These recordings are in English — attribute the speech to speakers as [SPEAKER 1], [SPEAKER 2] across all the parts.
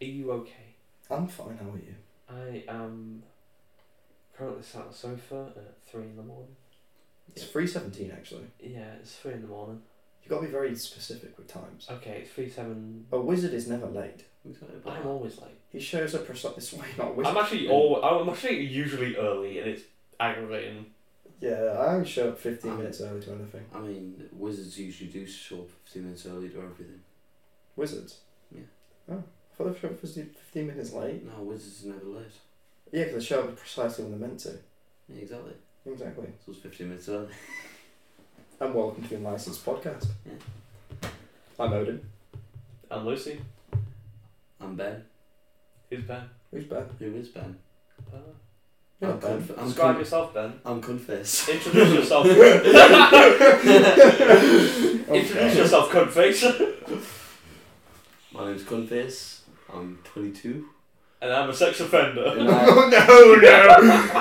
[SPEAKER 1] Are you okay?
[SPEAKER 2] I'm fine. How are you?
[SPEAKER 1] I am currently sat on the sofa at three in the morning.
[SPEAKER 2] It's three seventeen actually.
[SPEAKER 1] Yeah, it's three in the morning.
[SPEAKER 2] You got to be very specific with times.
[SPEAKER 1] Okay, it's three seven.
[SPEAKER 2] A wizard is never late.
[SPEAKER 3] Who's that about?
[SPEAKER 1] I'm always late.
[SPEAKER 2] He shows up precise. This way, not wizard.
[SPEAKER 1] I'm actually all. I'm actually usually early, and it's aggravating.
[SPEAKER 2] Yeah, I only show up fifteen minutes early to anything.
[SPEAKER 3] I mean, wizards usually do show up 15 minutes early to everything.
[SPEAKER 2] Wizards.
[SPEAKER 3] Yeah.
[SPEAKER 2] Oh, I thought they showed up fifteen minutes late.
[SPEAKER 3] No, wizards are never late.
[SPEAKER 2] Yeah, because they show up precisely when they're meant to.
[SPEAKER 3] Yeah, exactly.
[SPEAKER 2] Exactly.
[SPEAKER 3] So it's 15 minutes early.
[SPEAKER 2] And welcome to the Unlicensed Podcast.
[SPEAKER 3] Yeah.
[SPEAKER 2] I'm Odin.
[SPEAKER 1] And Lucy,
[SPEAKER 3] I'm Ben.
[SPEAKER 1] who's Ben?
[SPEAKER 2] Who's Ben?
[SPEAKER 3] Who is Ben?
[SPEAKER 1] Uh,
[SPEAKER 2] You're
[SPEAKER 3] I'm
[SPEAKER 2] not Ben.
[SPEAKER 3] Conf- I'm,
[SPEAKER 1] describe
[SPEAKER 3] con-
[SPEAKER 1] yourself, Ben.
[SPEAKER 3] I'm Confess.
[SPEAKER 1] Introduce yourself. Introduce yourself, Codface.
[SPEAKER 3] My name's Confess. I'm 22.
[SPEAKER 1] and I'm a sex offender.
[SPEAKER 3] And I,
[SPEAKER 2] no, no!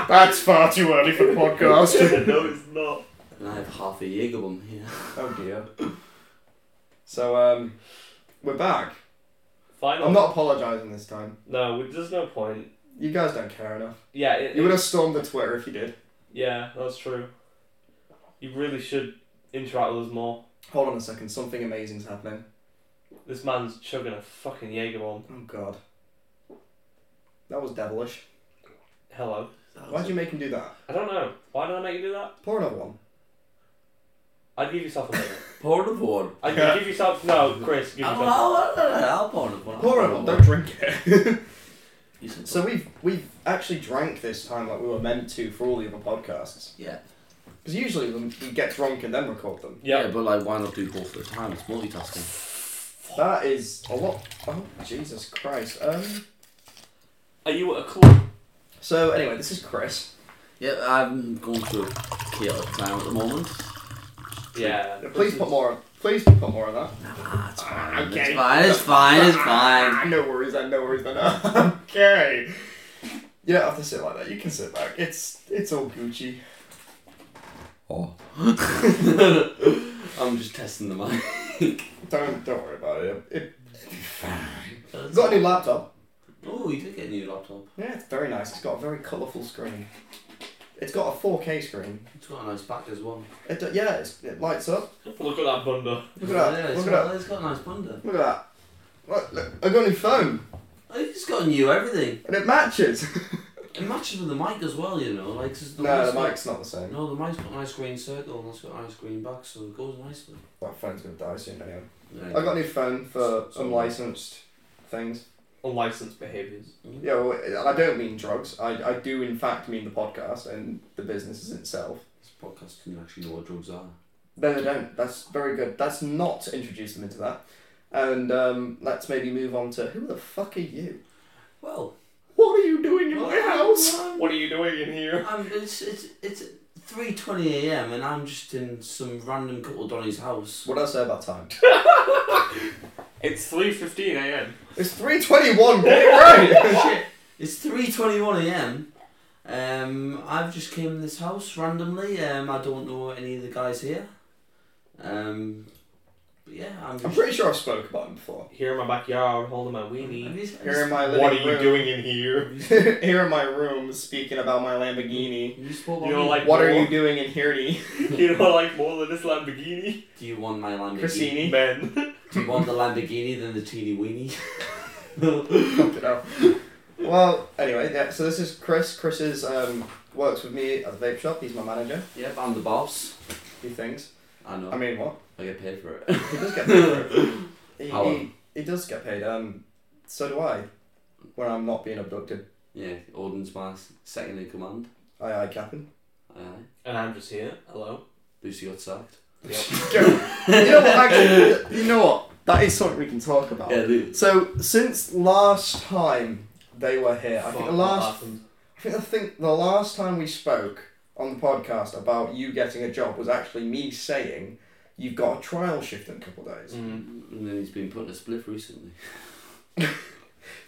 [SPEAKER 2] That's far too early for the podcast.
[SPEAKER 1] no, it's not.
[SPEAKER 3] and I have half a Jägerbomb here.
[SPEAKER 2] oh dear. So, um, we're back.
[SPEAKER 1] Final.
[SPEAKER 2] I'm not apologising this time.
[SPEAKER 1] No, we- there's no point.
[SPEAKER 2] You guys don't care enough.
[SPEAKER 1] Yeah, it,
[SPEAKER 2] You would
[SPEAKER 1] it-
[SPEAKER 2] have stormed the Twitter if you did.
[SPEAKER 1] yeah, that's true. You really should interact with us more.
[SPEAKER 2] Hold on a second, something amazing's happening.
[SPEAKER 1] This man's chugging a fucking Jaeger bomb.
[SPEAKER 2] Oh god. That was devilish.
[SPEAKER 1] Hello.
[SPEAKER 2] Why'd you make him do that?
[SPEAKER 1] I don't know. Why did I make you do that?
[SPEAKER 2] Pour another one.
[SPEAKER 1] I'd give yourself a minute.
[SPEAKER 3] Pour another one.
[SPEAKER 1] I'd give- give yourself. No, Chris, give
[SPEAKER 3] I'll,
[SPEAKER 1] yourself.
[SPEAKER 3] I'll, I'll, I'll pour another one. I'll
[SPEAKER 2] Pour another one, Oh, don't drink it.
[SPEAKER 3] You said
[SPEAKER 2] so we've we've actually drank this time like we were meant to for all the other podcasts.
[SPEAKER 3] Yeah.
[SPEAKER 2] Because usually when we get drunk and then record them.
[SPEAKER 1] Yeah.
[SPEAKER 3] but like, why not do both at a time? It's multitasking.
[SPEAKER 2] That is a lot. Oh, Jesus Christ. Um.
[SPEAKER 1] Are you at a club?
[SPEAKER 2] So anyway, this is Chris.
[SPEAKER 3] Yeah, I'm going through a chaotic time at the moment.
[SPEAKER 1] Yeah.
[SPEAKER 2] Please put more. Please put more on that.
[SPEAKER 3] Nah, it's fine.
[SPEAKER 2] Ah, okay.
[SPEAKER 3] It's fine. It's fine. It's
[SPEAKER 2] Ah,
[SPEAKER 3] fine.
[SPEAKER 2] no worries. Then no worries. Then okay. You don't have to sit like that. You can sit back. It's it's all Gucci.
[SPEAKER 3] Oh. I'm just testing the mic.
[SPEAKER 2] Don't don't worry about it. It it's got a new laptop.
[SPEAKER 3] Oh, you did get a new laptop.
[SPEAKER 2] Yeah, it's very nice. It's got a very colourful screen. It's got a 4K screen.
[SPEAKER 3] It's got a nice back as well.
[SPEAKER 2] It do- yeah, it's, it lights up.
[SPEAKER 1] Look at that bundle.
[SPEAKER 2] Look at that.
[SPEAKER 3] Yeah, it's
[SPEAKER 2] Look at
[SPEAKER 3] got-
[SPEAKER 2] that.
[SPEAKER 3] It's got a nice bunda.
[SPEAKER 2] Look at that. Look, look, I got a new phone.
[SPEAKER 3] Oh, It's got a new everything.
[SPEAKER 2] And it matches.
[SPEAKER 3] It matches with the mic as well, you know. Like, 'cause the
[SPEAKER 2] no,
[SPEAKER 3] mic's
[SPEAKER 2] the
[SPEAKER 3] got-
[SPEAKER 2] mic's not the same.
[SPEAKER 3] No, the mic's got a nice green circle and it's got a nice green back, so it goes nicely.
[SPEAKER 2] That phone's gonna die soon anyway.
[SPEAKER 3] Yeah.
[SPEAKER 2] I got a new phone for
[SPEAKER 3] So-
[SPEAKER 2] unlicensed things.
[SPEAKER 1] Unlicensed behaviours.
[SPEAKER 2] Yeah, well, I don't mean drugs. I, I do in fact mean the podcast and the business is itself.
[SPEAKER 3] This podcast can actually know what drugs are.
[SPEAKER 2] No, they don't. That's very good. That's not introduce them into that. And um, let's maybe move on to who the fuck are you?
[SPEAKER 3] Well,
[SPEAKER 2] What are you doing in my house?
[SPEAKER 1] What are you doing in here?
[SPEAKER 3] I'm, Um, it's it's it's three twenty a.m. and I'm just in some random couple Donny's house.
[SPEAKER 2] What did I say about time?
[SPEAKER 1] It's 3.15 a.m.
[SPEAKER 2] It's three twenty one. Get it right.
[SPEAKER 3] Shit, it's three twenty one a.m. Um, I've just came in this house randomly. Um, I don't know any of the guys here. Um, but yeah, I'm.
[SPEAKER 2] I'm
[SPEAKER 3] Just,
[SPEAKER 2] pretty sure I've spoke about him before.
[SPEAKER 1] Here in my backyard, holding my
[SPEAKER 3] Have
[SPEAKER 1] weenie.
[SPEAKER 3] you- have you-
[SPEAKER 2] Here in my living
[SPEAKER 1] What are you
[SPEAKER 2] room.
[SPEAKER 1] doing in here?
[SPEAKER 2] here in my room speaking about my Lamborghini.
[SPEAKER 3] you spoke about
[SPEAKER 1] You're
[SPEAKER 3] me?
[SPEAKER 1] like-
[SPEAKER 2] What are you doing in Hirni?
[SPEAKER 1] you know, like more than this Lamborghini.
[SPEAKER 3] Do you want my Lamborghini?
[SPEAKER 2] Christine.
[SPEAKER 1] Men.
[SPEAKER 3] Do you want the Lamborghini than the teeny weeny?
[SPEAKER 2] Fuck it up. Well, anyway, yeah, so this is Chris. Chris is, um, works with me at the vape shop. He's my manager.
[SPEAKER 3] yep, I'm the boss.
[SPEAKER 2] He thinks.
[SPEAKER 3] I know.
[SPEAKER 2] I mean, what?
[SPEAKER 3] I get paid for it.
[SPEAKER 2] He does get paid. for it. He,
[SPEAKER 3] How
[SPEAKER 2] he, he does get paid. Um, so do I. When I'm not being abducted.
[SPEAKER 3] yeah, Odin's my second in command.
[SPEAKER 2] Aye, aye, Captain.
[SPEAKER 3] Aye, aye.
[SPEAKER 1] And I'm just here. Hello.
[SPEAKER 3] Lucy got sacked.
[SPEAKER 2] you know what? Actually, you know what? That is something we can talk about.
[SPEAKER 3] Yeah, Lucy.
[SPEAKER 2] So since last time they were here, I think
[SPEAKER 1] Fuck,
[SPEAKER 2] the
[SPEAKER 1] what
[SPEAKER 2] last
[SPEAKER 1] happened?
[SPEAKER 2] I think, I think the last time we spoke on the podcast about you getting a job was actually me saying you've got a trial shift in a couple of days.
[SPEAKER 1] Mm.
[SPEAKER 3] And then he's been put in a spliff recently.
[SPEAKER 1] I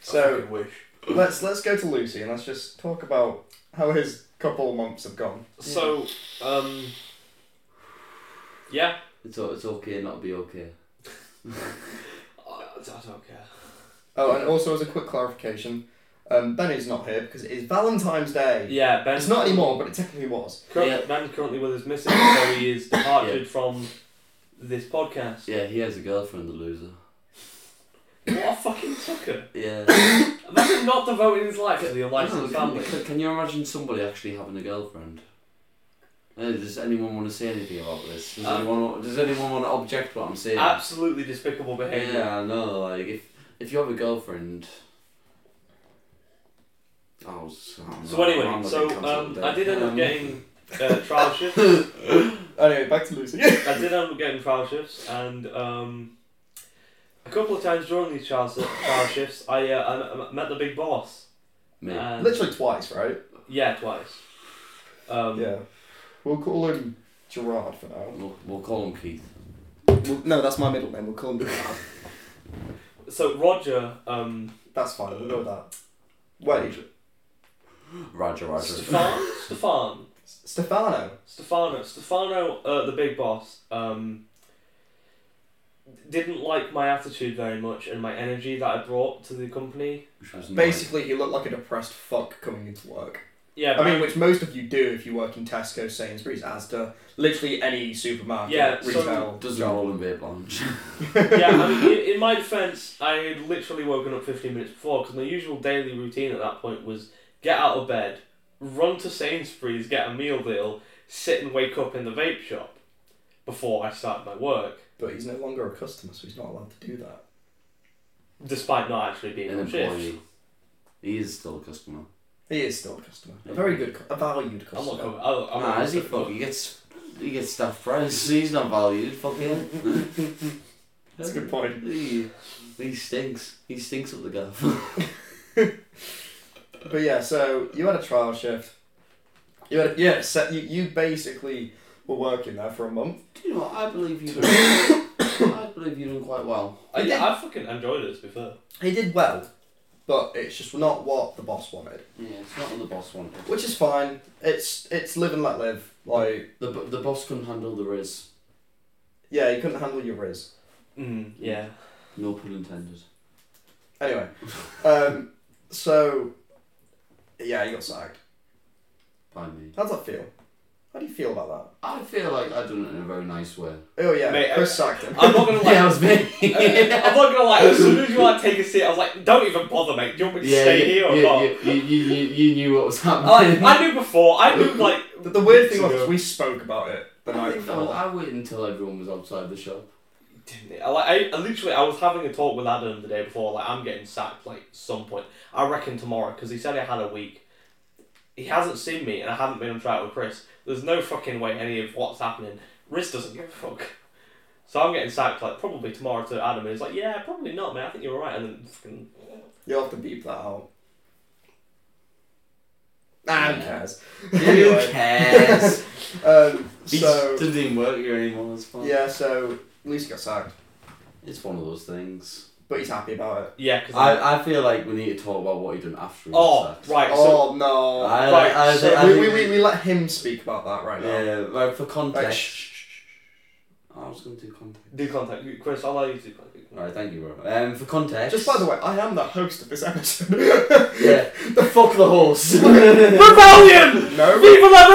[SPEAKER 2] So
[SPEAKER 1] fucking wish.
[SPEAKER 2] let's let's go to Lucy and let's just talk about how his couple of months have gone.
[SPEAKER 1] So, um, yeah,
[SPEAKER 3] It's o- it's okay not to be okay.
[SPEAKER 1] I, I don't care.
[SPEAKER 2] Oh, and also as a quick clarification, um, Ben is not here because it is Valentine's Day.
[SPEAKER 1] Yeah, Ben.
[SPEAKER 2] It's not anymore, but it technically was.
[SPEAKER 1] Current,
[SPEAKER 3] Yeah.
[SPEAKER 1] Ben currently with his missus, so he is departed from this podcast.
[SPEAKER 3] Yeah, he has a girlfriend, the loser.
[SPEAKER 1] What a fucking sucker!
[SPEAKER 3] Yeah.
[SPEAKER 1] Imagine not devoting his life to the
[SPEAKER 2] Mm.
[SPEAKER 1] unlicensed
[SPEAKER 3] No, can-
[SPEAKER 1] family.
[SPEAKER 3] Can, can you imagine somebody actually having a girlfriend? Uh, does anyone want to say anything about this? Does
[SPEAKER 1] Um,
[SPEAKER 3] anyone Does anyone want to object what I'm saying?
[SPEAKER 1] Absolutely despicable behaviour.
[SPEAKER 3] Yeah, I know. Like if if you have a girlfriend. Oh, so,
[SPEAKER 1] So anyway, so um, I did end up getting uh, trial shifts.
[SPEAKER 2] Anyway, back to Lucy.
[SPEAKER 1] I did end up getting trial shifts, and um, a couple of times during these trial, si- trial shifts, I, uh, I m- met the big boss.
[SPEAKER 3] Me.
[SPEAKER 1] And-
[SPEAKER 2] Literally twice, right?
[SPEAKER 1] Yeah, twice. Um,
[SPEAKER 2] Yeah. We'll call him Gerard for now.
[SPEAKER 3] We'll, we'll call him Keith.
[SPEAKER 2] We'll, no, that's my middle name. We'll call him Gerard.
[SPEAKER 1] So Roger, um,
[SPEAKER 2] that's fine. We'll go with that. Wait,
[SPEAKER 3] Roger, Roger.
[SPEAKER 1] Stefan, Stefan,
[SPEAKER 2] Stefano.
[SPEAKER 1] Stefano, Stefano, uh, the big boss, um, didn't like my attitude very much and my energy that I brought to the company.
[SPEAKER 3] Which was nice.
[SPEAKER 2] Basically, he looked like a depressed fuck coming into work.
[SPEAKER 1] Yeah,
[SPEAKER 2] I mean, which most of you do if you work in Tesco, Sainsbury's, Asda, literally any supermarket,
[SPEAKER 1] Yeah, so-
[SPEAKER 2] retail.
[SPEAKER 3] Doesn't
[SPEAKER 2] job.
[SPEAKER 3] roll in Babe Lounge.
[SPEAKER 1] yeah, I mean, in, in my defense, I had literally woken up 15 minutes before because my usual daily routine at that point was get out of bed, run to Sainsbury's, get a meal deal, sit and wake up in the vape shop before I start my work,
[SPEAKER 2] But he's no longer a customer, so he's not allowed to do that.
[SPEAKER 1] despite not actually being
[SPEAKER 3] An
[SPEAKER 1] on shift.
[SPEAKER 3] employee. He is still a customer.
[SPEAKER 2] He is still a customer. A very good, cu- a valued
[SPEAKER 1] I'm not
[SPEAKER 2] customer.
[SPEAKER 1] coming. I'll, I'm
[SPEAKER 3] Nah,
[SPEAKER 1] not
[SPEAKER 3] is he fuck? He gets he gets stuff price. He's not valued. Fuck him.
[SPEAKER 2] That's a good point.
[SPEAKER 3] He, he stinks. He stinks up the gaff.
[SPEAKER 2] But yeah, so you had a trial shift. You had a, yeah, so you, you basically were working there for a month.
[SPEAKER 3] Do you know what? I believe you. I believe you're doing quite well.
[SPEAKER 1] I,
[SPEAKER 2] He did-
[SPEAKER 1] I fucking enjoyed it before.
[SPEAKER 2] He did well, but it's just not what the boss wanted,
[SPEAKER 3] Yeah, it's not on the boss one.
[SPEAKER 2] which is fine. It's it's live and let live. Like
[SPEAKER 3] The b- the boss couldn't handle the riz.
[SPEAKER 2] yeah, you couldn't handle your riz.
[SPEAKER 1] Mm, yeah.
[SPEAKER 3] No pun intended.
[SPEAKER 2] Anyway, um, so yeah, you got sacked.
[SPEAKER 3] By me.
[SPEAKER 2] How does that feel? How do you feel about
[SPEAKER 3] I feel like I've done it in a very nice way.
[SPEAKER 2] that? Oh yeah,
[SPEAKER 1] Mate,
[SPEAKER 2] Chris sacked him.
[SPEAKER 1] I'm not gonna lie.
[SPEAKER 3] was me.
[SPEAKER 1] I'm not gonna lie. As soon as you want to take a seat, I was like, "Don't even bother, mate. Do you want me to stay
[SPEAKER 3] you,
[SPEAKER 1] here or
[SPEAKER 3] you,
[SPEAKER 1] not?"
[SPEAKER 3] You, you, you, you knew what was
[SPEAKER 1] I,
[SPEAKER 3] happening.
[SPEAKER 1] I knew before. I knew like
[SPEAKER 2] The, the weird
[SPEAKER 1] weeks
[SPEAKER 2] thing was
[SPEAKER 1] ago.
[SPEAKER 2] we spoke about it the
[SPEAKER 3] I,
[SPEAKER 2] night
[SPEAKER 3] think I, was-
[SPEAKER 2] before.
[SPEAKER 3] I waited until everyone was outside the shop.
[SPEAKER 1] Didn't it? I, like, I, I literally I was having a talk with Adam the day before. Like I'm getting sacked like some point. I reckon tomorrow because he said I had a week. He hasn't seen me and I haven't been on trial with Chris. There's no fucking way any of what's happening. Riz doesn't give a fuck. So I'm getting sacked like probably tomorrow to Adam and he's like, yeah, probably not, mate. I think you're right. And then fucking
[SPEAKER 2] You'll have to beep that out. Ah, who
[SPEAKER 3] Yeah.
[SPEAKER 2] cares?
[SPEAKER 3] Who
[SPEAKER 2] Anyway.
[SPEAKER 3] cares?
[SPEAKER 2] Um,
[SPEAKER 3] It
[SPEAKER 2] so
[SPEAKER 3] doesn't even work here anymore. It's fine.
[SPEAKER 2] yeah, so Lucy got sacked,
[SPEAKER 3] It's one of those things.
[SPEAKER 2] but he's happy about it.
[SPEAKER 1] yeah, because
[SPEAKER 3] I, I feel like we need to talk about what he done after. he
[SPEAKER 1] oh
[SPEAKER 3] was sacked.
[SPEAKER 1] right. So
[SPEAKER 2] oh no!
[SPEAKER 3] I,
[SPEAKER 1] Right,
[SPEAKER 3] I, I,
[SPEAKER 1] so
[SPEAKER 3] think- I
[SPEAKER 2] we,
[SPEAKER 3] think-
[SPEAKER 2] we, we, we let him speak about that right now.
[SPEAKER 3] yeah, right, for context. Oh,
[SPEAKER 2] Like, shh, shh, shh,
[SPEAKER 3] I was going to do context.
[SPEAKER 1] do contact Chris. I'll allow you to do contact.
[SPEAKER 3] Alright, thank you, bro. Um, for context.
[SPEAKER 2] Just by the way, I am the host of this episode.
[SPEAKER 3] Yeah. the fuck the horse.
[SPEAKER 1] Rebellion!
[SPEAKER 2] no.
[SPEAKER 1] Viva la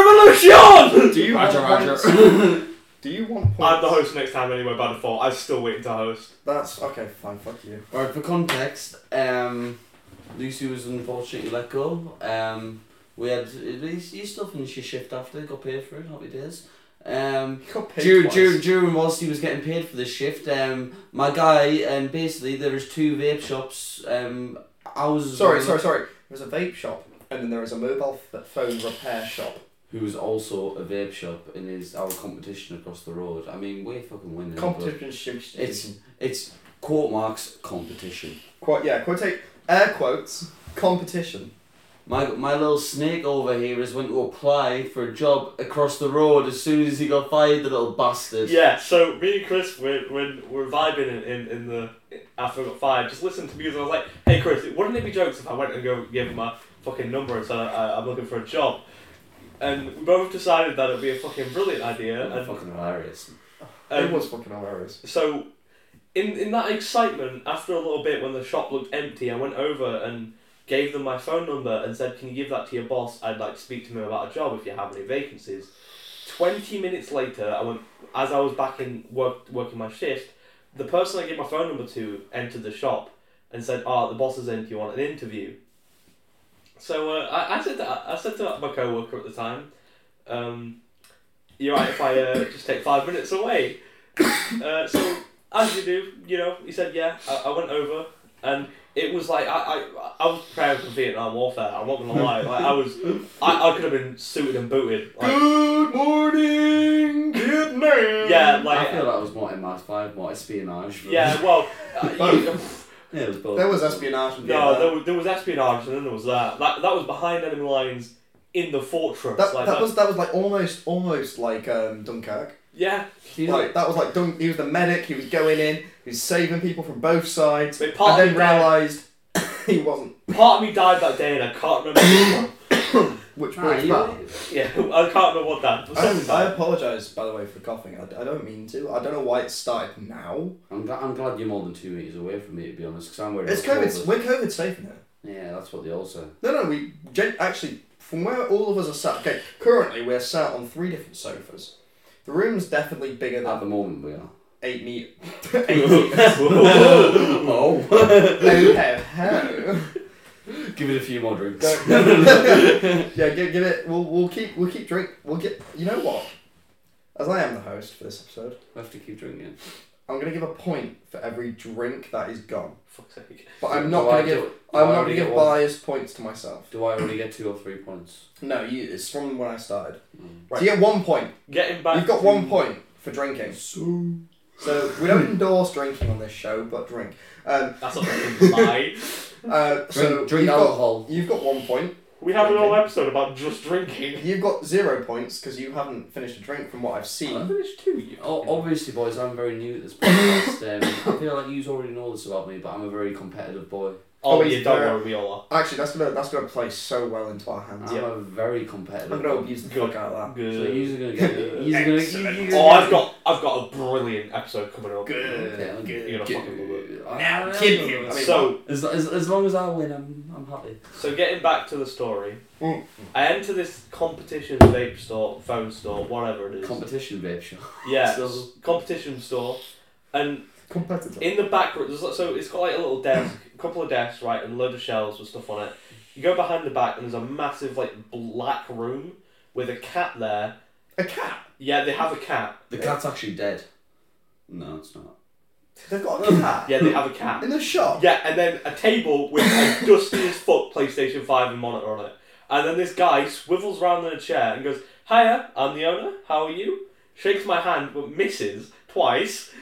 [SPEAKER 1] revolution!
[SPEAKER 2] Do you
[SPEAKER 3] Roger,
[SPEAKER 2] want
[SPEAKER 3] Roger.
[SPEAKER 2] points? Do you want points?
[SPEAKER 1] I'm the host next time anyway. By default, I'm still waiting to host.
[SPEAKER 2] That's okay. Fine. Fuck you.
[SPEAKER 3] Alright, for context, um, Lucy was unfortunately let go. Um, we had. You you still finished your shift after, got paid for it, happy days. Um,
[SPEAKER 2] You got paid
[SPEAKER 3] During,
[SPEAKER 2] twice.
[SPEAKER 3] during, during whilst he was getting paid for this shift, um, my guy, um, basically there is two vape shops. Um, ours.
[SPEAKER 2] Sorry, sorry, sorry. There's a vape shop, and then there is a mobile f- phone repair shop.
[SPEAKER 3] Who's also a vape shop and is our competition across the road. I mean, we're fucking winning. but
[SPEAKER 2] Competition shift.
[SPEAKER 3] It's it's quote marks competition.
[SPEAKER 2] quite yeah. Quotate air quotes competition.
[SPEAKER 3] My my little snake over here has went to apply for a job across the road as soon as he got fired. The little bastard.
[SPEAKER 1] Yeah, so me and Chris were when we're vibing in, in, in the after I got fired, just listened to music. I was like, "Hey Chris, wouldn't it be jokes if I went and go gave him my fucking number and said I, I'm looking for a job?" And we both decided that it'd be a fucking brilliant idea.
[SPEAKER 3] Fucking
[SPEAKER 1] And, Um,
[SPEAKER 3] hilarious.
[SPEAKER 2] it
[SPEAKER 1] and
[SPEAKER 2] was fucking hilarious.
[SPEAKER 1] so in in that excitement, after a little bit when the shop looked empty, I went over and gave them my phone number and said, "Can you give that to your boss? I'd like to speak to him about a job if you have any vacancies." Twenty minutes later, I went as I was back in work working my shift. The person I gave my phone number to entered the shop and said, "Ah, the boss is in. Do you want an interview?" So uh, I, I said to, I said to my coworker at the time, um, "You're right if I uh, just take five minutes away." Uh, so as you do, you know, he said, yeah, I, I went over, and it was like, I, I, I was preparing for Vietnam warfare, I'm not gonna lie, like, I was, I, I could have been suited and booted, like,
[SPEAKER 2] Good morning, Vietnam.
[SPEAKER 1] yeah,
[SPEAKER 3] I
[SPEAKER 1] like,
[SPEAKER 3] feel that was more in Mass 5, more espionage. but-
[SPEAKER 1] yeah, well, uh, you-
[SPEAKER 3] yeah, it was both.
[SPEAKER 2] There was espionage
[SPEAKER 1] no,
[SPEAKER 2] in Vietnam.
[SPEAKER 1] there was, there was espionage, and then there was that, that, that was behind enemy lines, in the fortress,
[SPEAKER 2] that,
[SPEAKER 1] like,
[SPEAKER 2] that, was that was like almost almost like um, Dunkirk.
[SPEAKER 1] yeah,
[SPEAKER 3] He's
[SPEAKER 2] Like that was like Dunk. He was the medic. He was going in. He was saving people from both sides.
[SPEAKER 1] But
[SPEAKER 2] And
[SPEAKER 1] partly
[SPEAKER 2] then realised he wasn't.
[SPEAKER 1] part of me died that day, and I can't remember,
[SPEAKER 2] Which
[SPEAKER 3] Ah,
[SPEAKER 2] was
[SPEAKER 3] you-
[SPEAKER 2] that.
[SPEAKER 1] yeah, I can't remember what that, was
[SPEAKER 2] I, I apologise by the way for coughing. I, I don't mean to. I don't know why it started now.
[SPEAKER 3] I'm, glad, I'm glad you're more than two metres away from me, to be honest, because I'm worried
[SPEAKER 2] It's
[SPEAKER 3] about
[SPEAKER 2] COVID. We're COVID safe now.
[SPEAKER 3] Yeah, that's what they all say.
[SPEAKER 2] No, no. We gen- actually from where all of us are sat. Okay, currently we're sat on three different sofas. The room's definitely bigger
[SPEAKER 3] At
[SPEAKER 2] than
[SPEAKER 3] the moment, we are.
[SPEAKER 2] eight meet. eight meters.
[SPEAKER 3] oh!
[SPEAKER 2] Oh, ho, ho.
[SPEAKER 3] Give it a few more drinks.
[SPEAKER 2] Don't- yeah, give, give it. We'll, we'll keep we'll keep drink. We'll get. You know what? As I am the host for this episode,
[SPEAKER 3] We have to keep drinking.
[SPEAKER 2] I'm gonna give a point for every drink that is gone.
[SPEAKER 1] fuck's sake,
[SPEAKER 2] But I'm
[SPEAKER 3] Do
[SPEAKER 2] not
[SPEAKER 3] I
[SPEAKER 2] gonna give.
[SPEAKER 3] do- do I
[SPEAKER 2] I'm not
[SPEAKER 3] only
[SPEAKER 2] gonna
[SPEAKER 3] get
[SPEAKER 2] give
[SPEAKER 3] one?
[SPEAKER 2] biased points to myself.
[SPEAKER 3] Do I only get two or three points?
[SPEAKER 2] No, you. It's from when I started.
[SPEAKER 3] Mm.
[SPEAKER 2] So you get one point.
[SPEAKER 1] getting back
[SPEAKER 2] You've got
[SPEAKER 1] to-
[SPEAKER 2] one point for drinking.
[SPEAKER 3] So.
[SPEAKER 2] So we
[SPEAKER 3] Hmm.
[SPEAKER 2] don't endorse drinking on this show, but drink. Um,
[SPEAKER 1] that's not fucking lie.
[SPEAKER 2] uh, so
[SPEAKER 3] Drink, drink
[SPEAKER 2] you've got
[SPEAKER 3] alcohol.
[SPEAKER 2] you've got one point.
[SPEAKER 1] We have an whole episode about just drinking.
[SPEAKER 2] You've got zero points because you haven't finished a drink from what I've
[SPEAKER 1] I
[SPEAKER 2] seen.
[SPEAKER 1] finished two. You
[SPEAKER 3] Oh, obviously, boys, I'm very new at this podcast. Um, I feel like you already know this about me, but I'm a very competitive boy.
[SPEAKER 1] oh,
[SPEAKER 2] Always
[SPEAKER 1] you don't
[SPEAKER 2] there.
[SPEAKER 1] worry, we all
[SPEAKER 2] Actually, that's gonna that's gonna play so well into our hands.
[SPEAKER 3] I'm a very competitive.
[SPEAKER 2] I'm gonna
[SPEAKER 3] boy.
[SPEAKER 2] abuse the
[SPEAKER 1] Good.
[SPEAKER 2] fuck out
[SPEAKER 1] are.
[SPEAKER 2] of
[SPEAKER 1] Good.
[SPEAKER 3] So you're gonna get. You're gonna.
[SPEAKER 2] Excellent.
[SPEAKER 3] You're
[SPEAKER 1] oh, I've got, I've got a brilliant episode coming up.
[SPEAKER 2] that. Good.
[SPEAKER 3] Okay, I'm
[SPEAKER 1] You're gonna fucking love it.
[SPEAKER 3] good. I-
[SPEAKER 2] Now
[SPEAKER 3] I-
[SPEAKER 2] kid him. I mean,
[SPEAKER 1] So,
[SPEAKER 3] as, as, as long as I win, I'm I'm happy.
[SPEAKER 1] so getting back to the story,
[SPEAKER 2] Mm.
[SPEAKER 1] I enter this competition vape store, phone store, whatever it is.
[SPEAKER 3] Competition vape shop.
[SPEAKER 1] yeah,
[SPEAKER 3] So-
[SPEAKER 1] competition store, and
[SPEAKER 2] Competitor.
[SPEAKER 1] in the back room, there's, so it's got like a little desk, a couple of desks, right, and a load of shelves with stuff on it. You go behind the back, and there's a massive like black room with a cat there.
[SPEAKER 2] A cat.
[SPEAKER 1] Yeah, they have a cat.
[SPEAKER 3] The cat's actually dead. No, it's not.
[SPEAKER 2] They've got a cat.
[SPEAKER 1] Yeah, they have a cat.
[SPEAKER 2] In the shop.
[SPEAKER 1] Yeah, and then a table with a dusty as fuck PlayStation 5 and monitor on it. And then this guy swivels around in a chair and goes, Hiya, I'm the owner, how are you? Shakes my hand, but misses twice.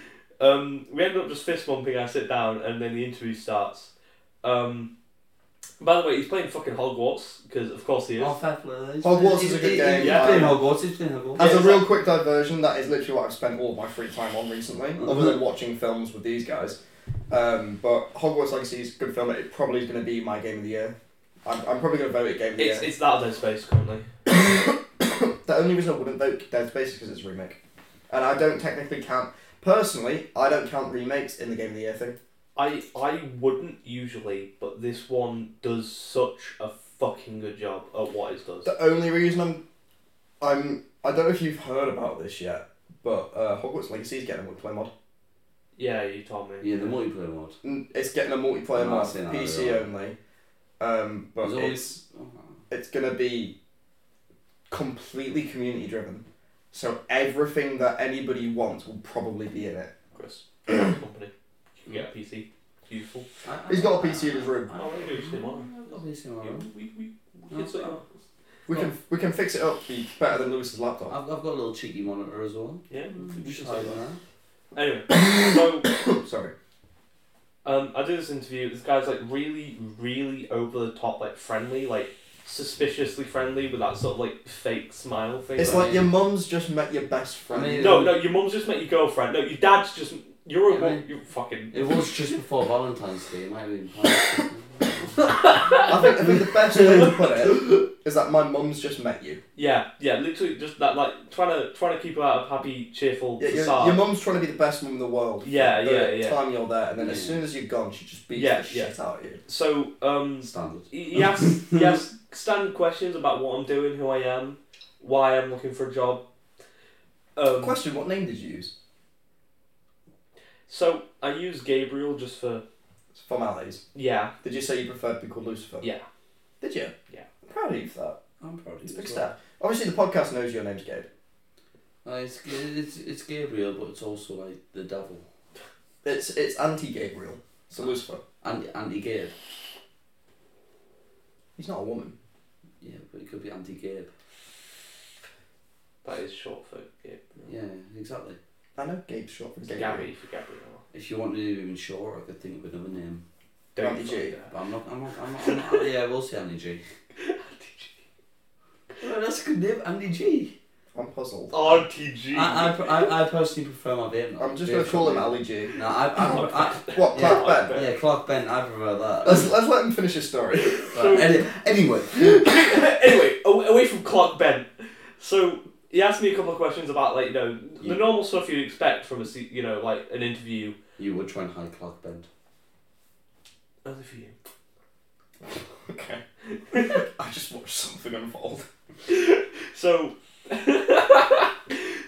[SPEAKER 1] Um, we end up just fist bumping, I sit down, and then the interview starts. Um, by the way, he's playing fucking Hogwarts, because of course he is.
[SPEAKER 3] Oh, fair play. He's
[SPEAKER 2] Hogwarts
[SPEAKER 3] playing-
[SPEAKER 2] is a
[SPEAKER 3] he's-
[SPEAKER 2] good
[SPEAKER 3] he's-
[SPEAKER 2] game.
[SPEAKER 3] He's
[SPEAKER 1] Yeah.
[SPEAKER 3] playing Hogwarts. He's playing Hogwarts.
[SPEAKER 2] As
[SPEAKER 1] Yeah,
[SPEAKER 2] a
[SPEAKER 1] it's
[SPEAKER 2] real
[SPEAKER 1] like-
[SPEAKER 2] quick diversion, that is literally what I've spent all of my free time on recently, other than watching films with these guys. Um, but Hogwarts Legacy is a good film. It probably is going to be my game of the year. I'm, I'm probably going to vote it game of the
[SPEAKER 1] It's,
[SPEAKER 2] year.
[SPEAKER 1] it's that Dead Space currently.
[SPEAKER 2] The only reason I wouldn't vote Dead Space is because it's a remake. And I don't technically count. Personally, I don't count remakes in the game of the year thing.
[SPEAKER 1] I, I wouldn't usually, but this one does such a fucking good job at what it does.
[SPEAKER 2] The only reason I'm, I'm, I don't know if you've heard about this yet, but uh, Hogwarts Legacy is getting a multiplayer mod.
[SPEAKER 1] Yeah, you told me.
[SPEAKER 3] Yeah, the multiplayer mode.
[SPEAKER 2] N- It's getting a multiplayer
[SPEAKER 3] I'm not
[SPEAKER 2] mod,
[SPEAKER 3] seeing Oh, that
[SPEAKER 2] PC
[SPEAKER 3] either.
[SPEAKER 2] only. Um, but
[SPEAKER 3] There's
[SPEAKER 2] it's
[SPEAKER 3] always.
[SPEAKER 2] it's gonna be completely community driven. So everything that anybody wants will probably be in it.
[SPEAKER 1] Chris. company. You can get a PC. It's useful.
[SPEAKER 2] He's got a PC in his room.
[SPEAKER 1] Oh, I don't do cinema.
[SPEAKER 3] I've got a PC in my
[SPEAKER 1] You know,
[SPEAKER 3] room.
[SPEAKER 1] we, we,
[SPEAKER 2] Oh,
[SPEAKER 1] we
[SPEAKER 3] No,
[SPEAKER 1] can sort it out.
[SPEAKER 2] We can we can fix it up to be better than Lewis's
[SPEAKER 3] I've,
[SPEAKER 2] laptop.
[SPEAKER 3] I've got a little cheeky monitor as well.
[SPEAKER 1] Yeah, we
[SPEAKER 2] Mm.
[SPEAKER 1] can
[SPEAKER 3] Just
[SPEAKER 1] sort
[SPEAKER 3] hiding
[SPEAKER 1] it
[SPEAKER 3] there.
[SPEAKER 1] out. Anyway, so
[SPEAKER 3] Oh,
[SPEAKER 2] Sorry.
[SPEAKER 1] um, I did this interview. This guy's like really, really over the top, like friendly, like suspiciously friendly with that sort of like fake smile thing.
[SPEAKER 2] It's
[SPEAKER 1] right?
[SPEAKER 2] like your mum's just met your best friend.
[SPEAKER 3] I mean-
[SPEAKER 1] no, no, your mum's just met your girlfriend. No, your dad's just you're a
[SPEAKER 3] Yeah,
[SPEAKER 1] mum.
[SPEAKER 3] mate.
[SPEAKER 1] You fucking.
[SPEAKER 3] It was just before Valentine's Day. It might have been.
[SPEAKER 2] I think I think the best way to put it is that my mum's just met you.
[SPEAKER 1] Yeah, yeah, literally just that, like trying to trying to keep her out of happy, cheerful
[SPEAKER 2] Yeah, your,
[SPEAKER 1] facade.
[SPEAKER 2] your mum's trying to be the best mum in the world. for
[SPEAKER 1] Yeah,
[SPEAKER 2] the
[SPEAKER 1] yeah, yeah.
[SPEAKER 2] Time you're there, and then as
[SPEAKER 3] Yeah.
[SPEAKER 2] soon as you're gone, she just beats
[SPEAKER 1] Yeah,
[SPEAKER 2] the
[SPEAKER 1] yeah.
[SPEAKER 2] shit out of you.
[SPEAKER 1] so, um,
[SPEAKER 3] Standard.
[SPEAKER 1] he he asks, he asks standard questions about what I'm doing, who I am, why I'm looking for a job. Um,
[SPEAKER 2] Question: What name did you use?
[SPEAKER 1] so I use Gabriel just for
[SPEAKER 2] It's formalities.
[SPEAKER 1] yeah,
[SPEAKER 2] Did you say you preferred to be called Lucifer?
[SPEAKER 1] yeah,
[SPEAKER 2] Did you?
[SPEAKER 1] Yeah.
[SPEAKER 2] I'm proud of you for that.
[SPEAKER 3] I'm proud of
[SPEAKER 2] It's a
[SPEAKER 3] you.
[SPEAKER 2] big
[SPEAKER 3] as well.
[SPEAKER 2] step. Obviously, the podcast knows your name's Gabe.
[SPEAKER 3] Uh, it's, it's, it's Gabriel, but it's also like the devil.
[SPEAKER 2] It's it's anti-Gabriel.
[SPEAKER 1] Ah.
[SPEAKER 2] So Lucifer.
[SPEAKER 3] Anti anti Gabe.
[SPEAKER 2] He's not a woman.
[SPEAKER 3] Yeah, but it could be anti Gabe.
[SPEAKER 1] that is short for Gabriel.
[SPEAKER 3] Yeah, exactly.
[SPEAKER 2] I know Gabe's short for
[SPEAKER 1] It's
[SPEAKER 2] Gabriel.
[SPEAKER 1] Gabby for Gabriel.
[SPEAKER 3] If you want to do even shorter, I could think of another name.
[SPEAKER 1] Don't
[SPEAKER 2] Andy
[SPEAKER 1] you
[SPEAKER 2] G.
[SPEAKER 1] fucking
[SPEAKER 3] But I'm not. I'm not. I'm not. I'm not yeah, we'll say Andy G.
[SPEAKER 1] dare.
[SPEAKER 3] Well, that's a good name, Andy G.
[SPEAKER 2] I'm puzzled.
[SPEAKER 1] Oh, Auntie G.
[SPEAKER 3] I, I, per- I, I personally prefer my vape.
[SPEAKER 2] I'm just gonna call him Ali G.
[SPEAKER 3] No, I, I,
[SPEAKER 2] What,
[SPEAKER 3] Yeah.
[SPEAKER 2] Clark Ben?
[SPEAKER 3] I, yeah, Clark Ben. I prefer that.
[SPEAKER 2] Let's, let's let him finish his story.
[SPEAKER 3] But any, anyway,
[SPEAKER 1] anyway, aw- away from Clark Bent. So he asked me a couple of questions about like you know the
[SPEAKER 3] Yeah.
[SPEAKER 1] normal stuff you'd expect from a se- you know like an interview.
[SPEAKER 3] you would try and hide Clark Bent.
[SPEAKER 1] Only for you.
[SPEAKER 2] okay. I just watched something unfold.
[SPEAKER 1] So,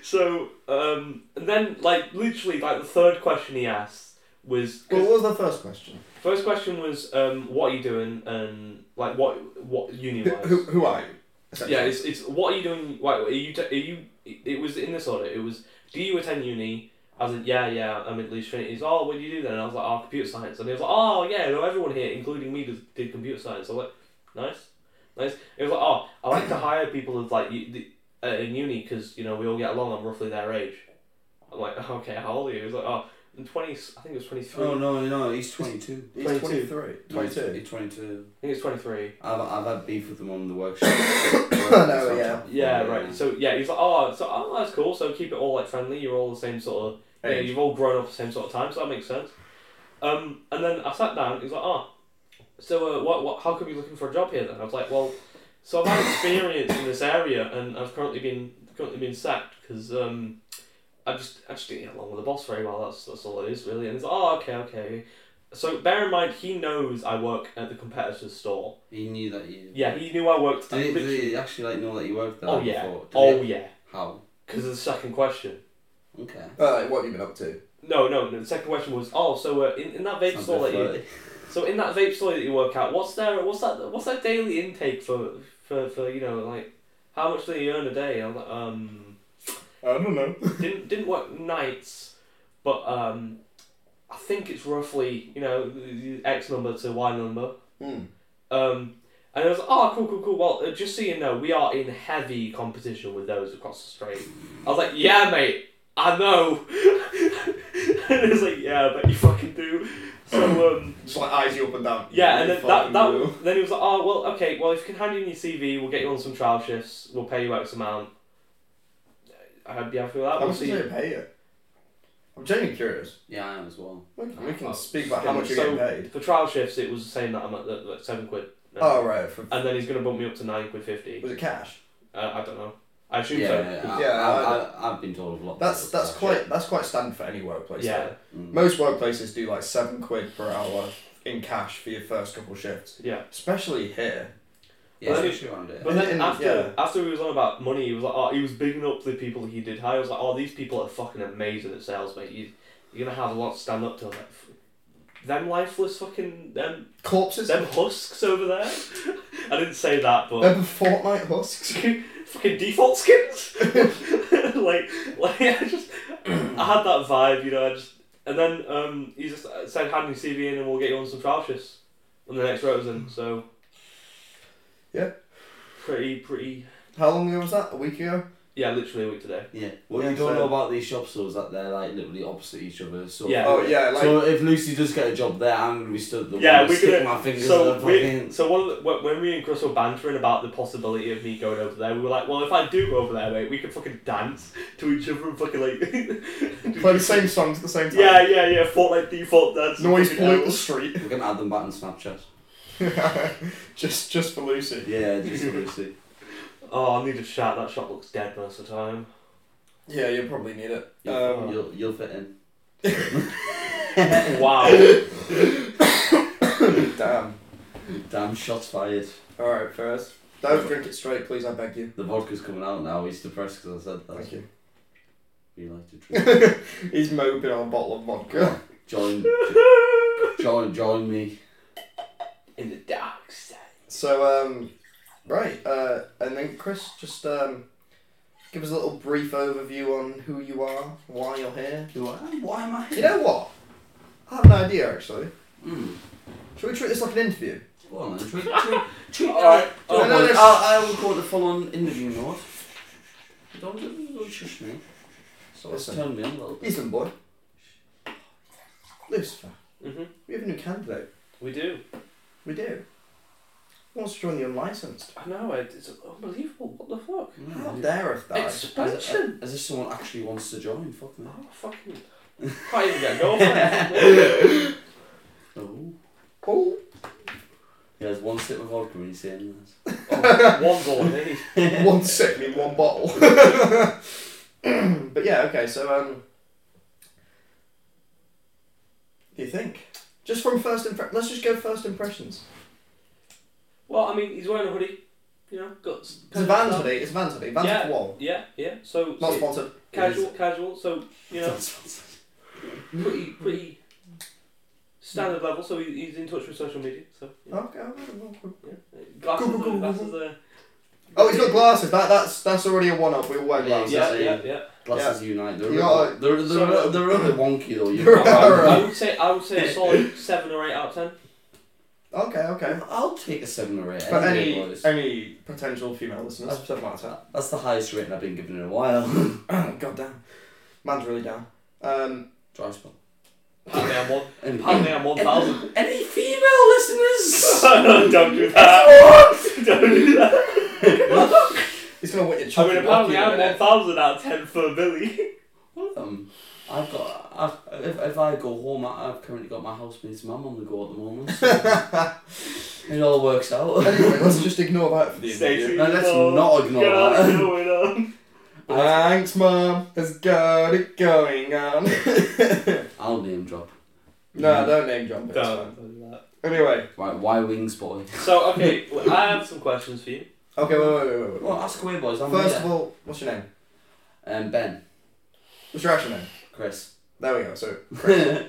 [SPEAKER 1] so um, and then like literally like the third question he asked was
[SPEAKER 2] Well, what was the first question?
[SPEAKER 1] first question was um, what are you doing and like what what uni
[SPEAKER 2] Who, who,
[SPEAKER 1] wise.
[SPEAKER 2] who are you? essentially?
[SPEAKER 1] Yeah, it's, it's what are you doing? Like, are you? T- are you? It was in this order. It was do you attend uni? I was like, yeah, yeah, I'm at least Trinity. He's oh, what do you do then? And I was like, oh, computer science. And he was like, oh, yeah, no, everyone here, including me, does, did computer science. I was like, nice, nice. He was like, oh, I like to hire people of like you, the, uh, in uni because you know we all get along. I'm roughly their age. I'm like, okay, how old are you? He was like, oh, I'm twenty. I think it was twenty three.
[SPEAKER 3] Oh no, no, he's twenty two.
[SPEAKER 2] He's
[SPEAKER 1] 22.
[SPEAKER 2] 23. 22.
[SPEAKER 3] He's twenty two.
[SPEAKER 1] I think it's twenty three.
[SPEAKER 3] I've, I've had beef with him on the workshop. Workshop.
[SPEAKER 2] Oh, yeah.
[SPEAKER 1] Yeah, right. So yeah, he's like, oh, so oh, that's cool. So keep it all like friendly. You're all the same sort of Yeah,
[SPEAKER 2] Hey,
[SPEAKER 1] you've all grown up at the same sort of time, so that makes sense. Um, and then I sat down. He's like, "Ah, so uh, what, what? How come you're looking for a job here?" Then I was like, "Well, so I've had experience in this area, and I've currently been currently been sacked because um, I just I just didn't get along with the boss very well. That's that's all it is really." And he's like, "Oh, okay, okay." So bear in mind, he knows I work at the competitor's store.
[SPEAKER 3] He knew that you.
[SPEAKER 1] Yeah, he knew I worked.
[SPEAKER 3] Did he,
[SPEAKER 1] At
[SPEAKER 3] did
[SPEAKER 1] literally,
[SPEAKER 3] he actually like know that you worked there?
[SPEAKER 1] oh yeah,
[SPEAKER 3] Before? Did
[SPEAKER 1] oh
[SPEAKER 3] he?
[SPEAKER 1] yeah,
[SPEAKER 3] How?
[SPEAKER 1] because of the second question.
[SPEAKER 3] Okay.
[SPEAKER 2] Uh, what have you been up to?
[SPEAKER 1] No, no, no. The second question was, oh, so uh, in, in that vape
[SPEAKER 3] Sounds
[SPEAKER 1] store that
[SPEAKER 3] a bit
[SPEAKER 1] you
[SPEAKER 3] flirty.
[SPEAKER 1] So in that vape store that you work at, what's their what's that what's that daily intake for for, for you know like how much do they earn a day? I was like, um,
[SPEAKER 2] I don't know.
[SPEAKER 1] didn't didn't work nights, but um, I think it's roughly you know X number to Y number.
[SPEAKER 2] Hmm.
[SPEAKER 1] Um, and I was like, oh cool cool cool. Well, uh, just so you know, we are in heavy competition with those across the street. I was like, yeah, mate, I know. and it was like, yeah, I bet you fucking do. So um.
[SPEAKER 2] Just like eyes you up and down.
[SPEAKER 1] Yeah,
[SPEAKER 2] You
[SPEAKER 1] and then that,
[SPEAKER 2] fucking
[SPEAKER 1] that
[SPEAKER 2] know.
[SPEAKER 1] then he was like, oh well, okay, well if you can hand in your CV, we'll get you on some trial shifts. We'll pay you X amount. I hope you happy with that.
[SPEAKER 2] How
[SPEAKER 1] We'll
[SPEAKER 2] much did
[SPEAKER 1] see.
[SPEAKER 2] they pay you? I'm genuinely curious.
[SPEAKER 3] Yeah, I am as well.
[SPEAKER 2] We can, we can speak about how much you're
[SPEAKER 1] So-
[SPEAKER 2] getting paid.
[SPEAKER 1] For trial shifts, it was the same that I'm at, at, at seven quid.
[SPEAKER 2] Oh, right. For,
[SPEAKER 1] And then he's gonna bump me up to nine quid fifty.
[SPEAKER 2] was it cash?
[SPEAKER 1] Uh, I don't know. I assume
[SPEAKER 3] yeah,
[SPEAKER 1] so.
[SPEAKER 3] I,
[SPEAKER 2] Yeah,
[SPEAKER 3] I, I, have been told of a lot.
[SPEAKER 2] That's
[SPEAKER 3] of
[SPEAKER 2] that's
[SPEAKER 3] stuff.
[SPEAKER 2] quite that's quite standard for any workplace.
[SPEAKER 1] Yeah.
[SPEAKER 2] though.
[SPEAKER 3] Mm.
[SPEAKER 2] Most workplaces do like seven quid per hour in cash for your first couple shifts.
[SPEAKER 1] Yeah.
[SPEAKER 2] Especially here.
[SPEAKER 3] Yeah,
[SPEAKER 1] But-
[SPEAKER 3] especially around it.
[SPEAKER 1] But then
[SPEAKER 2] And-
[SPEAKER 1] after
[SPEAKER 2] yeah.
[SPEAKER 1] after he was on about money, he was like, oh, he was bigging up the people he did hire. I was like, oh, these people are fucking amazing at sales, mate. You, you're gonna have a lot to stand up to. I was like, "F- them lifeless fucking them
[SPEAKER 2] Corpses.
[SPEAKER 1] Them husks over there. I didn't say that, but
[SPEAKER 2] They're fortnight husks.
[SPEAKER 1] fucking default skins. like, like I just, I had that vibe, you know. I just, and then um, he just said, "Hand your CV in, and we'll get you on some trial shifts on the next rows." And so,
[SPEAKER 2] Yeah.
[SPEAKER 1] pretty, pretty,
[SPEAKER 2] How long ago was that? A week ago.
[SPEAKER 1] yeah, literally a week today.
[SPEAKER 3] Yeah. What
[SPEAKER 2] Yeah,
[SPEAKER 3] you
[SPEAKER 2] so-
[SPEAKER 3] don't know about these shops though is that they're like literally opposite each other. So
[SPEAKER 1] Yeah.
[SPEAKER 2] Oh yeah, like
[SPEAKER 3] so if Lucy does get a job there, I'm gonna be stood at the
[SPEAKER 1] Yeah,
[SPEAKER 3] window
[SPEAKER 1] we're
[SPEAKER 3] sticking
[SPEAKER 1] gonna-
[SPEAKER 3] my fingers
[SPEAKER 1] So,
[SPEAKER 3] in the
[SPEAKER 1] we,
[SPEAKER 3] fucking.
[SPEAKER 1] so one of the, when- when we and Chris were bantering about the possibility of me going over there, we were like, "Well, if I do go over there, mate, we could fucking dance to each other and fucking like
[SPEAKER 2] play the same songs at the same time.
[SPEAKER 1] Yeah, yeah, yeah. Fortnite default. That's
[SPEAKER 2] Noise
[SPEAKER 1] fucking
[SPEAKER 2] pollute
[SPEAKER 1] hell.
[SPEAKER 2] the street.
[SPEAKER 3] We're gonna add them back on Snapchat.
[SPEAKER 2] just just for Lucy.
[SPEAKER 3] Yeah, just Lucy.
[SPEAKER 1] Oh, I need a shot. That shot looks dead most of the time.
[SPEAKER 2] Yeah, you'll probably need it.
[SPEAKER 3] You'll,
[SPEAKER 2] Um,
[SPEAKER 3] you'll, you'll fit in.
[SPEAKER 1] Wow.
[SPEAKER 2] damn.
[SPEAKER 3] Damn, shots fired.
[SPEAKER 2] All right, first. Don't drink it straight, please. I beg you.
[SPEAKER 3] The vodka's coming out now. He's depressed because I said that.
[SPEAKER 2] Thank you.
[SPEAKER 3] We like to drink.
[SPEAKER 2] He's moping on a bottle of vodka.
[SPEAKER 3] Join, join, join me.
[SPEAKER 1] In the dark side.
[SPEAKER 2] So um, right. Uh, and then Chris, just um, give us a little brief overview on who you are, why you're here.
[SPEAKER 3] Who I am? Why am I
[SPEAKER 2] You
[SPEAKER 3] here?
[SPEAKER 2] know what? I have an idea actually.
[SPEAKER 3] Mm.
[SPEAKER 2] Should we treat this like an interview?
[SPEAKER 3] Go on then. Treat, treat, treat.
[SPEAKER 1] Alright,
[SPEAKER 3] Don't
[SPEAKER 2] alright.
[SPEAKER 3] worry, I, I will call it a full-on interview, Nord. Don't, don't, don't shush me. So it's
[SPEAKER 2] Listen.
[SPEAKER 3] turned me on a little bit.
[SPEAKER 2] Ethan, boy. Lucifer,
[SPEAKER 1] Mm-hmm.
[SPEAKER 2] we have a new candidate.
[SPEAKER 1] We do.
[SPEAKER 2] We do. Who wants to join the unlicensed?
[SPEAKER 1] I know, it- it's unbelievable. What the fuck?
[SPEAKER 2] How
[SPEAKER 3] Mm.
[SPEAKER 2] dare us die?
[SPEAKER 3] As,
[SPEAKER 1] Expansion!
[SPEAKER 3] as if someone actually wants to join. Fuck me.
[SPEAKER 1] Oh, fucking. Can't even get a girlfriend.
[SPEAKER 3] Oh.
[SPEAKER 2] Cool.
[SPEAKER 3] He has one sip of vodka and he's saying this.
[SPEAKER 1] oh, one's all I need.
[SPEAKER 2] one sip, me one bottle. but yeah, okay. So um, what do you think? Just from first impre- let's just go first impressions.
[SPEAKER 1] Well, I mean, he's wearing a hoodie. You know, got. s-
[SPEAKER 2] It's a van today. It's a van today. Van's
[SPEAKER 1] Yeah.
[SPEAKER 2] yeah. wall.
[SPEAKER 1] Yeah, yeah. So,
[SPEAKER 2] Not
[SPEAKER 1] so
[SPEAKER 2] sponsored.
[SPEAKER 1] casual, casual. So you know,
[SPEAKER 3] That's-
[SPEAKER 1] pretty, pretty standard level. So he, he's in touch with social media. So yeah,
[SPEAKER 2] Okay. okay.
[SPEAKER 1] yeah. glasses,
[SPEAKER 2] Oh. Cool, cool, cool, cool,
[SPEAKER 1] glasses. Uh,
[SPEAKER 2] Oh, he's got glasses. That that's that's already a one up. We all wear glasses.
[SPEAKER 1] Yeah, yeah, yeah.
[SPEAKER 3] Glasses unite. They're,
[SPEAKER 2] You
[SPEAKER 3] a
[SPEAKER 2] are-
[SPEAKER 3] bit- they're, they're,
[SPEAKER 1] So-
[SPEAKER 3] they're a bit wonky though.
[SPEAKER 1] I,
[SPEAKER 2] You're
[SPEAKER 3] You're
[SPEAKER 1] I,
[SPEAKER 2] right.
[SPEAKER 1] I would say I would say a solid seven or eight out of ten.
[SPEAKER 2] Okay. Okay.
[SPEAKER 3] I'll take a seven or eight.
[SPEAKER 2] But
[SPEAKER 3] any day,
[SPEAKER 2] any
[SPEAKER 3] boys.
[SPEAKER 2] any potential female listeners, doesn't matter.
[SPEAKER 3] That's the highest rating I've been given in a while.
[SPEAKER 2] God damn, man's really down. Um,
[SPEAKER 3] Dry spell.
[SPEAKER 1] Apparently I'm one.
[SPEAKER 3] Any,
[SPEAKER 1] Apparently I'm one thousand.
[SPEAKER 3] any female listeners?
[SPEAKER 1] Don't do that. Don't do that.
[SPEAKER 2] he's gonna wet your
[SPEAKER 1] I
[SPEAKER 2] chocolate.
[SPEAKER 1] mean, apparently
[SPEAKER 2] milk in a
[SPEAKER 1] I'm one
[SPEAKER 2] minute.
[SPEAKER 1] thousand out of ten for Billy.
[SPEAKER 3] Um, I've got. I've, if, if I go home, I, I've currently got my housemate's mum on the go at the moment. So it all works out.
[SPEAKER 2] anyway, let's just ignore that for the
[SPEAKER 1] Stacey,
[SPEAKER 2] interview.
[SPEAKER 3] No, let's
[SPEAKER 1] no,
[SPEAKER 3] not ignore
[SPEAKER 1] God,
[SPEAKER 3] that.
[SPEAKER 1] going on.
[SPEAKER 2] Thanks, mum. Has got it going on.
[SPEAKER 3] I'll name drop.
[SPEAKER 2] no, don't name John. But it's fine.
[SPEAKER 1] Don't do that.
[SPEAKER 2] Anyway,
[SPEAKER 3] Right, why wings, boy?
[SPEAKER 1] So okay, well, I have some questions for you.
[SPEAKER 2] okay, wait, wait, wait, wait. wait.
[SPEAKER 3] Well, ask away, boys. I'm
[SPEAKER 2] First
[SPEAKER 3] here.
[SPEAKER 2] of all, what's your name?
[SPEAKER 3] um, Ben,
[SPEAKER 2] What's your actual name?
[SPEAKER 3] Chris.
[SPEAKER 2] There we go. So, Chris.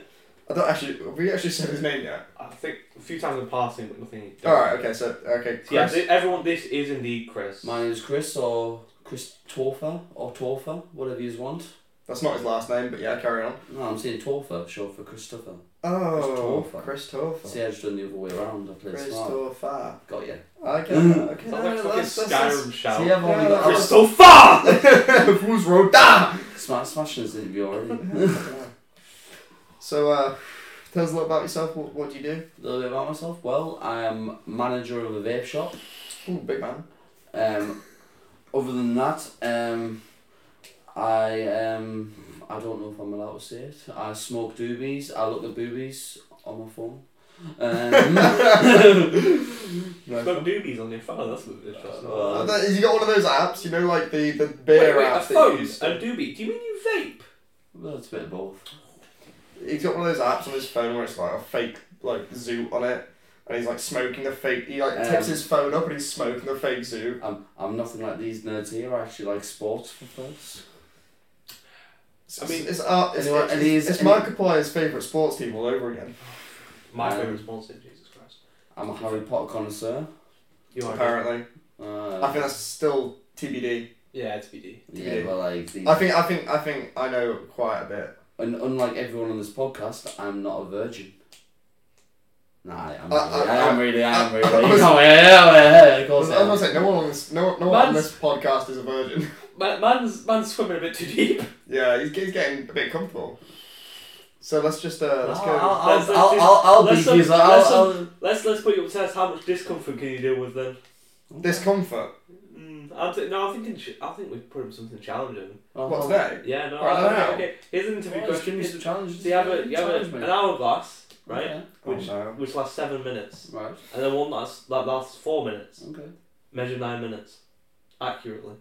[SPEAKER 2] I don't actually. Have we actually said his name yet?
[SPEAKER 1] I think a few times in passing, but nothing.
[SPEAKER 2] All right. Okay. So, okay. Chris.
[SPEAKER 1] Yeah, thi- everyone, this is indeed Chris.
[SPEAKER 3] My name is Chris, or Chris Torfer, or Torfer, whatever you want.
[SPEAKER 2] That's not his last name, but yeah, carry on.
[SPEAKER 3] No, I'm saying Torfer, short for Christopher.
[SPEAKER 2] Oh,
[SPEAKER 3] Christopher.
[SPEAKER 2] Christopher.
[SPEAKER 3] See, I just done the other way around. I played smart.
[SPEAKER 2] Christopher.
[SPEAKER 3] Got you.
[SPEAKER 2] I get that. Okay.
[SPEAKER 1] Sounds like a fucking
[SPEAKER 2] that's- that's-
[SPEAKER 1] Skyrim shout.
[SPEAKER 3] See, I've only got
[SPEAKER 2] Mm. Yeah.
[SPEAKER 3] Chris.
[SPEAKER 1] Christopher!
[SPEAKER 2] Who's wrote that?
[SPEAKER 3] Smart smashing this interview already.
[SPEAKER 2] so, uh, tell us a little about yourself. What, what do you do?
[SPEAKER 3] A little bit about myself. Well, I am manager of a vape shop.
[SPEAKER 2] Ooh, big man.
[SPEAKER 3] Um, other than that, um, I um, I don't know if I'm allowed to say it. I smoke doobies. I look at boobies on my phone. Um,
[SPEAKER 1] Smoke doobies on your phone, that's a bit interesting.
[SPEAKER 3] Uh,
[SPEAKER 2] Uh, that- you got one of those apps, you know, like the, the
[SPEAKER 1] wait,
[SPEAKER 2] beer
[SPEAKER 1] wait, a
[SPEAKER 2] apps
[SPEAKER 1] phone
[SPEAKER 2] that
[SPEAKER 1] and
[SPEAKER 2] you use.
[SPEAKER 1] doobie. Do you mean you vape?
[SPEAKER 3] well, it's a bit of both.
[SPEAKER 2] He's got one of those apps on his phone where it's like a fake like zoot on it, and he's like smoking the fake. He like tips
[SPEAKER 3] Um,
[SPEAKER 2] his phone up and he's smoking the fake zoot.
[SPEAKER 3] I'm, I'm nothing like these nerds here. I actually like sports for first.
[SPEAKER 1] I
[SPEAKER 2] I
[SPEAKER 1] mean-
[SPEAKER 2] mean, it's art. It's,
[SPEAKER 3] Anyone-
[SPEAKER 2] it's,
[SPEAKER 3] any-
[SPEAKER 2] it's
[SPEAKER 3] any-
[SPEAKER 2] Markiplier's favourite sports team all over again.
[SPEAKER 1] My
[SPEAKER 3] Um,
[SPEAKER 1] favourite sponsor, Jesus Christ.
[SPEAKER 3] I'm a Harry Potter connoisseur.
[SPEAKER 1] You are.
[SPEAKER 2] Apparently,
[SPEAKER 3] Uh,
[SPEAKER 2] I think that's still TBD.
[SPEAKER 1] Yeah, it's BD.
[SPEAKER 3] yeah, but like these,
[SPEAKER 2] I think I think I think I know quite a bit.
[SPEAKER 3] un, unlike everyone on this podcast, I'm not a virgin. Nah, I am
[SPEAKER 2] I- I-
[SPEAKER 3] really. I am really. I
[SPEAKER 2] I- I
[SPEAKER 3] am really.
[SPEAKER 2] was-
[SPEAKER 3] No, yeah, yeah, yeah, of
[SPEAKER 2] I
[SPEAKER 3] course
[SPEAKER 2] was,
[SPEAKER 3] I
[SPEAKER 2] uh, I
[SPEAKER 3] am.
[SPEAKER 2] was gonna say no one on this no no one on this podcast is a virgin.
[SPEAKER 1] Man, man's, man's swimming a bit too deep.
[SPEAKER 2] yeah, he's, he's getting a bit comfortable. So let's just uh, let's
[SPEAKER 3] I'll,
[SPEAKER 2] go.
[SPEAKER 1] Let's-
[SPEAKER 3] I'll,
[SPEAKER 1] let's
[SPEAKER 3] I'll,
[SPEAKER 1] just-
[SPEAKER 3] I'll, I'll
[SPEAKER 1] let's
[SPEAKER 3] beat
[SPEAKER 1] un-
[SPEAKER 3] you. so I'll,
[SPEAKER 1] let's um,
[SPEAKER 3] I'll,
[SPEAKER 1] Let's let's put you up to test how much discomfort can you deal with then.
[SPEAKER 2] Discomfort.
[SPEAKER 1] Mm, I'm th- no, I'm thinking. Ch- I think we put him something challenging.
[SPEAKER 3] I'll-
[SPEAKER 2] What's that?
[SPEAKER 1] Yeah, no.
[SPEAKER 2] Right,
[SPEAKER 1] I-
[SPEAKER 2] now.
[SPEAKER 1] okay, okay. Here's an
[SPEAKER 3] Well,
[SPEAKER 1] interview
[SPEAKER 3] just give
[SPEAKER 1] question.
[SPEAKER 3] me
[SPEAKER 1] Here's
[SPEAKER 3] some challenges.
[SPEAKER 1] So you have a you have a,
[SPEAKER 3] Challenge
[SPEAKER 1] an
[SPEAKER 3] me.
[SPEAKER 1] hourglass, right?
[SPEAKER 3] Okay.
[SPEAKER 1] Which
[SPEAKER 2] oh, no.
[SPEAKER 1] which lasts seven minutes,
[SPEAKER 3] Right.
[SPEAKER 1] and then one that's that lasts four minutes.
[SPEAKER 3] Okay.
[SPEAKER 1] Measure nine minutes accurately.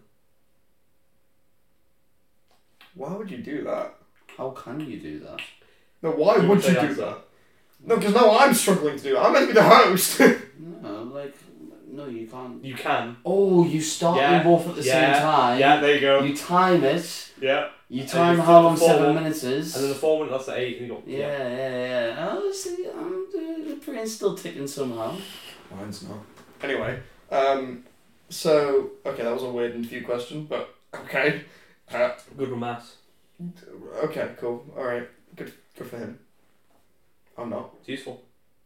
[SPEAKER 2] Why would you do that?
[SPEAKER 3] How can you do that?
[SPEAKER 2] No, why
[SPEAKER 1] You
[SPEAKER 2] would
[SPEAKER 1] say
[SPEAKER 2] you do
[SPEAKER 1] that's
[SPEAKER 2] that? No, because now I'm struggling to do that. I'm meant to be the host.
[SPEAKER 3] No, like no, you can't.
[SPEAKER 1] You can.
[SPEAKER 3] Oh, you start
[SPEAKER 1] Yeah,
[SPEAKER 3] them both at the
[SPEAKER 1] yeah,
[SPEAKER 3] same time.
[SPEAKER 1] Yeah, there you go.
[SPEAKER 3] You time it.
[SPEAKER 1] Yeah.
[SPEAKER 3] You
[SPEAKER 1] And
[SPEAKER 3] time
[SPEAKER 1] you
[SPEAKER 3] how
[SPEAKER 1] flip
[SPEAKER 3] long
[SPEAKER 1] the
[SPEAKER 3] seven
[SPEAKER 1] forward,
[SPEAKER 3] minutes is.
[SPEAKER 1] And then the four minute lasts at eight, and you go. Yeah.
[SPEAKER 3] yeah, yeah, yeah. Oh, see, I'm, uh, the brain's still ticking somehow.
[SPEAKER 2] Mine's not. Anyway, um, so okay, that was a weird interview question, but okay, uh,
[SPEAKER 1] Good romance.
[SPEAKER 2] okay, cool, all right, good, good for him. I'm not.
[SPEAKER 1] It's useful.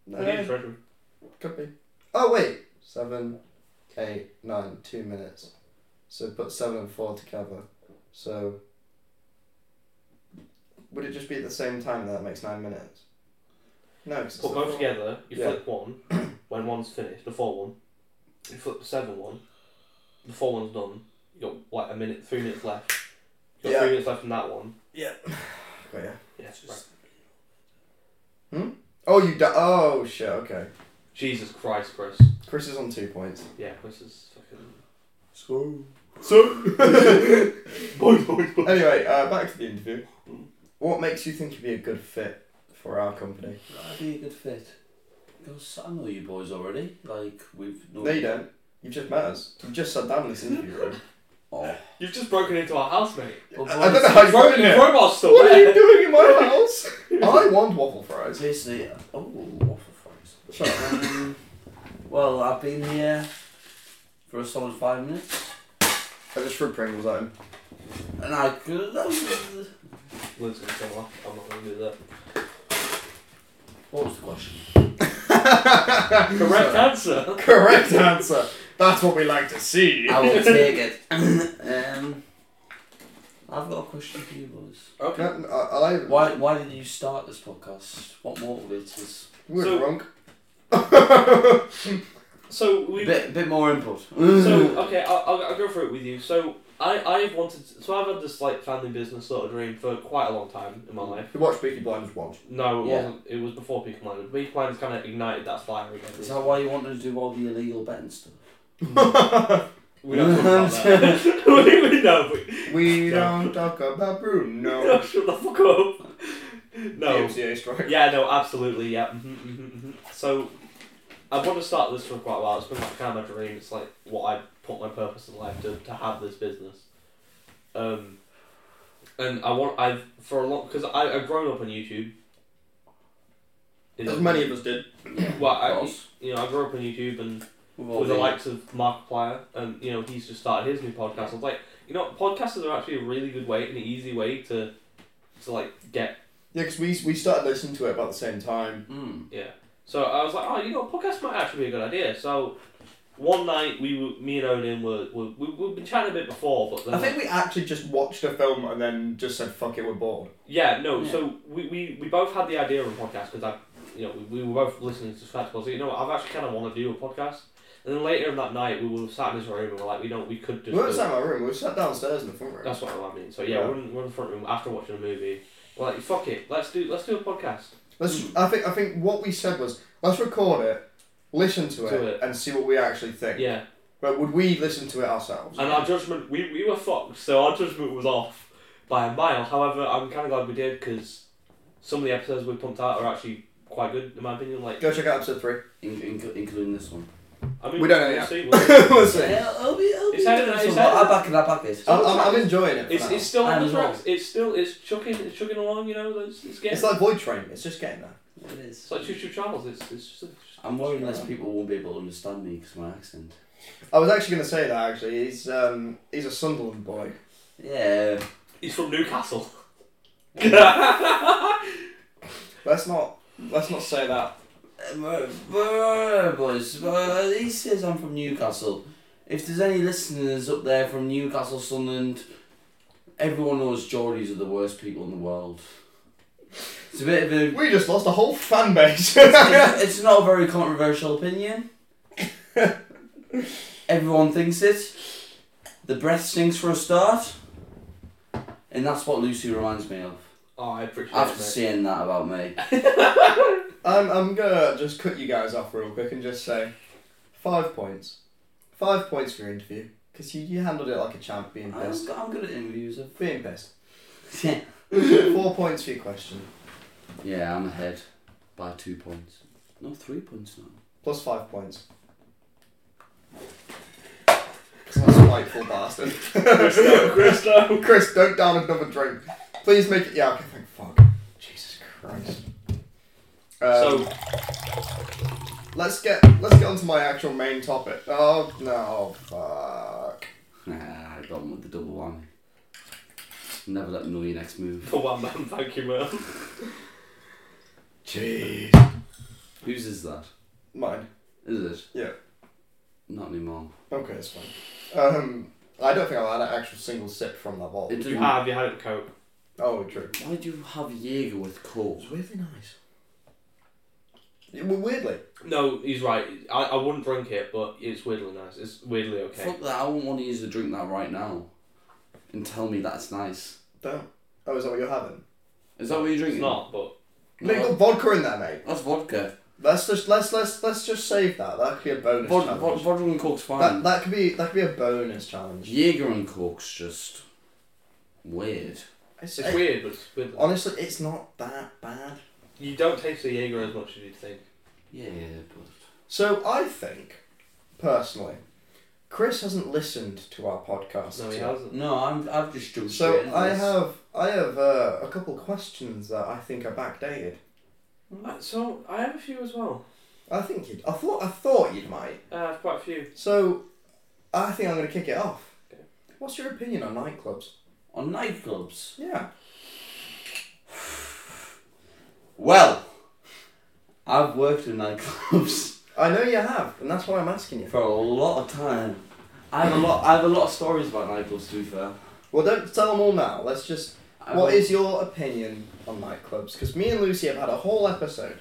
[SPEAKER 2] No,
[SPEAKER 1] I need a treasure.
[SPEAKER 2] could be. Oh wait, seven, eight, nine, two minutes. So put seven and four together. So would it just be at the same time that makes nine minutes? No, 'cause it's
[SPEAKER 1] Put
[SPEAKER 2] the
[SPEAKER 1] both
[SPEAKER 2] four.
[SPEAKER 1] together. You
[SPEAKER 2] Yeah.
[SPEAKER 1] flip one when one's finished, the four one. You flip the seven one. The four one's done. You got like a minute, three minutes left. You got
[SPEAKER 2] Yeah.
[SPEAKER 1] three minutes left from that one.
[SPEAKER 2] Got ya.
[SPEAKER 1] Yeah, right.
[SPEAKER 2] Oh, you. Di- oh shit. Okay.
[SPEAKER 1] Jesus Christ, Chris.
[SPEAKER 2] Chris is on two points.
[SPEAKER 1] Yeah, Chris is fucking.
[SPEAKER 2] So. So. anyway, uh, back to the interview. What makes you think you'd be a good fit for our company?
[SPEAKER 3] That'd be a good fit. 'Cause I know you boys already. Like we've known.
[SPEAKER 2] No, you don't. You've just met us. You've just sat down in this interview room.
[SPEAKER 3] Oh.
[SPEAKER 1] You've just broken into our house, mate.
[SPEAKER 3] But
[SPEAKER 2] I don't
[SPEAKER 3] boys,
[SPEAKER 2] know how you got in here.
[SPEAKER 1] robot's still
[SPEAKER 2] What are
[SPEAKER 1] there.
[SPEAKER 2] you doing in my house? I want waffle fries.
[SPEAKER 3] Basically, oh, waffle fries.
[SPEAKER 2] Shut up.
[SPEAKER 3] Um, well, I've been here for a solid five minutes,
[SPEAKER 2] I just threw Pringles at him.
[SPEAKER 3] and I could. That was,
[SPEAKER 1] Lynn's gonna come off. I'm not gonna do that.
[SPEAKER 3] what was the question?
[SPEAKER 1] Correct answer.
[SPEAKER 2] Correct answer. That's what we like to see.
[SPEAKER 3] I will take it. um, I've got a question for you boys.
[SPEAKER 1] Okay.
[SPEAKER 2] No, no, I, I like
[SPEAKER 3] Why Why did you start this podcast? What motivates us?
[SPEAKER 2] We're
[SPEAKER 1] So-
[SPEAKER 2] drunk.
[SPEAKER 1] So we.
[SPEAKER 3] A bit, bit more input. uh,
[SPEAKER 1] So okay, I'll, I'll, I'll go through it with you. So I I've wanted to- so I've had this like family business sort of dream for quite a long time in my life.
[SPEAKER 2] You watch Peaky Blinders once.
[SPEAKER 1] No, it
[SPEAKER 3] Yeah.
[SPEAKER 1] wasn't. It was before Peak Blinders. Peak Blinders kind of ignited that fire again.
[SPEAKER 3] Is that why you wanted to do all the illegal betting stuff?
[SPEAKER 2] Hmm.
[SPEAKER 1] We don't talk about that. we, we know. We,
[SPEAKER 2] We
[SPEAKER 1] Yeah.
[SPEAKER 2] don't talk about Bruno.
[SPEAKER 1] no, shut the fuck up. No.
[SPEAKER 2] DMCA strike.
[SPEAKER 1] Yeah, no, absolutely, yeah. Mhm, mhm, mhm. so, I want to start this for quite a while. It's been like kind of my dream. It's like what I put my purpose in life to, to have this business. Um, and I want I've for a long because I I've grown up on YouTube.
[SPEAKER 2] As many of us did.
[SPEAKER 3] Yeah.
[SPEAKER 1] Well, I-
[SPEAKER 3] Of course.
[SPEAKER 1] you know, I grew up on YouTube and
[SPEAKER 3] We've all
[SPEAKER 1] with the
[SPEAKER 3] been-
[SPEAKER 1] likes of Markiplier, and you know he's just started his new podcast. I was like, you know, podcasters are actually a really good way, an easy way to, to like get
[SPEAKER 2] Yeah, because we, we started listening to it about the same time.
[SPEAKER 3] Mm.
[SPEAKER 1] So I was like, oh, you know, a podcast might actually be a good idea. So one night we were, me and Odin were, were we, we've been chatting a bit before, but then
[SPEAKER 2] I think we actually just watched a film and then just said, fuck it, we're bored.
[SPEAKER 1] yeah, no.
[SPEAKER 3] Yeah.
[SPEAKER 1] So we, we, we both had the idea of a podcast because I, you know, we, we were both listening to Spectacles. So, you know, I've actually kind of wanted to do a podcast. And then later in that night, we were sat in his room and we're like, we don't, we could
[SPEAKER 2] We
[SPEAKER 1] just.
[SPEAKER 2] weren't
[SPEAKER 1] do-
[SPEAKER 2] sat in my room, we were sat downstairs in the front room.
[SPEAKER 1] That's what I mean. So yeah,
[SPEAKER 2] Yeah.
[SPEAKER 1] We're, in, we're in the front room after watching a movie. We're like, fuck it, let's do let's do a podcast.
[SPEAKER 2] Let's,
[SPEAKER 1] Hmm.
[SPEAKER 2] I, think, I think what we said was, let's record it, listen to
[SPEAKER 1] Do
[SPEAKER 2] it,
[SPEAKER 1] it.
[SPEAKER 2] and see what we actually think.
[SPEAKER 1] Yeah,
[SPEAKER 2] But would we listen to it ourselves?
[SPEAKER 1] And our judgment, we, we were fucked, so our judgment was off by a mile. However, I'm kind of glad we did because some of the episodes we pumped out are actually quite good, in my opinion. Like,
[SPEAKER 2] Go check out episode three.
[SPEAKER 3] In, in, including this one.
[SPEAKER 1] I mean,
[SPEAKER 2] We don't know
[SPEAKER 1] we'll
[SPEAKER 2] yet.
[SPEAKER 1] see, we'll see.
[SPEAKER 2] we'll see.
[SPEAKER 3] Yeah, it'll be, it'll be
[SPEAKER 1] It's had-
[SPEAKER 3] good.
[SPEAKER 1] it's
[SPEAKER 3] So,
[SPEAKER 1] had-
[SPEAKER 3] I back it, I back it.
[SPEAKER 2] I'm, I'm, I'm enjoying it. For
[SPEAKER 1] it's,
[SPEAKER 2] now.
[SPEAKER 1] it's still on
[SPEAKER 3] And
[SPEAKER 1] the
[SPEAKER 3] as well.
[SPEAKER 1] tracks. It's still it's chucking it's chugging along. You know, it's, it's getting
[SPEAKER 2] it's like Void Train, it's just getting there.
[SPEAKER 3] It
[SPEAKER 1] it's
[SPEAKER 3] is.
[SPEAKER 1] like Choo Choo Charles. It's it's just, it's just
[SPEAKER 3] I'm worried less people won't be able to understand me because my accent.
[SPEAKER 2] I was actually going to say that actually. He's um he's a Sunderland boy.
[SPEAKER 3] Yeah.
[SPEAKER 1] he's from Newcastle. Oh,
[SPEAKER 2] Let's not let's not say that.
[SPEAKER 3] Boys, uh, he says I'm from Newcastle. If there's any listeners up there from Newcastle, Sunderland, everyone knows Geordies are the worst people in the world. It's a bit of a.
[SPEAKER 2] We just lost a whole fan base.
[SPEAKER 3] It's, it's not a very controversial opinion. Everyone thinks it. The breath stinks for a start. And that's what Lucy reminds me of.
[SPEAKER 1] oh, I appreciate
[SPEAKER 3] After
[SPEAKER 1] it.
[SPEAKER 3] seeing that about me.
[SPEAKER 2] I'm, I'm gonna just cut you guys off real quick and just say five points. Five points for your interview. Because you, you handled it like a champ being
[SPEAKER 3] I'm,
[SPEAKER 2] pissed.
[SPEAKER 3] I'm good at interviews. I've-
[SPEAKER 2] Being pissed.
[SPEAKER 3] yeah.
[SPEAKER 2] Four points for your question.
[SPEAKER 3] yeah, I'm ahead by two points. No, three points now.
[SPEAKER 2] Plus five points. 'Cause I'm a spiteful bastard.
[SPEAKER 1] Christo, Christo.
[SPEAKER 2] Chris, don't down another drink. Please make it. Yeah, okay, thank fuck. Jesus Christ. Um,
[SPEAKER 1] So
[SPEAKER 2] let's get let's get onto my actual main topic. Oh no, fuck.
[SPEAKER 3] Nah, I got him with the double whammy. Never let them know your next move.
[SPEAKER 1] for one man, thank you, man.
[SPEAKER 2] Jeez.
[SPEAKER 3] Whose is that?
[SPEAKER 2] Mine.
[SPEAKER 3] Is it?
[SPEAKER 2] Yeah.
[SPEAKER 3] Not anymore.
[SPEAKER 2] Okay, it's fine. Um, I don't think I've had an actual single sip from that bottle.
[SPEAKER 3] It
[SPEAKER 1] You
[SPEAKER 3] doesn't-
[SPEAKER 1] have, you had it with Coke.
[SPEAKER 2] Oh, true.
[SPEAKER 3] Why do you have Jaeger with Coke?
[SPEAKER 2] really nice. Yeah, well, weirdly,
[SPEAKER 1] No, he's right. I, I wouldn't drink it, but it's weirdly nice. It's weirdly okay.
[SPEAKER 3] Fuck that, I wouldn't want to use to drink that right now. And tell me that's nice.
[SPEAKER 2] don't. Oh, is that what you're having?
[SPEAKER 3] Is that what you're
[SPEAKER 1] It's
[SPEAKER 3] drinking?
[SPEAKER 1] not, but
[SPEAKER 2] No, you
[SPEAKER 3] No,
[SPEAKER 2] got vodka in there, mate.
[SPEAKER 3] that's vodka.
[SPEAKER 2] Let's just let's let's let's just save that. That could be a bonus
[SPEAKER 3] Vod-
[SPEAKER 2] challenge.
[SPEAKER 3] vod- vodka and Coke's
[SPEAKER 2] That,
[SPEAKER 3] fine.
[SPEAKER 2] that could be that could be a bonus challenge.
[SPEAKER 3] Jaeger and Coke's just weird.
[SPEAKER 1] it's
[SPEAKER 2] It's, it-
[SPEAKER 1] weird. But it's good.
[SPEAKER 2] honestly, it's not that bad.
[SPEAKER 1] You don't taste the Jaeger as much as you think.
[SPEAKER 3] Yeah, but
[SPEAKER 2] So I think, personally, Chris hasn't listened to our podcast.
[SPEAKER 1] No, he
[SPEAKER 2] yet.
[SPEAKER 1] hasn't.
[SPEAKER 3] no, I'm I've just jumped straight
[SPEAKER 2] So
[SPEAKER 3] into
[SPEAKER 2] I
[SPEAKER 3] this.
[SPEAKER 2] have I have uh, a couple questions that I think are backdated.
[SPEAKER 1] Uh, So I have a few as well.
[SPEAKER 2] I think you. I thought I thought you might.
[SPEAKER 1] Uh, I have quite a few.
[SPEAKER 2] So I think I'm gonna kick it off.
[SPEAKER 1] Okay.
[SPEAKER 2] What's your opinion on nightclubs?
[SPEAKER 3] on nightclubs.
[SPEAKER 2] Yeah.
[SPEAKER 3] Well, I've worked in nightclubs
[SPEAKER 2] I know you have, and that's why I'm asking you.
[SPEAKER 3] for a lot of time. I have a lot. I have a lot of stories about nightclubs. To be fair,
[SPEAKER 2] Well, don't tell them all now. Let's just
[SPEAKER 3] I
[SPEAKER 2] What
[SPEAKER 3] got-
[SPEAKER 2] is your opinion on nightclubs? Because me and Lucy have had a whole episode.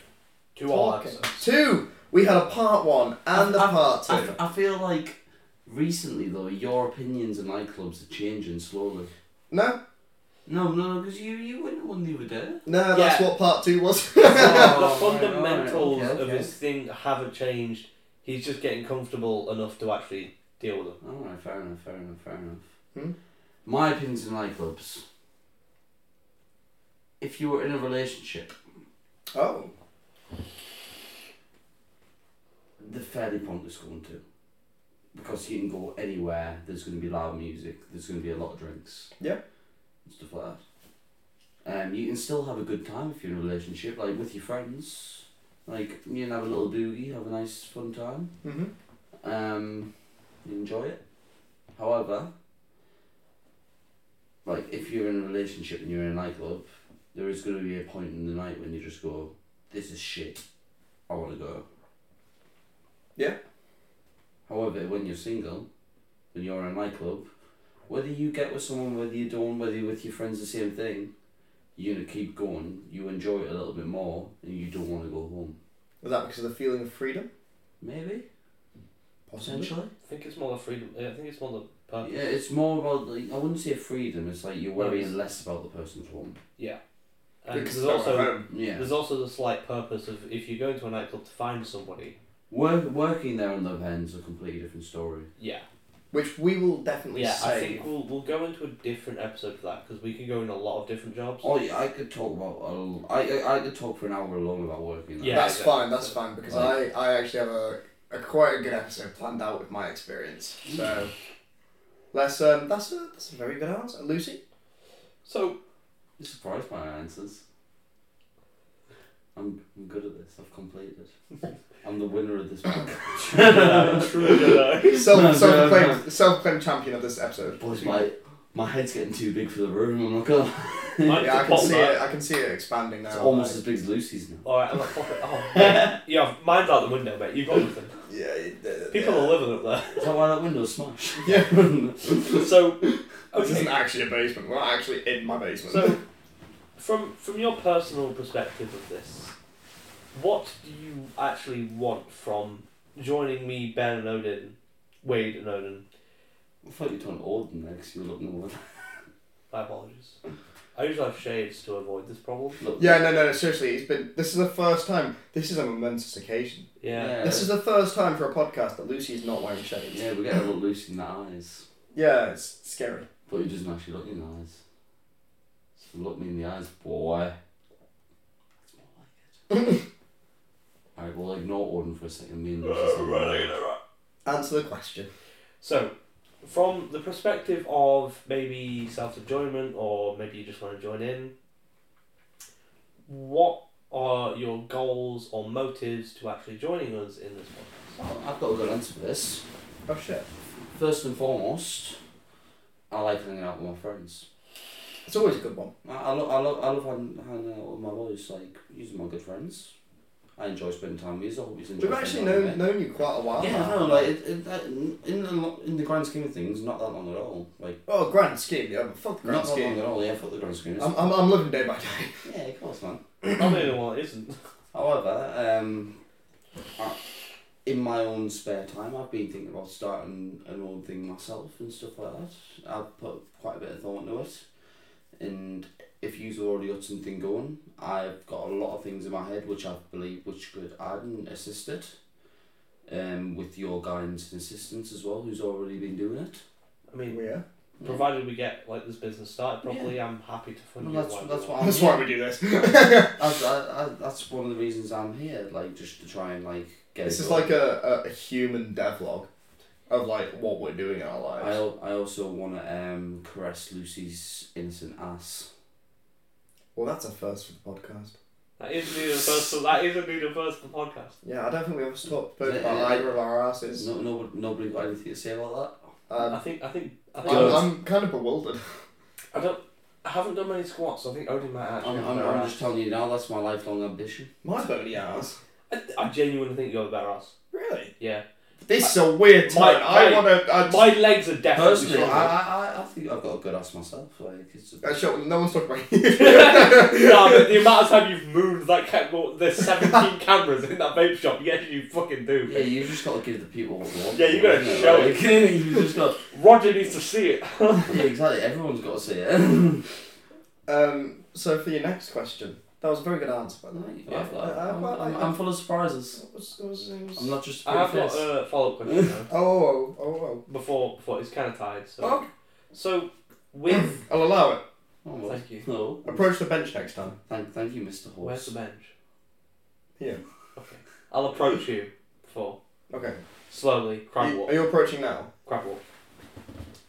[SPEAKER 1] Two all
[SPEAKER 2] talking.
[SPEAKER 1] episodes.
[SPEAKER 2] Two! We had a part one and a
[SPEAKER 3] I- I-
[SPEAKER 2] part two.
[SPEAKER 3] I, f- I feel like recently though, your opinions on nightclubs are changing slowly.
[SPEAKER 2] no,
[SPEAKER 3] No, no, because you you went to one the other day.
[SPEAKER 2] no, that's
[SPEAKER 1] Yeah.
[SPEAKER 2] what part two was.
[SPEAKER 1] the
[SPEAKER 3] Oh, right,
[SPEAKER 1] fundamentals
[SPEAKER 3] right, okay,
[SPEAKER 1] of
[SPEAKER 3] okay.
[SPEAKER 1] his thing haven't changed. He's just getting comfortable enough to actually deal with them.
[SPEAKER 3] All right, fair enough, fair enough, fair enough.
[SPEAKER 2] Hmm?
[SPEAKER 3] My opinions on nightclubs. If you were in a relationship,
[SPEAKER 2] oh,
[SPEAKER 3] they're fairly pointless going to. Because you can go anywhere, there's going to be loud music, there's going to be a lot of drinks.
[SPEAKER 2] Yeah.
[SPEAKER 3] And stuff like that. Um, you can still have a good time if you're in a relationship, like with your friends. Like, you can have a little doogie, have a nice, fun time.
[SPEAKER 2] mm-hmm.
[SPEAKER 3] Um, you enjoy it. However, like, if you're in a relationship and you're in a nightclub, there is going to be a point in the night when you just go, this is shit, I want to go.
[SPEAKER 2] Yeah.
[SPEAKER 3] However, when you're single, when you're in a nightclub, whether you get with someone, whether you don't, whether you're with your friends, the same thing, you're going to keep going, you enjoy it a little bit more, and you don't want to go home.
[SPEAKER 2] Was that because of the feeling of freedom?
[SPEAKER 3] Maybe,
[SPEAKER 2] Possibly.
[SPEAKER 3] potentially.
[SPEAKER 1] I think it's more the freedom. I think it's more the purpose.
[SPEAKER 3] Yeah, it's more about, like, I wouldn't say freedom, it's like you're
[SPEAKER 1] No,
[SPEAKER 3] worrying
[SPEAKER 1] it's-
[SPEAKER 3] less about the person's home.
[SPEAKER 1] And
[SPEAKER 2] Because
[SPEAKER 1] there's
[SPEAKER 2] they're at
[SPEAKER 1] also
[SPEAKER 2] home.
[SPEAKER 3] Yeah.
[SPEAKER 1] there's also the slight purpose of if you go into a nightclub to find somebody.
[SPEAKER 3] Work, working there on the other end's a completely different story.
[SPEAKER 1] Yeah.
[SPEAKER 2] Which we will definitely
[SPEAKER 1] Yeah. I
[SPEAKER 2] say.
[SPEAKER 1] think we'll we'll go into a different episode for that because we can go in a lot of different jobs.
[SPEAKER 3] Oh yeah, I could talk about. a l- I I, I could talk for an hour alone about working. there.
[SPEAKER 1] Yeah,
[SPEAKER 2] that's
[SPEAKER 1] exactly.
[SPEAKER 2] fine, that's fine, because I, I actually have a, a quite a good episode planned out with my experience. So, let's, um, that's, a, that's a very good answer. Lucy?
[SPEAKER 1] So
[SPEAKER 3] You're surprised by my answers. I'm I'm good at this. I've completed. I'm the winner of this podcast.
[SPEAKER 2] Self,
[SPEAKER 3] No, no,
[SPEAKER 2] self-proclaimed, self-proclaimed champion of this episode.
[SPEAKER 3] Boys, my my head's getting too big for the room. I'm not gonna.
[SPEAKER 1] Mine's
[SPEAKER 2] Yeah, I
[SPEAKER 1] a
[SPEAKER 2] can
[SPEAKER 1] pop
[SPEAKER 2] see
[SPEAKER 1] mat.
[SPEAKER 2] it. I can see it expanding now.
[SPEAKER 3] It's almost as big as Lucy's now.
[SPEAKER 1] All right, I'm gonna pop it. Oh, mate. yeah, mine's out the window, mate. You've got nothing.
[SPEAKER 2] yeah. it- it-
[SPEAKER 1] People
[SPEAKER 2] yeah.
[SPEAKER 1] are living up there.
[SPEAKER 3] Is that why that window's smashed?
[SPEAKER 2] Yeah.
[SPEAKER 1] So,
[SPEAKER 2] This
[SPEAKER 1] okay.
[SPEAKER 2] isn't actually a basement. We're not actually in my basement.
[SPEAKER 1] So, from from your personal perspective of this, what do you actually want from joining me, Ben and Odin, Wade and Odin?
[SPEAKER 3] I thought you were talking Auden there 'cause you were looking over there.
[SPEAKER 1] My apologies. I usually have shades to avoid this problem.
[SPEAKER 3] Look,
[SPEAKER 2] Yeah, no, no, no, seriously, it's been. This is the first time. This is a momentous occasion.
[SPEAKER 1] Yeah.
[SPEAKER 2] This is the first time for a podcast that Lucy's not wearing shades.
[SPEAKER 3] Yeah, we get a look loose in the eyes,
[SPEAKER 2] Yeah, it's scary.
[SPEAKER 3] but he doesn't actually look in the eyes. So look me in the eyes, boy. That's more like it. Alright, we'll ignore Odin for a second. Me and Lucy say no.
[SPEAKER 2] Answer the question.
[SPEAKER 1] So, from the perspective of maybe self enjoyment or maybe you just want to join in, what are your goals or motives to actually joining us in this podcast?
[SPEAKER 3] Well, I've got a good answer for this.
[SPEAKER 2] Oh shit!
[SPEAKER 3] First and foremost, I like hanging out with my friends.
[SPEAKER 2] It's always a good one.
[SPEAKER 3] I, I love I love I love hang, hanging out with my boys. Like, these are my good friends. I enjoy spending time with you. I hope you enjoy.
[SPEAKER 2] We've
[SPEAKER 3] spending
[SPEAKER 2] actually
[SPEAKER 3] time with me.
[SPEAKER 2] known known you quite a while.
[SPEAKER 3] Yeah,
[SPEAKER 2] now.
[SPEAKER 3] no, like it, it, that, in the lo- in the grand scheme of things, not that long at all. Like
[SPEAKER 2] Oh, grand scheme. Yeah, but fuck the grand
[SPEAKER 3] not that long
[SPEAKER 2] scheme. Um,
[SPEAKER 3] at all. Yeah, fuck the grand scheme. of
[SPEAKER 2] I'm, I'm, I'm living day by day.
[SPEAKER 3] things. yeah, of course, man.
[SPEAKER 1] I'm the only one that isn't.
[SPEAKER 3] However, um, I, in my own spare time, I've been thinking about starting an own thing myself and stuff like that. I've put quite a bit of thought into it, and if you've already got something going, I've got a lot of things in my head which I believe which could add and assist it, um, with your guidance and assistance as well, who's already been doing it.
[SPEAKER 1] I mean,
[SPEAKER 2] Yeah.
[SPEAKER 1] provided we get like this business started properly, I'm happy to fund you.
[SPEAKER 3] Well, that's
[SPEAKER 1] whatever you
[SPEAKER 3] that's
[SPEAKER 1] want.
[SPEAKER 3] what I'm
[SPEAKER 2] That's why we do this.
[SPEAKER 3] That's, I, I, that's one of the reasons I'm here, like just to try and like get.
[SPEAKER 2] This
[SPEAKER 3] it
[SPEAKER 2] is
[SPEAKER 3] going.
[SPEAKER 2] like a, a, a human devlog of like what we're doing in our
[SPEAKER 3] I,
[SPEAKER 2] lives.
[SPEAKER 3] al- I also want to um, caress Lucy's innocent ass.
[SPEAKER 2] Well, that's a first for the podcast.
[SPEAKER 1] That is indeed the first. That is indeed the first for the podcast.
[SPEAKER 2] Yeah, I don't think we ever talked about
[SPEAKER 3] Is it-
[SPEAKER 2] either of our asses.
[SPEAKER 3] No, no, nobody got anything to say about
[SPEAKER 1] I
[SPEAKER 2] Um,
[SPEAKER 1] think. I think. I think.
[SPEAKER 2] I'm, I'm kind of bewildered.
[SPEAKER 1] I don't. I haven't done many squats. So I think Odin might
[SPEAKER 3] that.
[SPEAKER 1] actually.
[SPEAKER 3] I'm,
[SPEAKER 1] have a
[SPEAKER 3] I'm,
[SPEAKER 1] better
[SPEAKER 3] I'm
[SPEAKER 1] ass.
[SPEAKER 3] just telling you now. That's my lifelong ambition.
[SPEAKER 2] My bony ass.
[SPEAKER 1] I, I genuinely think you have a better ass.
[SPEAKER 2] Really?
[SPEAKER 1] Yeah.
[SPEAKER 2] This is a weird
[SPEAKER 1] My-
[SPEAKER 2] time. I
[SPEAKER 1] my-
[SPEAKER 2] want to. I
[SPEAKER 1] Uh, My legs are definitely.
[SPEAKER 3] Personally,
[SPEAKER 1] shorter.
[SPEAKER 3] I, I, I- I think I've got a good ass myself. Like it's a,
[SPEAKER 2] Uh,
[SPEAKER 3] I
[SPEAKER 2] sure, no one's talking about
[SPEAKER 1] no, but the amount of time you've moved that ca- well, there's 17 cameras in that vape shop. Yes, you fucking do.
[SPEAKER 3] yeah, you've just got to give the people what they want.
[SPEAKER 1] Yeah, you gotta
[SPEAKER 3] haven't
[SPEAKER 1] show
[SPEAKER 3] Like, you just got.
[SPEAKER 1] Roger needs to see it.
[SPEAKER 3] Yeah, exactly. Everyone's got to see it.
[SPEAKER 2] Um, so for your next question, that was a very good answer. By the way.
[SPEAKER 1] Yeah,
[SPEAKER 3] I've got-
[SPEAKER 2] I- I-
[SPEAKER 3] I'm, I'm,
[SPEAKER 2] I-
[SPEAKER 3] I'm full of surprises.
[SPEAKER 2] What was- what was- what was-
[SPEAKER 3] I'm not just. a
[SPEAKER 1] I have uh,
[SPEAKER 3] pretty
[SPEAKER 1] got
[SPEAKER 3] face.
[SPEAKER 1] a follow up question though,
[SPEAKER 2] Oh, oh, oh, oh,
[SPEAKER 1] before before it's kind of tied. So
[SPEAKER 2] oh.
[SPEAKER 1] so with
[SPEAKER 2] I'll allow it.
[SPEAKER 3] Oh, well.
[SPEAKER 1] Thank you.
[SPEAKER 3] No.
[SPEAKER 2] Approach the bench next time.
[SPEAKER 3] Thank, thank you, Mr. Horse.
[SPEAKER 1] where's the bench?
[SPEAKER 2] Here.
[SPEAKER 1] Okay. I'll approach you before
[SPEAKER 2] Okay.
[SPEAKER 1] slowly
[SPEAKER 2] Are
[SPEAKER 1] crab
[SPEAKER 2] you,
[SPEAKER 1] walk
[SPEAKER 2] are you approaching now?
[SPEAKER 1] crab walk.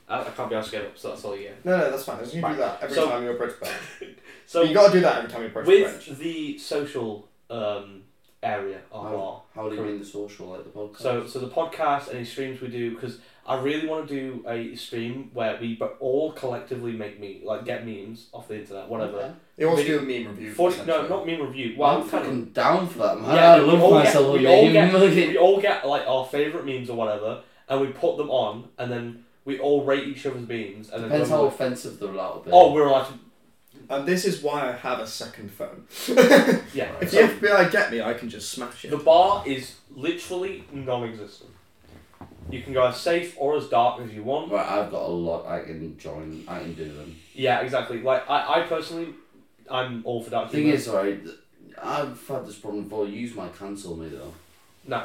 [SPEAKER 1] I, I can't be asked to get up, so that's all you get.
[SPEAKER 2] No, no, that's fine. You do
[SPEAKER 1] Right.
[SPEAKER 2] that every
[SPEAKER 1] So-
[SPEAKER 2] time you approach the bench.
[SPEAKER 1] So
[SPEAKER 2] you got to do that every time you approach the bench.
[SPEAKER 1] with the social um, area of
[SPEAKER 3] Wow.
[SPEAKER 1] our
[SPEAKER 3] How do you
[SPEAKER 1] Correct.
[SPEAKER 3] mean the social, like the podcast?
[SPEAKER 1] So, so the podcast and the streams we do because I really want to do a stream where we but all collectively make me like get memes off the internet, whatever.
[SPEAKER 2] He wants to do a meme review.
[SPEAKER 1] Forty, no,
[SPEAKER 2] essentially.
[SPEAKER 1] not meme review. Well,
[SPEAKER 3] Well,
[SPEAKER 1] I'm
[SPEAKER 3] I'm
[SPEAKER 1] kind of,
[SPEAKER 3] fucking down for that, man.
[SPEAKER 1] Yeah,
[SPEAKER 3] I
[SPEAKER 1] we
[SPEAKER 3] love
[SPEAKER 1] all get-
[SPEAKER 3] myself.
[SPEAKER 1] we
[SPEAKER 3] a
[SPEAKER 1] all
[SPEAKER 3] meme.
[SPEAKER 1] get-
[SPEAKER 3] Look at-
[SPEAKER 1] we all get like our favorite memes or whatever, and we put them on, and then we all rate each other's memes, and
[SPEAKER 3] Depends
[SPEAKER 1] then we're
[SPEAKER 3] how
[SPEAKER 1] like,
[SPEAKER 3] offensive they're allowed to be.
[SPEAKER 1] oh, we're like
[SPEAKER 2] And this is why I have a second phone. if
[SPEAKER 1] yeah.
[SPEAKER 3] Right.
[SPEAKER 2] the FBI get me, I can just smash it.
[SPEAKER 1] The bar is literally non-existent. You can go as safe or as dark as you want.
[SPEAKER 3] Right, I've got a lot I can join. I can do them.
[SPEAKER 1] Yeah, exactly. Like I, I personally, I'm all for
[SPEAKER 3] The
[SPEAKER 1] dark
[SPEAKER 3] thing
[SPEAKER 1] humor.
[SPEAKER 3] is, alright, I've had this problem before. Use my cancel me though.
[SPEAKER 1] no,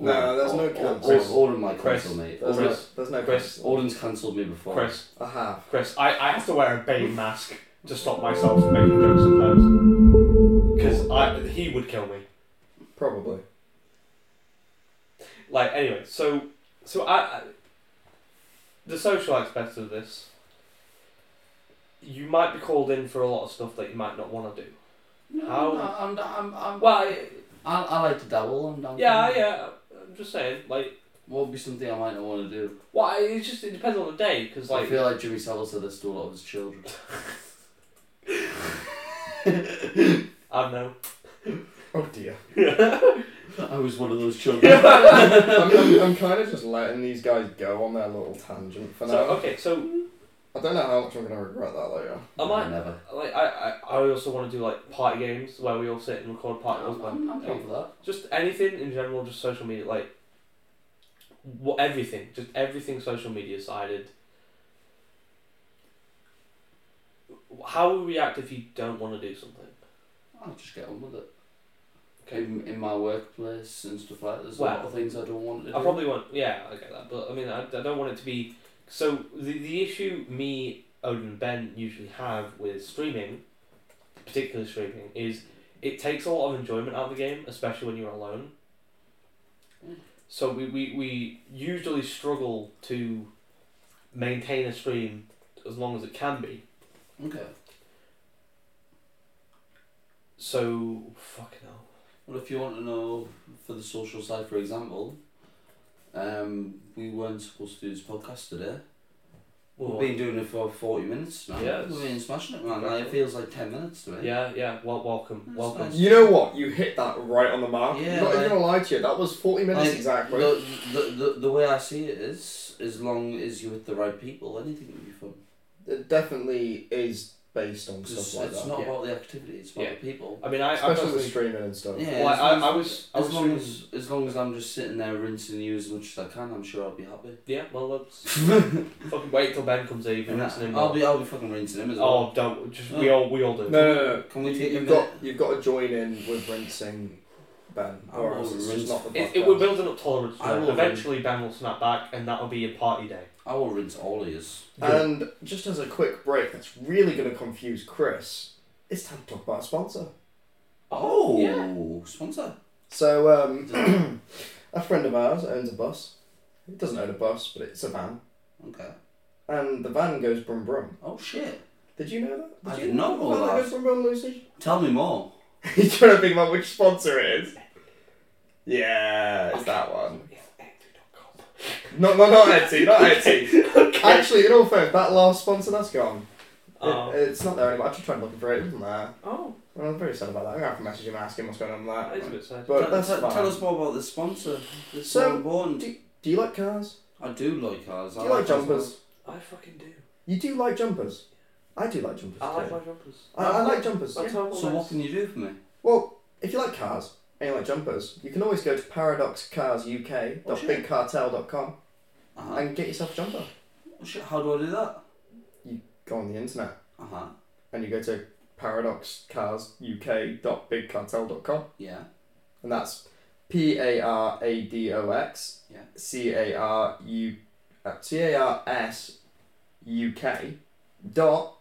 [SPEAKER 2] No, there's no
[SPEAKER 3] Or- or-
[SPEAKER 2] cancel.
[SPEAKER 3] or- Order my
[SPEAKER 1] Chris.
[SPEAKER 3] cancel mate.
[SPEAKER 2] there's,
[SPEAKER 3] Order,
[SPEAKER 2] no, there's no
[SPEAKER 1] Chris.
[SPEAKER 2] question.
[SPEAKER 3] Orden's cancelled me before.
[SPEAKER 1] Chris.
[SPEAKER 2] I have.
[SPEAKER 1] Chris, I, I have to wear a Bane mask to stop myself from making jokes sometimes. Because I he would kill me.
[SPEAKER 2] Probably.
[SPEAKER 1] Like anyway, so so I, I the social aspect of this. You might be called in for a lot of stuff that you might not want to do.
[SPEAKER 3] No,
[SPEAKER 1] How-
[SPEAKER 3] no, I'm, I'm, I'm,
[SPEAKER 1] Well, I,
[SPEAKER 3] I, I like to dabble. I'm down.
[SPEAKER 1] yeah, yeah. I'm just saying, like,
[SPEAKER 3] What would be something I might not want to do?
[SPEAKER 1] well, I- it's just it depends on the day, because
[SPEAKER 3] I
[SPEAKER 1] like,
[SPEAKER 3] feel like Jimmy Savile said this to a lot of his children.
[SPEAKER 1] I don't know.
[SPEAKER 2] Oh dear.
[SPEAKER 3] I was one of those children.
[SPEAKER 1] so
[SPEAKER 2] I'm, I'm, I'm kind of just letting these guys go on their little tangent for now.
[SPEAKER 1] okay, so
[SPEAKER 2] I don't know how much I'm going to regret that later.
[SPEAKER 1] am I?
[SPEAKER 3] Never.
[SPEAKER 1] Like I, I, I also want to do like party games where we all sit and record party games.
[SPEAKER 3] I'm, I'm, I'm down for that.
[SPEAKER 1] just anything in general, just social media, like what everything, just everything social media sided. How will we react if you don't want to do something?
[SPEAKER 3] I'll just get on with it.
[SPEAKER 1] Okay.
[SPEAKER 3] In, in my workplace and stuff like that, there's a lot
[SPEAKER 1] Well,
[SPEAKER 3] of things I don't want to do.
[SPEAKER 1] I probably want, yeah, I get that, but I mean, I, I don't want it to be. So the the issue me, Odin, and Ben usually have with streaming, particularly streaming, is it takes a lot of enjoyment out of the game, especially when you're alone.
[SPEAKER 3] Mm.
[SPEAKER 1] So we, we, we usually struggle to maintain a stream as long as it can be.
[SPEAKER 3] Okay.
[SPEAKER 1] So fucking hell.
[SPEAKER 3] Well, if you want to know, for the social side, for example, um, we weren't supposed to do this podcast today. We've
[SPEAKER 1] Well,
[SPEAKER 3] been doing it for 40 minutes now.
[SPEAKER 1] Yeah,
[SPEAKER 3] We've been smashing it, man.
[SPEAKER 1] exactly.
[SPEAKER 3] Like, it feels like 10 minutes to me.
[SPEAKER 1] yeah, yeah. Well, welcome,
[SPEAKER 3] That's
[SPEAKER 1] welcome.
[SPEAKER 3] nice.
[SPEAKER 2] You know what? You hit that right on the mark.
[SPEAKER 3] Yeah,
[SPEAKER 2] I'm not even
[SPEAKER 3] like-
[SPEAKER 2] gonna lie to you. That was forty minutes
[SPEAKER 3] Like,
[SPEAKER 2] exactly.
[SPEAKER 3] The, the, the, the way I see it is, as long as you're with the right people, anything can be fun.
[SPEAKER 2] It definitely is based on
[SPEAKER 3] 'Cause it's,
[SPEAKER 2] stuff like that.
[SPEAKER 3] not
[SPEAKER 1] yeah.
[SPEAKER 3] about the activity, it's about
[SPEAKER 1] Yeah.
[SPEAKER 3] the people.
[SPEAKER 1] I mean, I, I
[SPEAKER 2] Especially with
[SPEAKER 1] personally,
[SPEAKER 2] streaming and stuff.
[SPEAKER 3] Yeah,
[SPEAKER 1] Well,
[SPEAKER 3] as
[SPEAKER 1] I-
[SPEAKER 3] long as,
[SPEAKER 1] I was- I
[SPEAKER 3] as
[SPEAKER 1] was
[SPEAKER 3] long
[SPEAKER 1] really-
[SPEAKER 3] as as long as I'm just sitting there rinsing you as much as I can, I'm sure I'll be happy.
[SPEAKER 1] yeah. Well, let's fucking wait till Ben comes even.
[SPEAKER 3] And
[SPEAKER 1] it's an
[SPEAKER 3] I'll be I'll be fucking rinsing him as well.
[SPEAKER 1] Oh, don't just we all we all do.
[SPEAKER 2] No, no, no. no.
[SPEAKER 3] Can we
[SPEAKER 2] You-
[SPEAKER 3] take a
[SPEAKER 2] you've got you've got to join in with rinsing Ben,
[SPEAKER 3] I
[SPEAKER 2] or else
[SPEAKER 3] will
[SPEAKER 2] it's just
[SPEAKER 3] rinse-
[SPEAKER 2] not the
[SPEAKER 1] It,
[SPEAKER 2] podcast.
[SPEAKER 1] it, we're building up tolerance.
[SPEAKER 3] I
[SPEAKER 1] To it.
[SPEAKER 3] will-
[SPEAKER 1] Eventually, Ben will snap back, and that'll be a party day. Um,
[SPEAKER 3] I will rinse all of yours.
[SPEAKER 2] And just as a quick break, that's really going to confuse Chris. It's time to talk about a sponsor.
[SPEAKER 3] Oh,
[SPEAKER 1] yeah.
[SPEAKER 3] sponsor.
[SPEAKER 2] So, um, a friend of ours owns a bus. He doesn't own a bus, but it's a van,
[SPEAKER 3] Okay.
[SPEAKER 2] and the van goes brum brum.
[SPEAKER 3] Oh shit.
[SPEAKER 2] Did you know that?
[SPEAKER 3] I
[SPEAKER 2] you
[SPEAKER 3] did not
[SPEAKER 2] the
[SPEAKER 3] know
[SPEAKER 2] van
[SPEAKER 3] that.
[SPEAKER 2] goes brum brum, Lucy.
[SPEAKER 3] Tell me more.
[SPEAKER 2] you trying to think about which sponsor it is? Yeah, it's that one. No, no, not Etsy, not Etsy. Actually, in all fairness, that last sponsor that's gone. It-
[SPEAKER 1] Oh.
[SPEAKER 2] it's not there anymore. I just tried looking for it. It wasn't there.
[SPEAKER 1] Oh,
[SPEAKER 2] Well, I'm very sad about that. I'm gonna have to message him and ask him what's going on with
[SPEAKER 1] that is a
[SPEAKER 2] that.
[SPEAKER 1] bit sad.
[SPEAKER 2] But
[SPEAKER 3] tell,
[SPEAKER 2] that's
[SPEAKER 3] tell,
[SPEAKER 2] fine.
[SPEAKER 3] tell us more about the sponsor. This
[SPEAKER 2] So,
[SPEAKER 3] so, important.
[SPEAKER 2] do, do you like cars?
[SPEAKER 3] I do like cars.
[SPEAKER 2] Do
[SPEAKER 3] I
[SPEAKER 2] you like
[SPEAKER 3] cars a lot.
[SPEAKER 2] jumpers?
[SPEAKER 1] I fucking do.
[SPEAKER 2] You do like jumpers. I do like jumpers.
[SPEAKER 1] I like
[SPEAKER 2] too.
[SPEAKER 1] my jumpers.
[SPEAKER 2] I, I like jumpers.
[SPEAKER 1] That's how it
[SPEAKER 3] So what
[SPEAKER 1] was.
[SPEAKER 3] can you do for me?
[SPEAKER 2] Well, if you like cars and you like jumpers, you can always go to
[SPEAKER 3] Oh, shit.
[SPEAKER 2] paradoxcarsuk.bigcartel.com
[SPEAKER 3] Uh-huh.
[SPEAKER 2] and get yourself a jumper.
[SPEAKER 3] Oh, shit, how do I do that?
[SPEAKER 2] Go on the internet
[SPEAKER 3] Uh huh.
[SPEAKER 2] and you go to paradoxcarsuk.bigcartel.com.
[SPEAKER 3] Yeah.
[SPEAKER 2] and that's P A R A D O X
[SPEAKER 3] Yeah.
[SPEAKER 2] C A R U uh, C A R S U K dot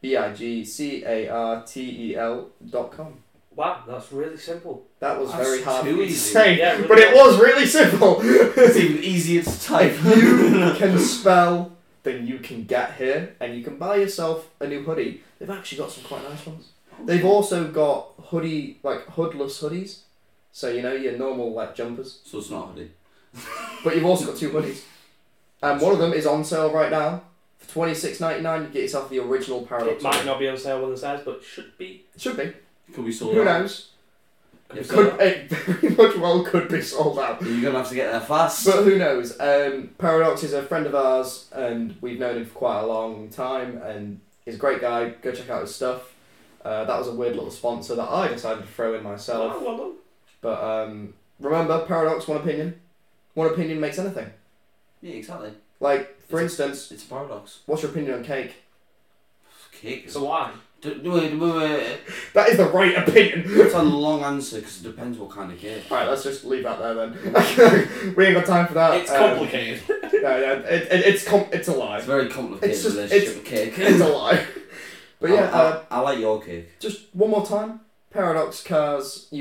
[SPEAKER 2] B I G C A R T E L dot com.
[SPEAKER 1] Wow, that's really simple.
[SPEAKER 2] That was
[SPEAKER 3] That's
[SPEAKER 2] very hard
[SPEAKER 3] too
[SPEAKER 2] to
[SPEAKER 3] easy.
[SPEAKER 2] say,
[SPEAKER 1] Yeah, really
[SPEAKER 2] but it was really simple.
[SPEAKER 3] It's even easier to type.
[SPEAKER 2] if you can spell, then you can get here and you can buy yourself a new hoodie. They've actually got some quite nice ones. They've also got hoodie like hoodless hoodies, so you know your normal like jumpers.
[SPEAKER 3] So it's not hoodie.
[SPEAKER 2] But you've also got two hoodies. And one of them is on sale right now. For twenty six ninety nine you get yourself the original
[SPEAKER 1] It
[SPEAKER 2] Paradox.
[SPEAKER 1] might
[SPEAKER 2] hoodie.
[SPEAKER 1] not be on sale when this airs, but should be.
[SPEAKER 2] Should be.
[SPEAKER 3] Could be sold
[SPEAKER 2] Who
[SPEAKER 3] out.
[SPEAKER 2] knows?
[SPEAKER 3] Yeah,
[SPEAKER 1] Could-
[SPEAKER 3] so-
[SPEAKER 2] Could it very much well could be sold out.
[SPEAKER 3] You're gonna have to get there fast.
[SPEAKER 2] But who knows? Um, Paradox is a friend of ours and we've known him for quite a long time and he's a great guy. Go check out his stuff. Uh, that was a weird little sponsor that I decided to throw in myself.
[SPEAKER 1] Oh, well done.
[SPEAKER 2] But um, remember, Paradox, one opinion. One opinion makes anything.
[SPEAKER 3] yeah, exactly.
[SPEAKER 2] Like, for
[SPEAKER 3] It's
[SPEAKER 2] instance,
[SPEAKER 3] It's a paradox.
[SPEAKER 2] what's your opinion on cake?
[SPEAKER 3] Cake.
[SPEAKER 1] So why?
[SPEAKER 3] D- d- wait, wait, wait.
[SPEAKER 2] That is the right opinion.
[SPEAKER 3] It's a long answer because it depends what kind of cake.
[SPEAKER 2] Alright, let's just leave that there then. we ain't got time for that.
[SPEAKER 1] it's
[SPEAKER 2] Um,
[SPEAKER 1] complicated.
[SPEAKER 2] no, no, it, it, it's com- it's a lie.
[SPEAKER 3] It's a very complicated
[SPEAKER 2] It's just-
[SPEAKER 3] relationship with cake.
[SPEAKER 2] It's a lie. But yeah,
[SPEAKER 3] I, I,
[SPEAKER 2] uh,
[SPEAKER 3] I like your cake.
[SPEAKER 2] just one more time.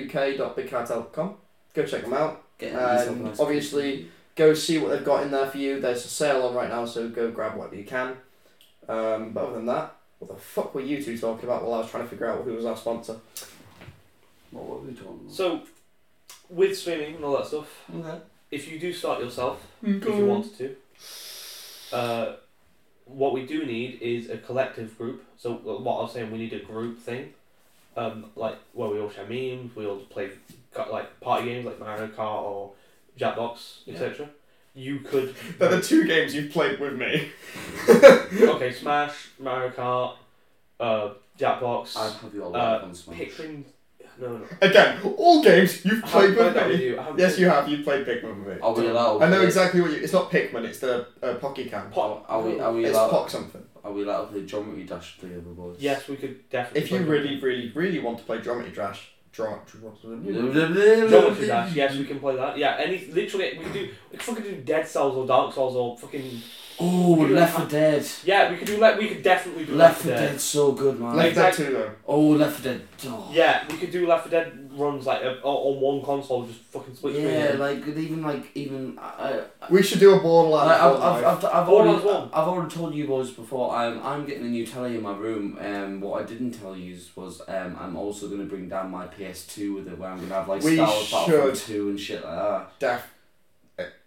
[SPEAKER 2] ParadoxCarsUK.BigCartel.com. Go check them out.
[SPEAKER 3] Get
[SPEAKER 2] Um,
[SPEAKER 3] yourself a nice
[SPEAKER 2] obviously-
[SPEAKER 3] cake.
[SPEAKER 2] Go see what they've got in there for you. There's a sale on right now, so go grab whatever you can. Um, but other than that, what the fuck were you two talking about while I was trying to figure out who was our sponsor?
[SPEAKER 3] What were we talking about?
[SPEAKER 1] So, with streaming and all that stuff,
[SPEAKER 3] Okay.
[SPEAKER 1] if you do start yourself, if you wanted to. Uh, what we do need is a collective group. So well, what I was saying, we need a group thing, um, like where we all share memes, we all play ca- like party games like Mario Kart or Jackbox,
[SPEAKER 3] Yeah.
[SPEAKER 1] etc. You could
[SPEAKER 2] two games you've played with me.
[SPEAKER 1] okay Smash, Mario Kart, uh, Jackbox,
[SPEAKER 3] I have your
[SPEAKER 1] Uh,
[SPEAKER 3] life on Smash.
[SPEAKER 1] picturing. No, no.
[SPEAKER 2] Again, all games you've
[SPEAKER 1] I haven't
[SPEAKER 2] played
[SPEAKER 1] played
[SPEAKER 2] with
[SPEAKER 1] that with
[SPEAKER 2] me.
[SPEAKER 1] you. I haven't
[SPEAKER 2] Yes,
[SPEAKER 1] played-
[SPEAKER 2] you have. You've played Pikmin with me.
[SPEAKER 3] Are we allowed?
[SPEAKER 2] I know exactly what you. It's not Pikmin. It's the uh, Pocky Camp.
[SPEAKER 1] Pop-
[SPEAKER 3] Are we? Are we
[SPEAKER 2] It's
[SPEAKER 3] allowed?
[SPEAKER 2] Pock something.
[SPEAKER 3] Are we allowed to play Geometry Dash together, boys?
[SPEAKER 1] Yes, we could definitely.
[SPEAKER 2] If you
[SPEAKER 1] play
[SPEAKER 2] really, really, really want to play Geometry Dash, draw,
[SPEAKER 1] that. Geometry Dash, yes, we can play that. Yeah, any literally, we could do. We could fucking do Dead Cells or Dark Souls or fucking.
[SPEAKER 3] Oh, Left 4 Dead.
[SPEAKER 1] Yeah, we could do like we could definitely do
[SPEAKER 3] Left 4
[SPEAKER 1] Dead.
[SPEAKER 3] Dead's so good, man.
[SPEAKER 2] Like that too, though.
[SPEAKER 3] oh, Left 4 Dead. Oh.
[SPEAKER 1] Yeah, we could do Left 4 Dead runs like uh, on on one console, just fucking split screen.
[SPEAKER 3] Yeah, like even like even I, I,
[SPEAKER 2] We should do a borderline.
[SPEAKER 3] I, I've, I've, I've, I've already
[SPEAKER 1] Borderlands one.
[SPEAKER 3] I've already told you boys before. I'm I'm getting a new telly in my room. Um, what I didn't tell you was um, I'm also gonna bring down my PS2 with it, where I'm gonna have like
[SPEAKER 2] We
[SPEAKER 3] Star Wars Battlefront
[SPEAKER 2] should.
[SPEAKER 3] Two and shit like that.
[SPEAKER 2] Def-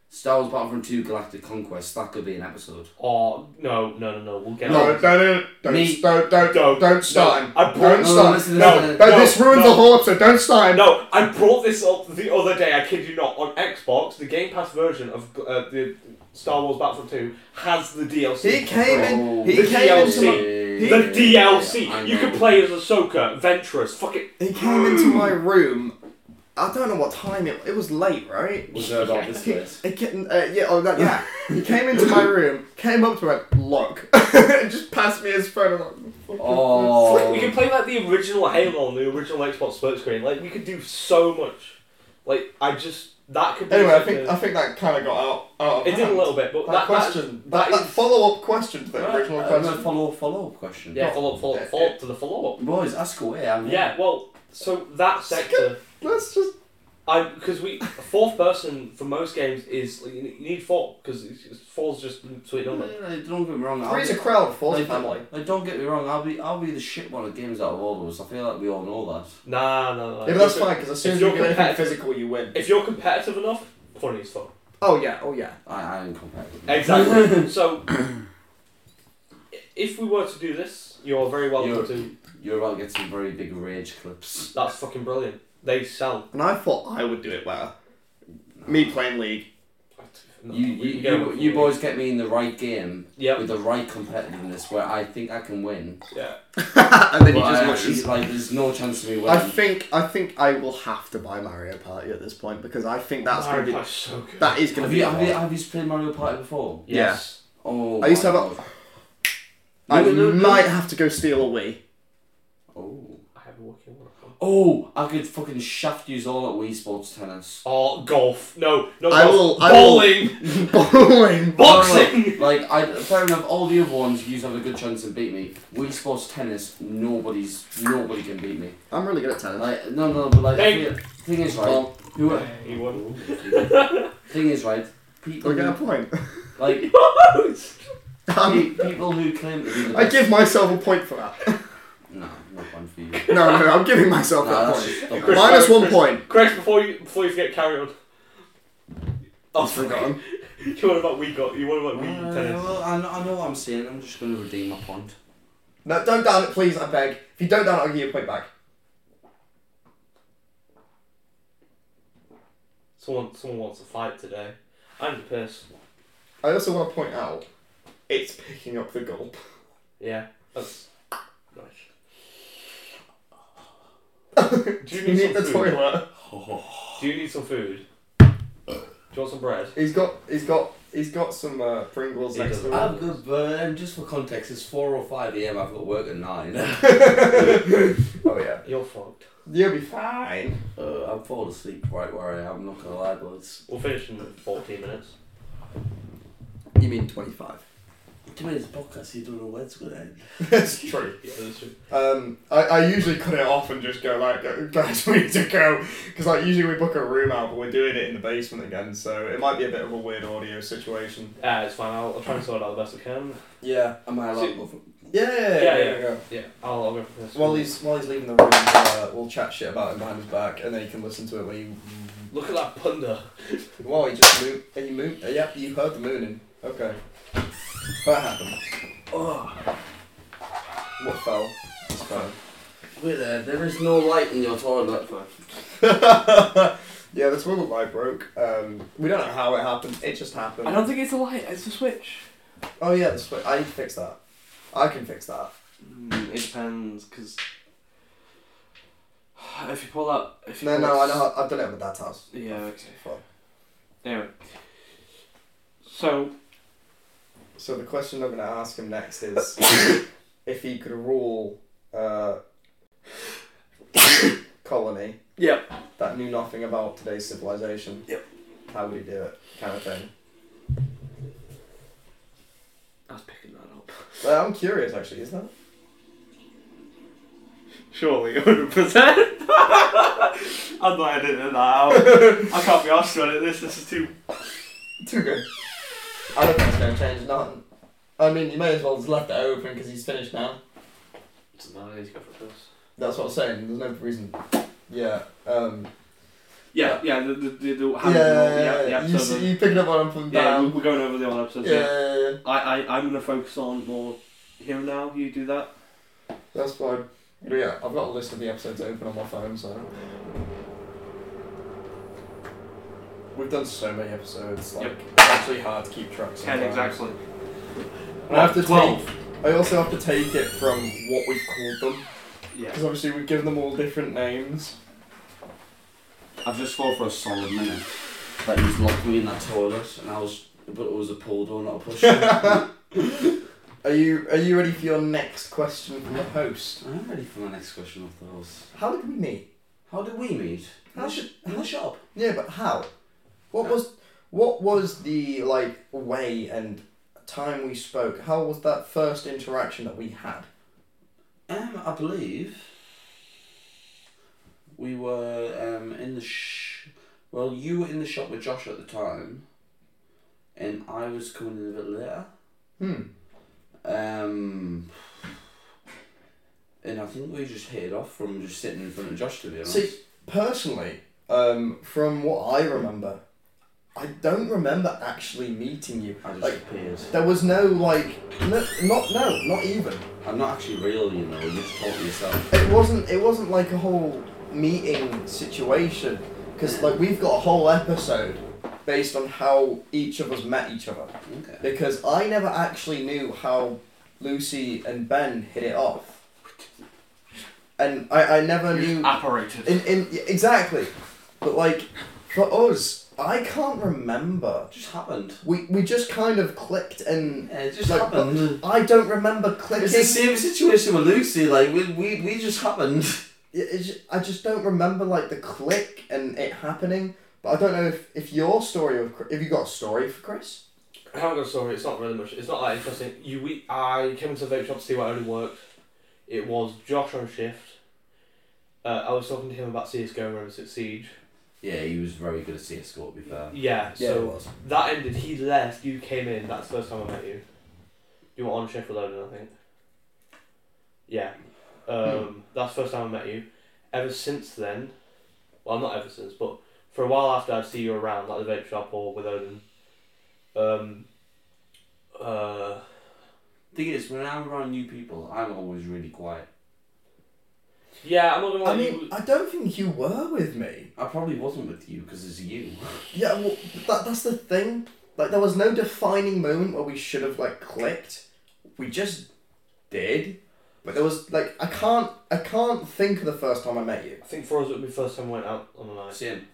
[SPEAKER 3] Star Wars Battlefront Two Galactic Conquest. That could be an episode.
[SPEAKER 1] Or Oh, no, no, no, no. We'll get.
[SPEAKER 2] no,
[SPEAKER 1] on.
[SPEAKER 2] don't, don't, don't,
[SPEAKER 3] Me-
[SPEAKER 2] don't, don't,
[SPEAKER 1] No,
[SPEAKER 2] don't start
[SPEAKER 1] no,
[SPEAKER 2] him.
[SPEAKER 1] I
[SPEAKER 2] Don't
[SPEAKER 1] brought.
[SPEAKER 3] no,
[SPEAKER 2] start.
[SPEAKER 3] listen,
[SPEAKER 2] no,
[SPEAKER 3] listen,
[SPEAKER 2] no,
[SPEAKER 1] no,
[SPEAKER 2] this ruins
[SPEAKER 1] no.
[SPEAKER 2] the whole episode. Don't start him.
[SPEAKER 1] No, I brought this up the other day. I kid you not. On Xbox, the Game Pass version of uh, the Star Wars Battlefront Two has the DLC.
[SPEAKER 4] He came in.
[SPEAKER 3] Oh,
[SPEAKER 4] He
[SPEAKER 1] The
[SPEAKER 4] came into
[SPEAKER 1] DLC.
[SPEAKER 4] my,
[SPEAKER 1] The
[SPEAKER 4] He-
[SPEAKER 1] DLC.
[SPEAKER 3] I
[SPEAKER 1] you
[SPEAKER 3] know.
[SPEAKER 1] can play as Ahsoka, Ventress, fucking
[SPEAKER 4] he came into my room. I don't know what time it. It was late, right?
[SPEAKER 3] Was there about this list?
[SPEAKER 4] He ca- uh, yeah, oh, that, yeah. he came into my room, came up to it, look, and just passed me his phone. and I'm like,
[SPEAKER 3] Oh.
[SPEAKER 1] We can play like the original Halo on the original Xbox split screen. Like we could do so much. Like I just that could be.
[SPEAKER 2] Anyway, I
[SPEAKER 1] such
[SPEAKER 2] think
[SPEAKER 1] a-
[SPEAKER 2] I think that kind of got out. out of
[SPEAKER 1] it did a
[SPEAKER 2] hand.
[SPEAKER 1] little bit, but
[SPEAKER 2] That,
[SPEAKER 1] that,
[SPEAKER 2] question,
[SPEAKER 1] that
[SPEAKER 2] that,
[SPEAKER 1] is-
[SPEAKER 2] follow up question to the
[SPEAKER 1] Right,
[SPEAKER 2] original
[SPEAKER 3] Uh,
[SPEAKER 2] question.
[SPEAKER 3] no, follow follow up question.
[SPEAKER 1] yeah, follow up, follow up, follow up to the follow up.
[SPEAKER 3] Boys, ask away. I'm here.
[SPEAKER 1] Yeah, well, so that sector,
[SPEAKER 2] Let's just.
[SPEAKER 1] I because we fourth person for most games is like, you you need four because four's just sweet
[SPEAKER 3] Yeah,
[SPEAKER 1] number.
[SPEAKER 3] like, don't get me wrong. I'll
[SPEAKER 4] Three's
[SPEAKER 3] be-
[SPEAKER 4] a crowd, four's a
[SPEAKER 3] like,
[SPEAKER 4] family.
[SPEAKER 3] like, don't get me wrong. I'll be I'll be the shit one at games out of all of us. I feel like we all know that.
[SPEAKER 1] Nah, no, no.
[SPEAKER 4] Yeah, but that's fine because as soon
[SPEAKER 1] if
[SPEAKER 4] as you
[SPEAKER 1] you're
[SPEAKER 4] do anything
[SPEAKER 1] competitive-
[SPEAKER 4] physical, you win.
[SPEAKER 1] If you're competitive enough, funny as fuck.
[SPEAKER 4] Oh yeah, oh yeah.
[SPEAKER 3] I I am competitive.
[SPEAKER 1] Exactly. so, if we were to do this, you're very welcome
[SPEAKER 3] You're-
[SPEAKER 1] to.
[SPEAKER 3] You're about to get some very big rage clips.
[SPEAKER 1] That's fucking brilliant. They sell.
[SPEAKER 4] And I thought I would do it well.
[SPEAKER 2] Me playing League.
[SPEAKER 3] You you,
[SPEAKER 1] We can go
[SPEAKER 3] you,
[SPEAKER 1] with
[SPEAKER 3] you
[SPEAKER 1] four.
[SPEAKER 3] boys get me in the right game
[SPEAKER 1] Yep.
[SPEAKER 3] with the right competitiveness where I think I can win.
[SPEAKER 1] Yeah.
[SPEAKER 4] and then you
[SPEAKER 3] but I
[SPEAKER 4] just
[SPEAKER 3] actually,
[SPEAKER 4] lose.
[SPEAKER 3] like there's no chance of me winning.
[SPEAKER 4] I think I think I will have to buy Mario Party at this point because I think that's
[SPEAKER 1] Mario
[SPEAKER 4] gonna be
[SPEAKER 1] Party's so good.
[SPEAKER 4] that is gonna
[SPEAKER 3] have
[SPEAKER 4] be.
[SPEAKER 3] you
[SPEAKER 4] hard.
[SPEAKER 3] have you have you played Mario Party before?
[SPEAKER 1] yes.
[SPEAKER 3] Oh.
[SPEAKER 4] I used to
[SPEAKER 3] my
[SPEAKER 4] have a-
[SPEAKER 3] God.
[SPEAKER 4] I
[SPEAKER 3] No, no, no.
[SPEAKER 4] might have to go steal a Wii.
[SPEAKER 3] Oh.
[SPEAKER 1] I have a walking one.
[SPEAKER 3] Oh, I could fucking shaft you all at Wii Sports Tennis.
[SPEAKER 1] Oh, golf. No, no
[SPEAKER 4] I
[SPEAKER 1] golf.
[SPEAKER 4] will- I will-
[SPEAKER 1] Bowling.
[SPEAKER 4] Bowling.
[SPEAKER 1] Boxing.
[SPEAKER 3] Like, I fair enough. All the other ones, you have a good chance to beat me. Wii Sports Tennis, nobody's nobody can beat me.
[SPEAKER 4] I'm really good at tennis.
[SPEAKER 3] Like, no, no, but like,
[SPEAKER 1] Hey.
[SPEAKER 3] the thing is, right?
[SPEAKER 4] Well,
[SPEAKER 3] Who?
[SPEAKER 1] He won.
[SPEAKER 3] thing is, right? People,
[SPEAKER 4] I get a
[SPEAKER 3] who,
[SPEAKER 4] point.
[SPEAKER 3] like
[SPEAKER 4] Um,
[SPEAKER 3] pe- people who claim to be the
[SPEAKER 4] I
[SPEAKER 3] best.
[SPEAKER 4] give myself a point for that.
[SPEAKER 3] No, not one for you.
[SPEAKER 4] No, no, no I'm giving
[SPEAKER 3] No,
[SPEAKER 4] myself that
[SPEAKER 3] that's just
[SPEAKER 4] point.
[SPEAKER 3] not
[SPEAKER 1] Chris-
[SPEAKER 3] one.
[SPEAKER 4] Minus one
[SPEAKER 1] Chris-
[SPEAKER 4] point.
[SPEAKER 1] Chris, before you before you forget, carry on. Oh,
[SPEAKER 4] I've forgotten.
[SPEAKER 1] You won about we got. You won about we
[SPEAKER 3] Uh,
[SPEAKER 1] tennis.
[SPEAKER 3] well, I know, I know what I'm saying. I'm just going to redeem my point.
[SPEAKER 4] No, don't down it, please. I beg. If you don't down it, I'll give you a point back.
[SPEAKER 1] Someone someone wants to fight today. I'm pissed.
[SPEAKER 2] I also want to point out, it's picking up the gulp.
[SPEAKER 1] Yeah. That's nice. Do you
[SPEAKER 2] You
[SPEAKER 1] need
[SPEAKER 2] need
[SPEAKER 1] some
[SPEAKER 2] the
[SPEAKER 1] food?
[SPEAKER 2] toilet.
[SPEAKER 1] Do you need some food? Do you want some bread?
[SPEAKER 2] He's got, he's got, he's got some uh, Pringles
[SPEAKER 1] He
[SPEAKER 2] next
[SPEAKER 1] doesn't.
[SPEAKER 2] to
[SPEAKER 3] I'm
[SPEAKER 2] him.
[SPEAKER 3] good, but um, just for context, it's four or five a.m. I've got work at nine.
[SPEAKER 2] Oh yeah,
[SPEAKER 1] You're fucked.
[SPEAKER 2] you'll be fine.
[SPEAKER 3] uh, I'm falling asleep right where I am. Not gonna lie, boys.
[SPEAKER 1] We'll finish in 14 minutes.
[SPEAKER 4] You mean twenty-five?
[SPEAKER 3] Doing this podcast, you don't know where it's gonna end.
[SPEAKER 2] That's true.
[SPEAKER 1] Yeah, that's true.
[SPEAKER 2] Um, I, I usually cut it off and just go like, guys, we need to go, because like usually we book a room out, but we're doing it in the basement again, so it might be a bit of a weird audio situation.
[SPEAKER 1] Uh, it's fine, I'll, I'll try and sort it out the best I can.
[SPEAKER 4] Yeah. um,
[SPEAKER 3] Am I
[SPEAKER 1] allowed to
[SPEAKER 4] Yeah. Yeah.
[SPEAKER 1] Yeah,
[SPEAKER 4] yeah,
[SPEAKER 1] yeah.
[SPEAKER 4] yeah.
[SPEAKER 1] Yeah, I'll, I'll go for this.
[SPEAKER 4] While he's while he's leaving the room, uh, we'll chat shit about him behind his back, and then you can listen to it when you.
[SPEAKER 1] Look at that punter.
[SPEAKER 4] Well, he just moved. And you moved. Uh, yep, you heard the mooning. Okay. That happened. What fell? It's fell.
[SPEAKER 3] Wait there, there is no light in your toilet.
[SPEAKER 2] Yeah, the toilet light broke. Um, we don't know how it happened. It just happened.
[SPEAKER 1] think it's a light, it's a switch.
[SPEAKER 4] Oh yeah, the switch. I fixed that. I can fix that.
[SPEAKER 5] Hmm,
[SPEAKER 1] Mm, it depends, because.
[SPEAKER 5] If you pull up, if you
[SPEAKER 2] No,
[SPEAKER 5] pull
[SPEAKER 2] no, I
[SPEAKER 5] up-
[SPEAKER 2] know. how- I've done it at my dad's house.
[SPEAKER 5] Yeah, okay.
[SPEAKER 2] Fun.
[SPEAKER 5] Anyway, so
[SPEAKER 2] So the question I'm going to ask him next is if he could rule uh, colony
[SPEAKER 5] yeah,
[SPEAKER 2] that knew nothing about today's civilization.
[SPEAKER 5] Yep.
[SPEAKER 2] How would he do it? Kind of thing.
[SPEAKER 5] I was picking that up.
[SPEAKER 2] Well, I'm curious actually. Is that?
[SPEAKER 5] Surely, hundred percent. I'm not editing that out. I can't be asked to edit this. This is too.
[SPEAKER 2] Too good. I don't think it's going to change nothing. I mean, you may as well just left it open because he's finished now.
[SPEAKER 1] No, he's got for this.
[SPEAKER 2] That's what I'm saying. There's no reason. Yeah. Um,
[SPEAKER 5] Yeah, yeah, the the the, the
[SPEAKER 2] yeah,
[SPEAKER 5] hand-
[SPEAKER 2] yeah,
[SPEAKER 5] the
[SPEAKER 2] You,
[SPEAKER 5] episode.
[SPEAKER 2] see, you picking up on him from
[SPEAKER 5] yeah, we-
[SPEAKER 2] down.
[SPEAKER 5] we're going over the old episodes.
[SPEAKER 2] Yeah,
[SPEAKER 5] Yeah,
[SPEAKER 2] yeah, yeah.
[SPEAKER 5] I, I I'm gonna focus on more here and now. You do that.
[SPEAKER 2] That's fine. But yeah, I've got a list of the episodes open on my phone, so. We've done so many episodes, like,
[SPEAKER 5] Yep.
[SPEAKER 2] it's actually hard to keep track
[SPEAKER 5] Ten
[SPEAKER 2] sometimes.
[SPEAKER 5] exactly.
[SPEAKER 2] And I have to
[SPEAKER 5] Twelve.
[SPEAKER 2] take. I also have to take it from what we've called them,
[SPEAKER 5] Yeah.
[SPEAKER 2] because obviously we've given them all different names.
[SPEAKER 3] I've just thought for a solid minute Oh, that he's locked me in that toilet, and I was, but it was a pull door, not a push. door.
[SPEAKER 2] Are you are you ready for your next question from the host?
[SPEAKER 3] I'm ready for my next question off the horse.
[SPEAKER 2] How did we meet?
[SPEAKER 3] How did we meet? In
[SPEAKER 2] How
[SPEAKER 3] the, sh- in the shop.
[SPEAKER 2] Yeah, but how? What was what was the like way and time we spoke? How was that first interaction that we had?
[SPEAKER 3] Um, I believe we were um in the sh. Well, you were in the shop with Josh at the time, and I was coming in a bit later.
[SPEAKER 2] Hmm.
[SPEAKER 3] Um, and I think we just hit it off from just sitting in front of Josh, to be honest.
[SPEAKER 2] See, personally, um, from what I remember, I don't remember actually meeting you.
[SPEAKER 3] I just
[SPEAKER 2] Like-
[SPEAKER 3] appeared.
[SPEAKER 2] There was no like, no, not no, not even.
[SPEAKER 3] I'm not actually real, you know, you just talk to yourself.
[SPEAKER 2] It wasn't. It wasn't like a whole meeting situation because like we've got a whole episode based on how each of us met each other.
[SPEAKER 3] Okay.
[SPEAKER 2] Because I never actually knew how Lucy and Ben hit it off, and I, I never
[SPEAKER 5] You've
[SPEAKER 2] knew.
[SPEAKER 5] apparated.
[SPEAKER 2] In, in yeah, exactly, but like for us, I can't remember.
[SPEAKER 3] It just happened.
[SPEAKER 2] We we just kind of clicked and.
[SPEAKER 3] Yeah, it just
[SPEAKER 2] Like,
[SPEAKER 3] happened.
[SPEAKER 2] I don't remember clicking.
[SPEAKER 3] It's the same situation with Lucy, like, we, we, we just happened.
[SPEAKER 2] it, it's ju- I just don't remember like the click and it happening. But I don't know if, if your story of Chri- if you got a story for Chris.
[SPEAKER 1] I haven't got a story. It's not really much. It's not that interesting. You, we, I came into the vape shop to see what only worked. It was Josh on shift. Uh, I was talking to him about CS:GO and Rainbow Six Siege.
[SPEAKER 3] Yeah, he was very good at CSGO, to be fair.
[SPEAKER 1] Uh, Yeah. So
[SPEAKER 2] was.
[SPEAKER 1] that ended. He left. You came in. That's the first time I met you. You were on shift with Odin, I think. Yeah. Um, That's the first time I met you. Ever since then, well, not ever since, but for a while after, I'd see you around, like the vape shop or with Odin. Um. Uh.
[SPEAKER 3] Thing is, when I'm around new people, I'm always really quiet.
[SPEAKER 1] Yeah, I'm not gonna lie.
[SPEAKER 2] I
[SPEAKER 1] you,
[SPEAKER 2] mean, I don't think you were with me.
[SPEAKER 3] I probably wasn't with you because it's you.
[SPEAKER 2] Yeah, well, that that's the thing. Like there was no defining moment where we should have like clicked. We just did. But there was like I can't I can't think of the first time I met you.
[SPEAKER 1] I think for us it would be first time we went out on a night.
[SPEAKER 3] Same.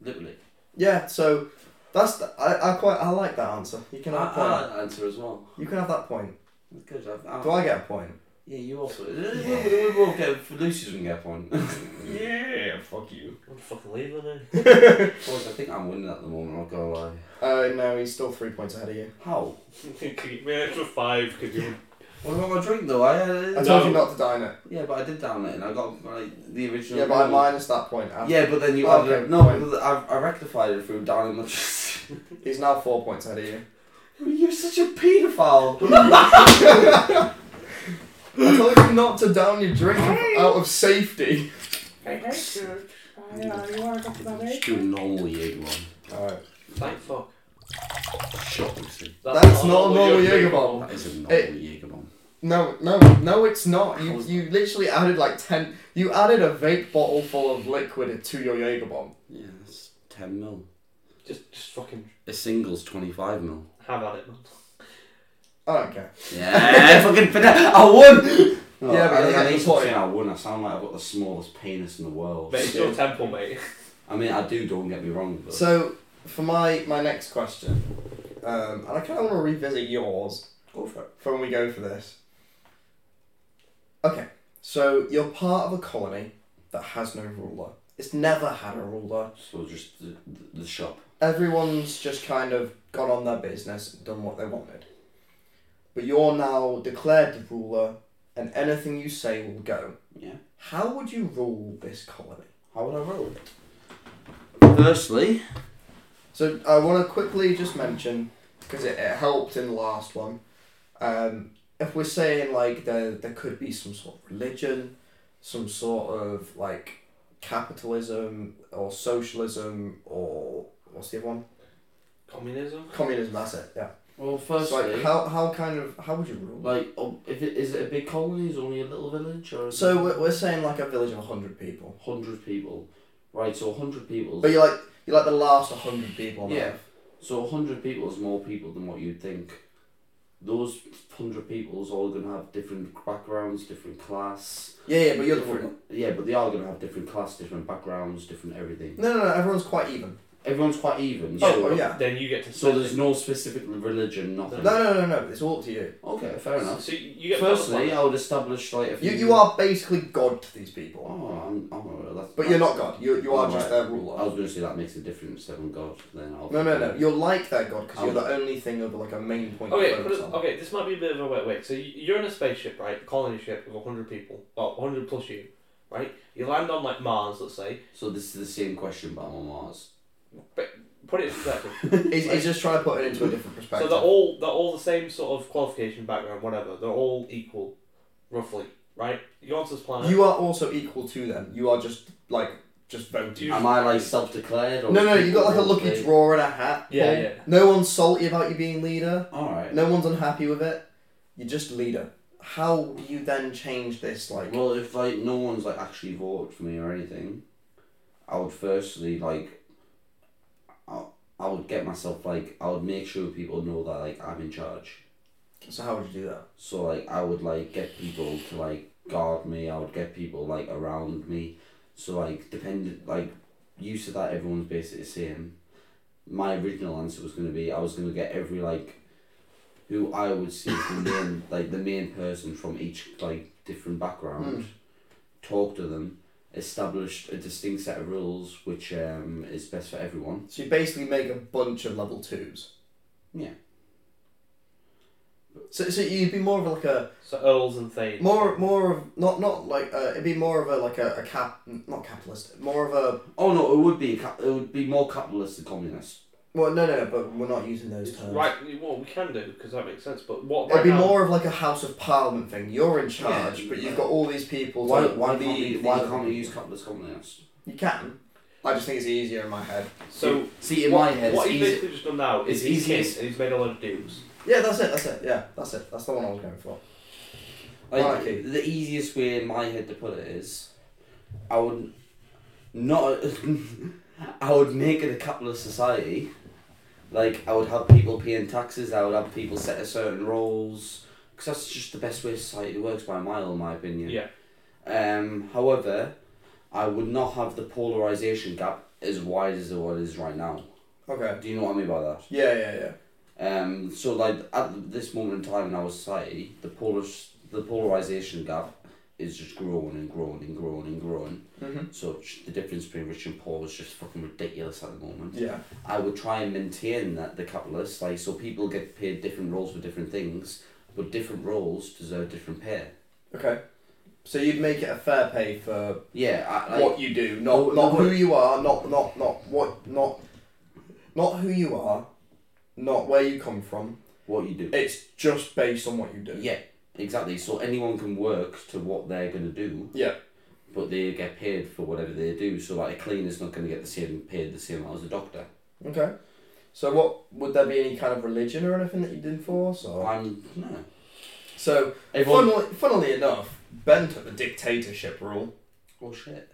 [SPEAKER 3] Literally.
[SPEAKER 2] Yeah, so that's the, I, I quite I like that answer. You
[SPEAKER 3] I,
[SPEAKER 2] can have
[SPEAKER 3] I
[SPEAKER 2] that.
[SPEAKER 4] Uh-uh.
[SPEAKER 3] like that answer as well.
[SPEAKER 2] you can have that point.
[SPEAKER 3] Good. I, I,
[SPEAKER 2] Do I get a point?
[SPEAKER 3] Yeah, you also. We, we both get. Lucy doesn't get a point.
[SPEAKER 4] Yeah, fuck you.
[SPEAKER 1] I'm fucking leaving then.
[SPEAKER 3] Boys, I think I'm winning at the moment. I'm not gonna lie.
[SPEAKER 2] Uh, no, he's still three points ahead of you.
[SPEAKER 3] How?
[SPEAKER 1] Maybe an extra five because you.
[SPEAKER 3] What about my drink though? I,
[SPEAKER 2] I
[SPEAKER 3] uh,
[SPEAKER 2] told you
[SPEAKER 1] No.
[SPEAKER 2] not to dine it.
[SPEAKER 3] yeah, but I did down it and I got like the original.
[SPEAKER 2] Yeah, but I
[SPEAKER 3] one.
[SPEAKER 2] minus that point. Adam.
[SPEAKER 3] Yeah, but then you
[SPEAKER 2] Okay,
[SPEAKER 3] added no.
[SPEAKER 2] fine.
[SPEAKER 3] but I, I rectified it through downing the.
[SPEAKER 2] He's now four points ahead of you.
[SPEAKER 3] You're such a paedophile.
[SPEAKER 2] I told you not to down your drink out of safety.
[SPEAKER 3] Just do a normal Jaeger one.
[SPEAKER 2] Alright.
[SPEAKER 1] Thank fuck.
[SPEAKER 3] Shut up, Lucy.
[SPEAKER 2] That's not a normal Jaeger bomb.
[SPEAKER 3] That is a normal
[SPEAKER 2] It-
[SPEAKER 3] Jaeger one.
[SPEAKER 2] No, no, no, it's not. You, you literally added like 10. You added a vape bottle full of liquid to your Jaeger bomb.
[SPEAKER 3] Yeah, it's ten mil.
[SPEAKER 1] Just, just fucking
[SPEAKER 3] A single's twenty five mil.
[SPEAKER 1] have at it, man.
[SPEAKER 2] I don't care.
[SPEAKER 3] Yeah, fucking. peda- I won. No,
[SPEAKER 4] Yeah, but
[SPEAKER 3] Oh, I,
[SPEAKER 4] yeah,
[SPEAKER 3] I need
[SPEAKER 4] the
[SPEAKER 3] to
[SPEAKER 4] point-
[SPEAKER 3] say I won. I sound like I've got the smallest penis in the world.
[SPEAKER 1] But it's your temple, mate.
[SPEAKER 3] I mean, I do. Don't get me wrong, but
[SPEAKER 4] So,
[SPEAKER 2] For my, my next question, um, and I kind of want to revisit yours
[SPEAKER 3] go for it.
[SPEAKER 2] for when we go for this. Okay, so you're part of a colony that has no ruler. It's never had a ruler.
[SPEAKER 3] So just the, the, the shop.
[SPEAKER 2] Everyone's just kind of gone on their business, done what they wanted. But you're now declared the ruler, and anything you say will go.
[SPEAKER 3] Yeah.
[SPEAKER 2] How would you rule this colony?
[SPEAKER 3] How would I roll it? Firstly,
[SPEAKER 2] So I want to quickly just mention because it, it helped in the last one. Um, if we're saying like there there could be some sort of religion, some sort of like capitalism or socialism or what's the other one?
[SPEAKER 1] Communism.
[SPEAKER 2] Communism. That's it. Yeah.
[SPEAKER 3] well,
[SPEAKER 2] So
[SPEAKER 3] firstly,
[SPEAKER 2] like how how kind of how would you rule?
[SPEAKER 3] like, oh, if it is it a big colony? Is it only a little village or? Is
[SPEAKER 2] so we're, we're saying like a village of hundred people,
[SPEAKER 3] hundred people, right? So hundred people.
[SPEAKER 2] but you like you like the last hundred people. on
[SPEAKER 3] Yeah.
[SPEAKER 2] Earth.
[SPEAKER 3] So 100 people is more people than what you'd think. Those 100 people is all going to have different backgrounds, different class.
[SPEAKER 2] Yeah, yeah, but you're the ruler.
[SPEAKER 3] different. Yeah, but they are going to have different class, different backgrounds, different everything.
[SPEAKER 2] No, no, no. Everyone's quite even.
[SPEAKER 3] Everyone's quite even.
[SPEAKER 2] Oh,
[SPEAKER 3] so,
[SPEAKER 2] oh, yeah.
[SPEAKER 1] Then you get to.
[SPEAKER 3] So there's no specific religion,
[SPEAKER 2] No,
[SPEAKER 3] nothing.
[SPEAKER 2] no, no, no. It's all up to you.
[SPEAKER 3] Okay, fair enough.
[SPEAKER 1] So you get.
[SPEAKER 3] Firstly, I would establish like if
[SPEAKER 2] You you are basically god to these people.
[SPEAKER 3] Oh, I'm, I'm alright. That's,
[SPEAKER 2] But you're not God. You you are just their
[SPEAKER 3] I
[SPEAKER 2] ruler.
[SPEAKER 3] was going to say that makes a difference. Seven God, then I'll.
[SPEAKER 2] No, no, no. You're like their God because you're
[SPEAKER 3] I'll-
[SPEAKER 2] the only thing of like a main point.
[SPEAKER 1] Okay,
[SPEAKER 2] of
[SPEAKER 1] put
[SPEAKER 2] focus
[SPEAKER 1] it,
[SPEAKER 2] on.
[SPEAKER 1] okay. This might be a bit of a wet wait. So you- you're in a spaceship, right? Colony ship with hundred people. Well, hundred plus you, right? You land on like Mars, let's say.
[SPEAKER 3] So this is the same question, but I'm on Mars.
[SPEAKER 1] Put it in perspective.
[SPEAKER 2] He's, he's just trying to put it into a different
[SPEAKER 1] So
[SPEAKER 2] perspective.
[SPEAKER 1] they're all they're all the same sort of qualification, background, whatever. They're all equal, roughly, right? You go onto this planet.
[SPEAKER 2] you are also equal to them. You are just like just voting.
[SPEAKER 1] You-
[SPEAKER 3] Am I like self-declared? Or
[SPEAKER 2] No, no. You got like a
[SPEAKER 3] Okay.
[SPEAKER 2] lucky draw and a hat.
[SPEAKER 1] Yeah,
[SPEAKER 2] Paul.
[SPEAKER 1] yeah.
[SPEAKER 2] No one's salty about you being leader.
[SPEAKER 3] All right.
[SPEAKER 2] No one's unhappy with it. You're just leader. How do you then change this? Like,
[SPEAKER 3] Well, if like no one's like actually voted for me or anything, I would firstly like. I, I would get myself like I would make sure people know that like I'm in charge.
[SPEAKER 2] so how would you do that?
[SPEAKER 3] So like I would like get people to like guard me. I would get people like around me. So like dependent like used to that everyone's basically the same. My original answer was gonna be I was gonna get every like who I would see as the main like the main person from each like different background, talk to them, establish a distinct set of rules which um is best for everyone.
[SPEAKER 2] So you basically make a bunch of level twos.
[SPEAKER 3] Yeah.
[SPEAKER 2] So, so you'd be more of like a
[SPEAKER 1] So earls and thanes.
[SPEAKER 2] more more of not not like uh, it'd be more of a like a, a cap not capitalist more of a
[SPEAKER 3] Oh no, it would be cap- it would be more capitalist than communist.
[SPEAKER 2] well no no no but we're not using those terms.
[SPEAKER 1] Right, well, we can do because that makes sense. But what?
[SPEAKER 2] It'd
[SPEAKER 1] Right
[SPEAKER 2] be
[SPEAKER 1] now,
[SPEAKER 2] more of like a House of Parliament thing. You're in charge,
[SPEAKER 3] Yeah.
[SPEAKER 2] but you've got all these people.
[SPEAKER 3] Why
[SPEAKER 2] to
[SPEAKER 3] why
[SPEAKER 2] lead
[SPEAKER 3] can't we
[SPEAKER 2] these
[SPEAKER 3] why
[SPEAKER 2] other
[SPEAKER 3] can't we
[SPEAKER 2] people.
[SPEAKER 3] use capitalist communist?
[SPEAKER 2] You can. I just think it's easier in my head.
[SPEAKER 1] So
[SPEAKER 3] See, in
[SPEAKER 1] what,
[SPEAKER 3] my head,
[SPEAKER 1] what
[SPEAKER 3] it's
[SPEAKER 1] he's
[SPEAKER 3] easy.
[SPEAKER 1] basically just done now
[SPEAKER 3] it's
[SPEAKER 1] is he's
[SPEAKER 3] easy-
[SPEAKER 1] hit and he's made a lot of dudes.
[SPEAKER 2] Yeah, that's it. That's it. Yeah, that's it. That's the one I was going for.
[SPEAKER 3] Like,
[SPEAKER 2] Monarchy.
[SPEAKER 3] The easiest way in my head to put it is, I would not. I would make it a capitalist society. Like I would have people paying taxes. I would have people set a certain roles. Because that's just the best way society works by a mile, in my opinion.
[SPEAKER 1] Yeah.
[SPEAKER 3] Um. However, I would not have the polarization gap as wide as what it is right now.
[SPEAKER 2] Okay.
[SPEAKER 3] Do you know what I mean by that?
[SPEAKER 2] Yeah, yeah, yeah.
[SPEAKER 3] Um, so like at this moment in time in our society, the polarish the polarization gap is just growing and growing and growing and growing.
[SPEAKER 2] Mhm.
[SPEAKER 3] So ch- the difference between rich and poor is just fucking ridiculous at the moment.
[SPEAKER 2] Yeah.
[SPEAKER 3] I would try and maintain that the capitalist like so people get paid different roles for different things, but different roles deserve different pay.
[SPEAKER 2] Okay. So you'd make it a fair pay for
[SPEAKER 3] Yeah, I, like,
[SPEAKER 2] what you do, not
[SPEAKER 3] Oh,
[SPEAKER 2] not
[SPEAKER 3] no,
[SPEAKER 2] who you are, not not not what not not who you are, not where you come from.
[SPEAKER 3] what you do.
[SPEAKER 2] It's just based on what you do.
[SPEAKER 3] Yeah, exactly. So anyone can work to what they're gonna do.
[SPEAKER 2] Yeah.
[SPEAKER 3] But they get paid for whatever they do. So like a cleaner's not gonna get the same paid the same amount as a doctor.
[SPEAKER 2] Okay. So what would there be any kind of religion or anything that you'd enforce or
[SPEAKER 3] I'm no.
[SPEAKER 2] so
[SPEAKER 3] Everyone.
[SPEAKER 2] funnily, funnily enough, Ben took the dictatorship rule.
[SPEAKER 3] Oh, shit.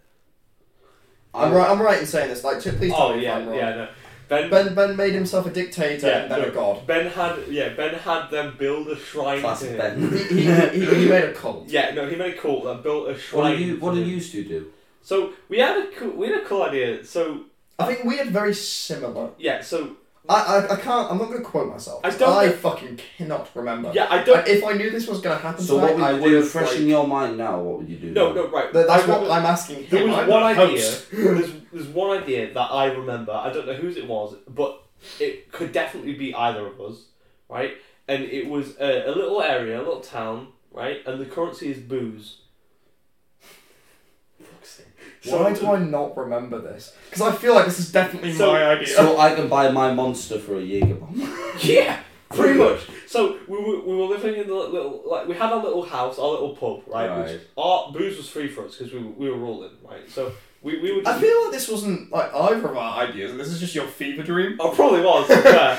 [SPEAKER 2] I'm
[SPEAKER 3] I'm
[SPEAKER 2] right I'm right in saying this, like t- please tell
[SPEAKER 1] Oh
[SPEAKER 2] me if
[SPEAKER 1] yeah,
[SPEAKER 2] I'm wrong.
[SPEAKER 1] yeah. No. Ben
[SPEAKER 2] Ben Ben made himself a dictator
[SPEAKER 1] Yeah,
[SPEAKER 2] and then
[SPEAKER 1] no.
[SPEAKER 2] a god.
[SPEAKER 1] Ben had yeah Ben had them build a shrine to
[SPEAKER 3] Classic
[SPEAKER 1] him.
[SPEAKER 3] Ben.
[SPEAKER 2] He, he, he, he made a cult.
[SPEAKER 1] Yeah, no, he made a cult that built a shrine.
[SPEAKER 3] What do you What
[SPEAKER 1] to
[SPEAKER 3] do
[SPEAKER 1] him.
[SPEAKER 3] you two do?
[SPEAKER 1] So we had a cool, we had a cool idea. So
[SPEAKER 2] I think we had very similar.
[SPEAKER 1] yeah, so
[SPEAKER 2] I I, I can't. I'm not going to quote myself.
[SPEAKER 1] I don't know-
[SPEAKER 2] fucking cannot remember.
[SPEAKER 1] yeah, I don't.
[SPEAKER 2] And if I knew this was going to happen,
[SPEAKER 3] So
[SPEAKER 2] tonight,
[SPEAKER 3] what would
[SPEAKER 2] I
[SPEAKER 3] you
[SPEAKER 2] would
[SPEAKER 3] do?
[SPEAKER 2] have,
[SPEAKER 3] Refreshing
[SPEAKER 2] like-
[SPEAKER 3] your mind now. What would you do?
[SPEAKER 1] No,
[SPEAKER 3] now?
[SPEAKER 1] no, right.
[SPEAKER 2] Th-
[SPEAKER 1] I
[SPEAKER 2] that's
[SPEAKER 1] remember-
[SPEAKER 2] what I'm asking.
[SPEAKER 1] There
[SPEAKER 2] him.
[SPEAKER 1] was
[SPEAKER 2] I'm
[SPEAKER 1] one
[SPEAKER 2] not
[SPEAKER 1] idea.
[SPEAKER 2] host.
[SPEAKER 1] there's, there's one idea that I remember. I don't know whose it was, but it could definitely be either of us, right? And it was a, a little area, a little town, right? And the currency is booze. So-
[SPEAKER 2] Why do I not remember this? Because I feel like this is definitely
[SPEAKER 1] So-
[SPEAKER 2] my idea.
[SPEAKER 3] So I can buy my monster for a Jaeger bomb.
[SPEAKER 1] Yeah, pretty much. So we were, we were living in the little like we had our little house, our little pub, right? Which
[SPEAKER 3] Right.
[SPEAKER 1] our booze was free for us because we were- we were rolling, right? So we we would.
[SPEAKER 2] I feel like this wasn't like either of our ideas, and this is just your fever dream.
[SPEAKER 1] Oh, probably was. Yeah.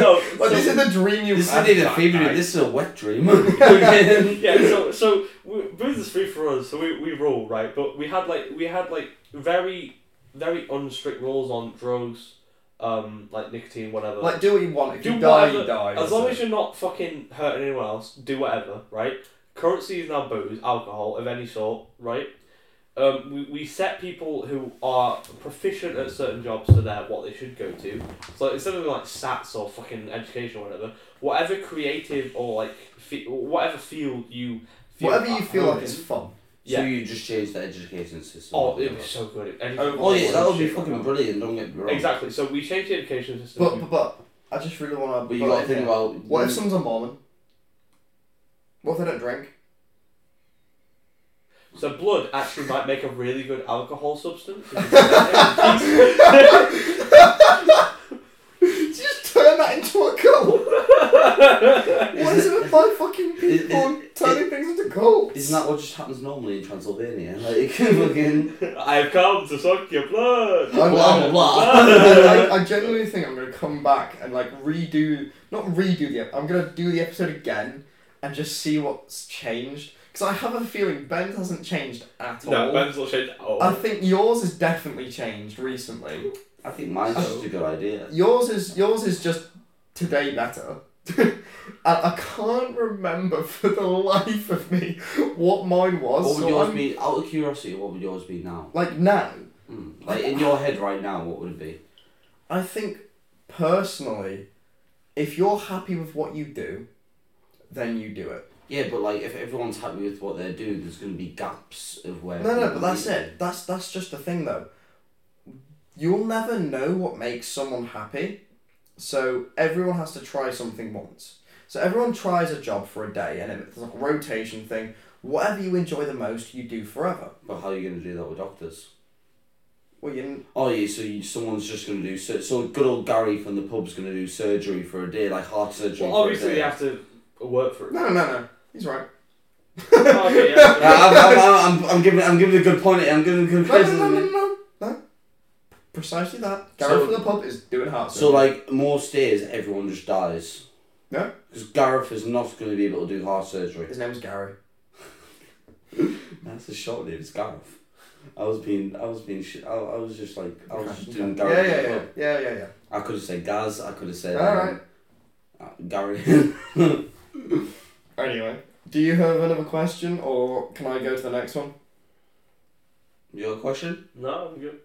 [SPEAKER 1] No, so-
[SPEAKER 2] Like this is the dream you.
[SPEAKER 3] This
[SPEAKER 2] had
[SPEAKER 3] isn't even a
[SPEAKER 2] that
[SPEAKER 3] favorite.
[SPEAKER 2] night.
[SPEAKER 3] This is a wet dream.
[SPEAKER 1] yeah, so so we, booze is free for us, so we, we roll right, but we had like we had like very very unstrict rules on drugs, um, like nicotine, whatever.
[SPEAKER 2] Like do what you want. If
[SPEAKER 1] Do
[SPEAKER 2] you die,
[SPEAKER 1] whatever-
[SPEAKER 2] you die.
[SPEAKER 1] as long as you're not fucking hurting anyone else, do whatever, right? Currency is now booze, alcohol of any sort, right? Um, we, we set people who are proficient at certain jobs to their what they should go to. So instead of like SATs or fucking education or whatever, whatever creative or like fe- whatever field you feel
[SPEAKER 2] whatever you
[SPEAKER 1] at
[SPEAKER 2] feel
[SPEAKER 1] home
[SPEAKER 2] like is
[SPEAKER 1] in,
[SPEAKER 2] fun.
[SPEAKER 1] Yeah.
[SPEAKER 3] So you just change the education system.
[SPEAKER 1] Oh, it was so good. And-
[SPEAKER 2] Oh,
[SPEAKER 3] Oh yeah, that would be
[SPEAKER 2] Shit.
[SPEAKER 3] fucking brilliant. Don't get me wrong.
[SPEAKER 1] exactly. So we changed the education system.
[SPEAKER 2] But but, but I just really want to.
[SPEAKER 3] But you got to think about
[SPEAKER 2] What if someone's a Mormon? What if they don't drink?
[SPEAKER 1] so blood actually might make a really good alcohol substance.
[SPEAKER 2] You just turn that into a cult. what is it with my fucking
[SPEAKER 3] is-
[SPEAKER 2] people
[SPEAKER 3] is-
[SPEAKER 2] turning things into cults?
[SPEAKER 3] Isn't that what just happens normally in Transylvania? Like fucking
[SPEAKER 1] I've come to suck your blood.
[SPEAKER 2] I'm-
[SPEAKER 3] blah blah
[SPEAKER 2] I'm-
[SPEAKER 3] blah.
[SPEAKER 2] I, I genuinely think I'm gonna come back and like redo, not redo the. ep- I'm gonna do the episode again and just see what's changed because I have a feeling Ben hasn't changed at all.
[SPEAKER 1] No, Ben's not Oh. changed at all.
[SPEAKER 2] I think yours has definitely changed recently.
[SPEAKER 3] I think mine's just a good idea.
[SPEAKER 2] Yours is yours is just today better. and I can't remember for the life of me what mine was.
[SPEAKER 3] What would
[SPEAKER 2] so
[SPEAKER 3] Oh, yours
[SPEAKER 2] I'm-
[SPEAKER 3] be? Out of curiosity, what would yours be now?
[SPEAKER 2] Like now,
[SPEAKER 3] Mm. Like in your head right now, what would it be?
[SPEAKER 2] I think personally, if you're happy with what you do, then you do it.
[SPEAKER 3] Yeah, but like if everyone's happy with what they're doing, there's going to be gaps of where.
[SPEAKER 2] No, no,
[SPEAKER 3] people
[SPEAKER 2] but that's
[SPEAKER 3] need-
[SPEAKER 2] it. That's that's just the thing, though. You'll never know what makes someone happy, so everyone has to try something once. So everyone tries a job for a day, and it's like a rotation thing. Whatever you enjoy the most, you do forever.
[SPEAKER 3] But how are you going to do that with doctors?
[SPEAKER 2] Well, you
[SPEAKER 3] Oh yeah, so you, someone's just going to do so. So good old Gary from the pub's going to do surgery for a day, like heart surgery.
[SPEAKER 1] Well,
[SPEAKER 3] for a
[SPEAKER 1] obviously,
[SPEAKER 3] day.
[SPEAKER 1] they have to work for it.
[SPEAKER 2] no, no, no. He's right.
[SPEAKER 1] Oh, okay, yeah.
[SPEAKER 3] Yeah, I'm, I'm, I'm, I'm giving I'm giving a good point. here, I'm giving a good
[SPEAKER 2] No, no,
[SPEAKER 3] criticism.
[SPEAKER 2] no, no, no, no. Precisely that. Gareth
[SPEAKER 3] So-
[SPEAKER 2] from the pub is doing hard.
[SPEAKER 3] So like most days, everyone just dies.
[SPEAKER 2] No.
[SPEAKER 3] Because Gareth is not going to be able to do heart surgery.
[SPEAKER 2] his name's Gary.
[SPEAKER 3] That's a short name. It's Gareth. I was being I was being sh- I, I was just like I was just doing
[SPEAKER 2] Yeah,
[SPEAKER 3] Gareth.
[SPEAKER 2] yeah, yeah, yeah, yeah, yeah.
[SPEAKER 3] I could have said Gaz. I could have said
[SPEAKER 2] All
[SPEAKER 3] um,
[SPEAKER 2] right.
[SPEAKER 3] uh, Gary.
[SPEAKER 2] Anyway, do you have another question, or can I go to the next one?
[SPEAKER 3] Your question?
[SPEAKER 1] No, I'm good.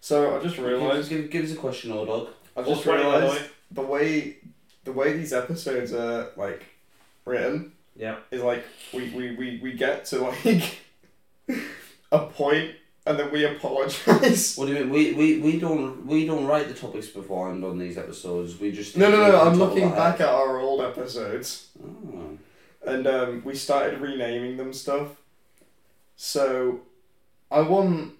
[SPEAKER 2] So I just realised.
[SPEAKER 3] Give, give, give us a question, old dog.
[SPEAKER 2] I've
[SPEAKER 1] All
[SPEAKER 2] just
[SPEAKER 1] 20, by the
[SPEAKER 2] realised
[SPEAKER 1] way.
[SPEAKER 2] the way the way these episodes are like written
[SPEAKER 1] Yeah.
[SPEAKER 2] is like we, we, we, we get to like a point and then we apologize.
[SPEAKER 3] What do you mean? We, we, we don't we don't write the topics beforehand on these episodes. We just
[SPEAKER 2] No no no, I'm
[SPEAKER 3] Talk
[SPEAKER 2] looking
[SPEAKER 3] about
[SPEAKER 2] back at our old episodes
[SPEAKER 3] it. Oh.
[SPEAKER 2] and um, we started renaming them stuff. So I want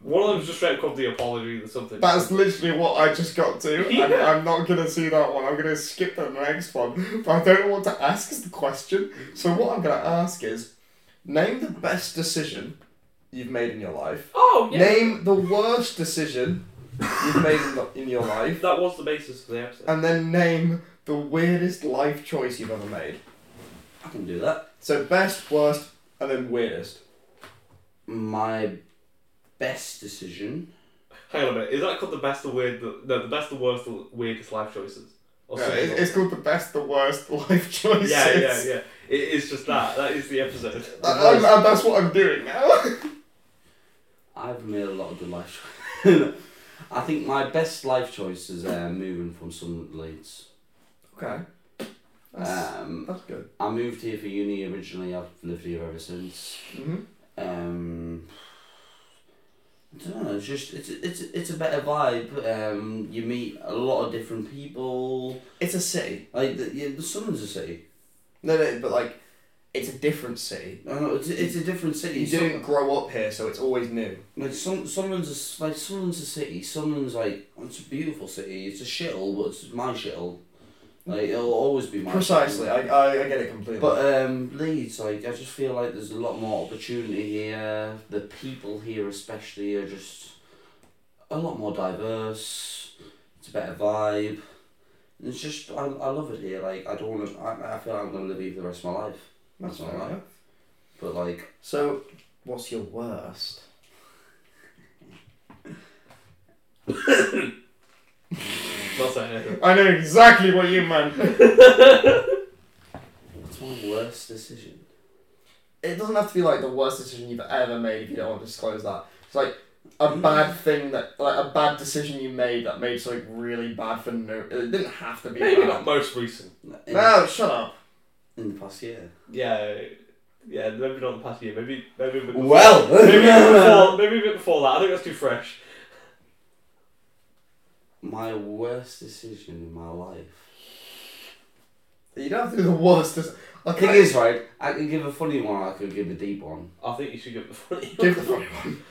[SPEAKER 1] One of them's just straight up called the apology or something.
[SPEAKER 2] that's literally what I just got to. And
[SPEAKER 1] Yeah.
[SPEAKER 2] I'm not gonna see that one. I'm gonna skip the next one. But I don't want to ask is the question. So what I'm gonna ask is name the best decision you've made in your life.
[SPEAKER 1] oh yeah.
[SPEAKER 2] Name the worst decision you've made in, in your life,
[SPEAKER 1] That was the basis for the episode.
[SPEAKER 2] and then name the weirdest life choice you've ever made.
[SPEAKER 3] I can do that.
[SPEAKER 2] So best, worst, and then weirdest.
[SPEAKER 3] My best decision
[SPEAKER 1] Hang on a minute. Is that called the best of weird? No, the best of worst weirdest life choices. Or
[SPEAKER 4] No,
[SPEAKER 1] something
[SPEAKER 4] it- it's
[SPEAKER 1] like-
[SPEAKER 4] called the best, the worst life choices.
[SPEAKER 1] yeah, yeah, yeah. It, it's just that. That is the episode.
[SPEAKER 4] I- I'm- I'm- that's what I'm doing now.
[SPEAKER 3] I've made a lot of good life choices. I think my best life choice is uh, moving from Sunderland to Leeds.
[SPEAKER 2] Okay.
[SPEAKER 1] Ah.
[SPEAKER 2] That's,
[SPEAKER 3] Um,
[SPEAKER 2] that's good.
[SPEAKER 3] I moved here for uni originally. I've lived here ever since.
[SPEAKER 2] Mm-hmm.
[SPEAKER 3] Um, I don't know. It's just it's it's it's a better vibe. Um, you meet a lot of different people.
[SPEAKER 2] It's a city.
[SPEAKER 3] Like the yeah, the Sunderland's a city.
[SPEAKER 2] No, no, but like, it's a different city.
[SPEAKER 3] I don't know, it's it's a different city.
[SPEAKER 2] You
[SPEAKER 3] Sun-
[SPEAKER 2] didn't grow up here, so it's always new.
[SPEAKER 3] Like some Sunderland's a, s- like Sunderland's a city. Sunderland's like oh, it's a beautiful city. It's a shithole, but it's my shithole. Like it'll always be my.
[SPEAKER 2] Precisely.
[SPEAKER 3] shithole.
[SPEAKER 2] I, I, I get it completely.
[SPEAKER 3] But um, Leeds, like I just feel like there's a lot more opportunity here. The people here, especially, are just a lot more diverse. It's a better vibe. And It's just I, I love it here. Like I don't want to. I, I feel like I'm gonna live here for the rest of my life.
[SPEAKER 2] that's
[SPEAKER 3] all
[SPEAKER 2] fair
[SPEAKER 3] right.
[SPEAKER 2] enough.
[SPEAKER 3] But like
[SPEAKER 2] So, what's your worst?
[SPEAKER 1] Not saying anything.
[SPEAKER 4] I know exactly what you meant.
[SPEAKER 3] what's my worst decision?
[SPEAKER 2] it doesn't have to be like the worst decision you've ever made if you don't want to disclose that. It's like a
[SPEAKER 3] Mm.
[SPEAKER 2] bad thing that like a bad decision you made that made something really bad for no. It didn't have to be.
[SPEAKER 1] Maybe
[SPEAKER 2] bad.
[SPEAKER 1] not Uh, most recent.
[SPEAKER 3] In,
[SPEAKER 2] No, shut up.
[SPEAKER 3] in the past year.
[SPEAKER 1] Yeah, yeah. Maybe not the past year. Maybe maybe. a bit before- maybe a bit
[SPEAKER 3] Well.
[SPEAKER 1] before, maybe a bit before that. I think that's too fresh.
[SPEAKER 3] my worst decision in my life.
[SPEAKER 2] You don't have to do the worst. Dis-
[SPEAKER 3] The
[SPEAKER 2] like,
[SPEAKER 3] thing is, right? I could give a funny one. I could give a deep one.
[SPEAKER 1] I think you should give it the funny.
[SPEAKER 2] give the funny one.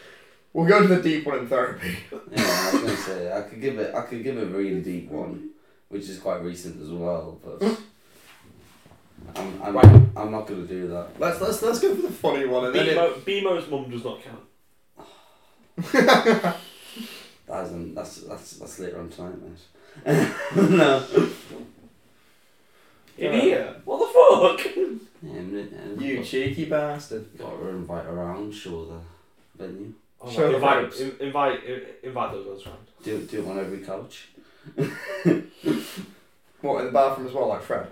[SPEAKER 2] We'll go to the deep one in therapy.
[SPEAKER 3] Yeah, I was gonna say I could give it. I could give a really deep one, which is quite recent as well. But I'm I'm, I'm not gonna do that.
[SPEAKER 2] Let's let's let's go for the funny one and then it,
[SPEAKER 1] Bemo, Bemo's mum does not count.
[SPEAKER 3] That isn't. That's that's that's later on tonight, mate. no.
[SPEAKER 1] In
[SPEAKER 2] Yeah.
[SPEAKER 1] here. What the fuck?
[SPEAKER 3] Yeah, I'm, I'm,
[SPEAKER 2] you cheeky bastard.
[SPEAKER 3] got to invite around, show the venue.
[SPEAKER 1] Oh,
[SPEAKER 2] Show the
[SPEAKER 1] invite,
[SPEAKER 2] vibes.
[SPEAKER 1] in, invite, in, invite those ones round.
[SPEAKER 3] Do it- do it on every couch.
[SPEAKER 2] What in the bathroom as well, like Fred.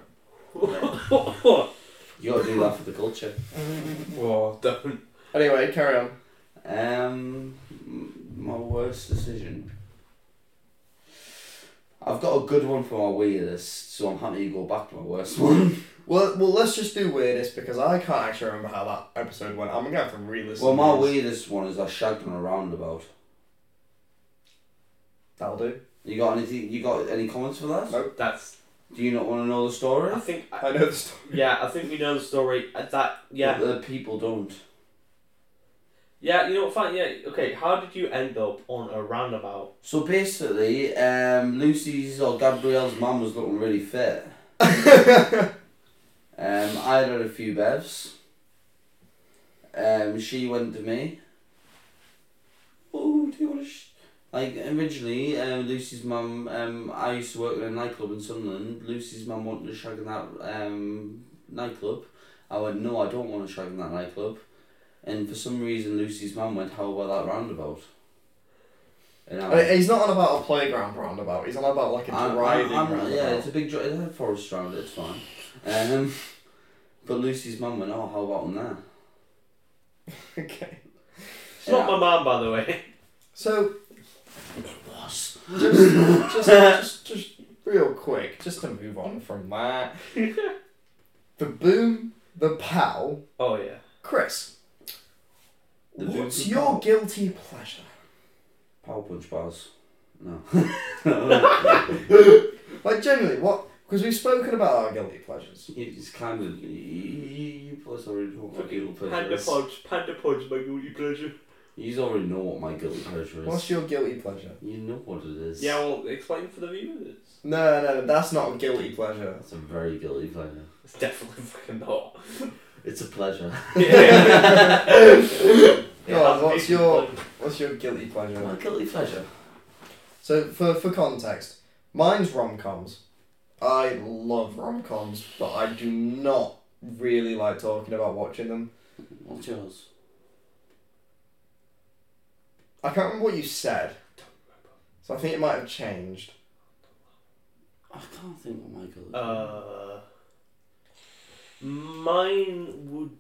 [SPEAKER 3] You got to do that for the culture.
[SPEAKER 1] Oh, don't.
[SPEAKER 2] Anyway, carry on.
[SPEAKER 3] Um, m- my worst decision. I've got a good one for my weirdest, so I'm happy to go back to my worst one.
[SPEAKER 2] Well, well, let's just do weirdest because I can't actually remember how that episode went. I'm gonna have to re-listen.
[SPEAKER 3] well, my
[SPEAKER 2] to this.
[SPEAKER 3] weirdest one is I shagged on a roundabout.
[SPEAKER 2] That'll do.
[SPEAKER 3] You got anything? You got any comments for that?
[SPEAKER 2] No.
[SPEAKER 1] That's.
[SPEAKER 3] Do you not want to know the story?
[SPEAKER 1] I think. I,
[SPEAKER 2] I know the story.
[SPEAKER 1] yeah, I think we know the story. Uh, That. Yeah.
[SPEAKER 3] But the people don't.
[SPEAKER 1] Yeah. You know what? Fine. Yeah. Okay. How did you end up on a roundabout?
[SPEAKER 3] So basically, um, Lucy's or Gabrielle's mum was looking really fit. um, I had had a few bevs. Um, she went to me. Oh, do you want to? Sh-? Like originally, um, Lucy's mum. Um, I used to work in a nightclub in Sunderland. Lucy's mum wanted to shag in that um nightclub. I went, no, I don't want to shag in that nightclub. And for some reason, Lucy's mum went, how about that roundabout? And I
[SPEAKER 2] Uh, He's not on about a playground roundabout. He's on about like a
[SPEAKER 3] I'm-
[SPEAKER 2] driving
[SPEAKER 3] I'm-
[SPEAKER 2] roundabout.
[SPEAKER 3] Yeah, it's a big dri- it's a forest round, it's fine. Um, but Lucy's mum went, oh, how about on there?
[SPEAKER 2] okay.
[SPEAKER 1] It's not my mum, by the way.
[SPEAKER 2] So
[SPEAKER 3] boss.
[SPEAKER 2] just, just just just real quick, just to move on from that. the boom, the pal,
[SPEAKER 1] Oh yeah.
[SPEAKER 2] Chris.
[SPEAKER 3] The boom,
[SPEAKER 2] what's
[SPEAKER 3] the
[SPEAKER 2] your
[SPEAKER 3] pow.
[SPEAKER 2] guilty pleasure?
[SPEAKER 3] Power punch bars. No.
[SPEAKER 2] Like generally, what? Because we've spoken about our guilty pleasures.
[SPEAKER 3] it's kind of. You, you plus already know what my guilty pleasure
[SPEAKER 1] Panda
[SPEAKER 3] is.
[SPEAKER 1] punch. Panda punch. My guilty pleasure.
[SPEAKER 3] You already know what my guilty pleasure is.
[SPEAKER 2] What's your guilty pleasure?
[SPEAKER 3] You know what it is.
[SPEAKER 1] Yeah. Well, explain for the viewers.
[SPEAKER 2] No, no, no, that's not a guilty pleasure.
[SPEAKER 3] That's a very guilty pleasure.
[SPEAKER 1] It's definitely fucking not.
[SPEAKER 3] It's a pleasure.
[SPEAKER 2] God,
[SPEAKER 1] Yeah,
[SPEAKER 2] what's
[SPEAKER 1] guilty
[SPEAKER 2] your
[SPEAKER 1] pleasure.
[SPEAKER 2] what's your guilty
[SPEAKER 3] my
[SPEAKER 2] pleasure?
[SPEAKER 3] guilty pleasure.
[SPEAKER 2] So for for context, mine's rom coms. I love rom coms, but I do not really like talking about watching them.
[SPEAKER 3] What's yours?
[SPEAKER 2] I can't remember what you said, So I think it might have changed.
[SPEAKER 3] I can't think what my colour.
[SPEAKER 1] Uh, mine would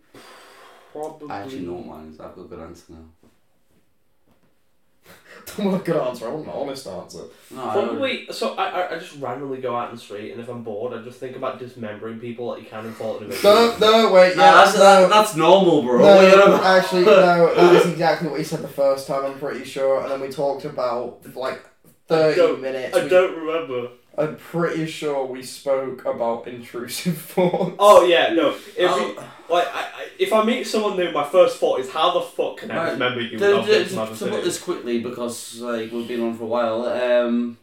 [SPEAKER 1] probably.
[SPEAKER 3] I actually know what mine is. I've got a good answer now.
[SPEAKER 2] Don't want a good answer. I want an honest answer.
[SPEAKER 3] No, I don't-
[SPEAKER 1] Probably. So I, I, I just randomly go out in the street, and if I'm bored, I just think about dismembering people that you can and fall into.
[SPEAKER 2] No, no, wait. Yeah,
[SPEAKER 3] Nah, that's,
[SPEAKER 2] no.
[SPEAKER 3] that's normal, bro.
[SPEAKER 2] No,
[SPEAKER 3] You're a-
[SPEAKER 2] actually, no, that is exactly what you said the first time, I'm pretty sure. And then we talked about, like, 30
[SPEAKER 1] I don't-
[SPEAKER 2] minutes.
[SPEAKER 1] I
[SPEAKER 2] We-
[SPEAKER 1] don't remember.
[SPEAKER 2] I'm pretty sure we spoke about intrusive thoughts.
[SPEAKER 1] Oh yeah, no. If
[SPEAKER 3] I'll-
[SPEAKER 1] you- like, I, I, if I meet someone new, my first thought is how the fuck can I
[SPEAKER 3] Right.
[SPEAKER 1] remember you?
[SPEAKER 3] To,
[SPEAKER 1] without
[SPEAKER 3] to,
[SPEAKER 1] being
[SPEAKER 3] to,
[SPEAKER 1] mad
[SPEAKER 3] to
[SPEAKER 1] at
[SPEAKER 3] put
[SPEAKER 1] it?
[SPEAKER 3] this quickly, because like we've been on for a while, um,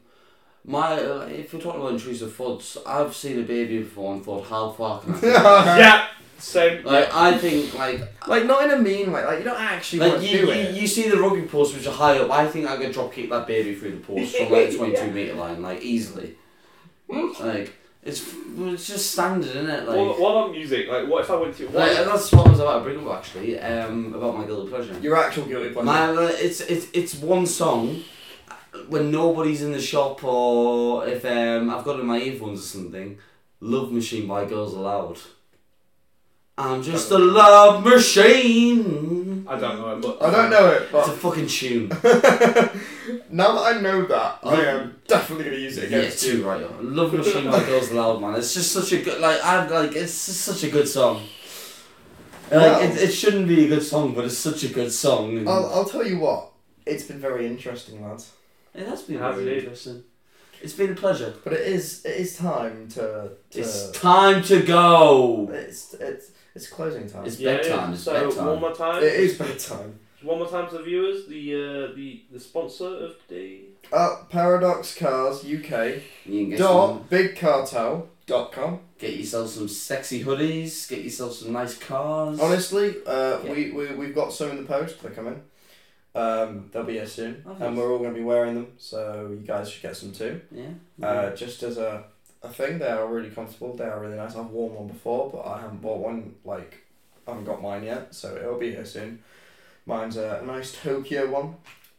[SPEAKER 3] my uh, if you're talking about intrusive thoughts, I've seen a baby before and thought, how far can I? go?"
[SPEAKER 1] yeah, same.
[SPEAKER 3] like I think like
[SPEAKER 2] Like, not in a mean way. Like, you don't actually
[SPEAKER 3] like
[SPEAKER 2] want to
[SPEAKER 3] you,
[SPEAKER 2] do
[SPEAKER 3] you,
[SPEAKER 2] it.
[SPEAKER 3] you see the rugby posts which are high up. I think I could drop kick that baby through the post from like the twenty two meter line like easily.
[SPEAKER 2] Hmm.
[SPEAKER 3] like it's it's just standard, isn't it? Like.
[SPEAKER 1] what, what about music? Like, what if I went to? What,
[SPEAKER 3] like, and that's what I was about to bring up actually, um, about my guilty pleasure.
[SPEAKER 2] Your actual guilty pleasure.
[SPEAKER 3] My, uh, it's it's it's one song uh, when nobody's in the shop or if um, I've got it in my earphones or something. Love Machine by Girls Aloud. I'm just a love machine.
[SPEAKER 1] I don't know, but um,
[SPEAKER 2] I don't know it,
[SPEAKER 3] It's a
[SPEAKER 2] but
[SPEAKER 3] fucking tune.
[SPEAKER 2] now that I know that, I am definitely going to use it
[SPEAKER 3] yeah,
[SPEAKER 2] against you.
[SPEAKER 3] too right. on. Love Machine by Girls Aloud, man. It's just such a good like I'm like it's just such a good song. Like
[SPEAKER 2] Well-
[SPEAKER 3] it, it shouldn't be a good song, but it's such a good song. and-
[SPEAKER 2] I'll, I'll tell you what, it's been very interesting, lads.
[SPEAKER 3] it has been
[SPEAKER 1] How's
[SPEAKER 3] very
[SPEAKER 1] it?
[SPEAKER 3] interesting. It's been a pleasure.
[SPEAKER 2] But it is it is time to. to
[SPEAKER 3] It's time to go.
[SPEAKER 2] it's, it's, it's closing time.
[SPEAKER 3] It's
[SPEAKER 1] Yeah, it is.
[SPEAKER 3] bedtime. It's
[SPEAKER 1] so
[SPEAKER 3] bedtime.
[SPEAKER 1] one more time.
[SPEAKER 2] it is bedtime.
[SPEAKER 1] One more time to the viewers, the uh, the the sponsor of the
[SPEAKER 2] Uh, Paradox Cars UK.
[SPEAKER 3] You can get, some,
[SPEAKER 2] dot bigcartel.com.
[SPEAKER 3] get yourself some sexy hoodies. Get yourself some nice cars.
[SPEAKER 2] Honestly, uh,
[SPEAKER 3] Mm. Yeah.
[SPEAKER 2] we, we, we've got some in the post. They're coming. Um, they'll be here soon.
[SPEAKER 3] Oh, nice.
[SPEAKER 2] And we're all going to be wearing them, so you guys should get some too.
[SPEAKER 3] Yeah.
[SPEAKER 2] Uh,
[SPEAKER 3] Mm.
[SPEAKER 2] just as a, a thing, they are really comfortable. They are really nice. I've worn one before, but I haven't bought one, like, I haven't got mine yet, so it'll be here soon. Mine's a nice Tokyo one.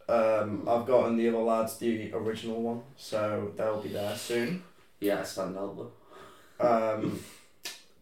[SPEAKER 3] Mm.
[SPEAKER 2] Um, I've gotten the other lads the original one, so they'll be there soon.
[SPEAKER 3] yeah, I stand out though.
[SPEAKER 2] Um,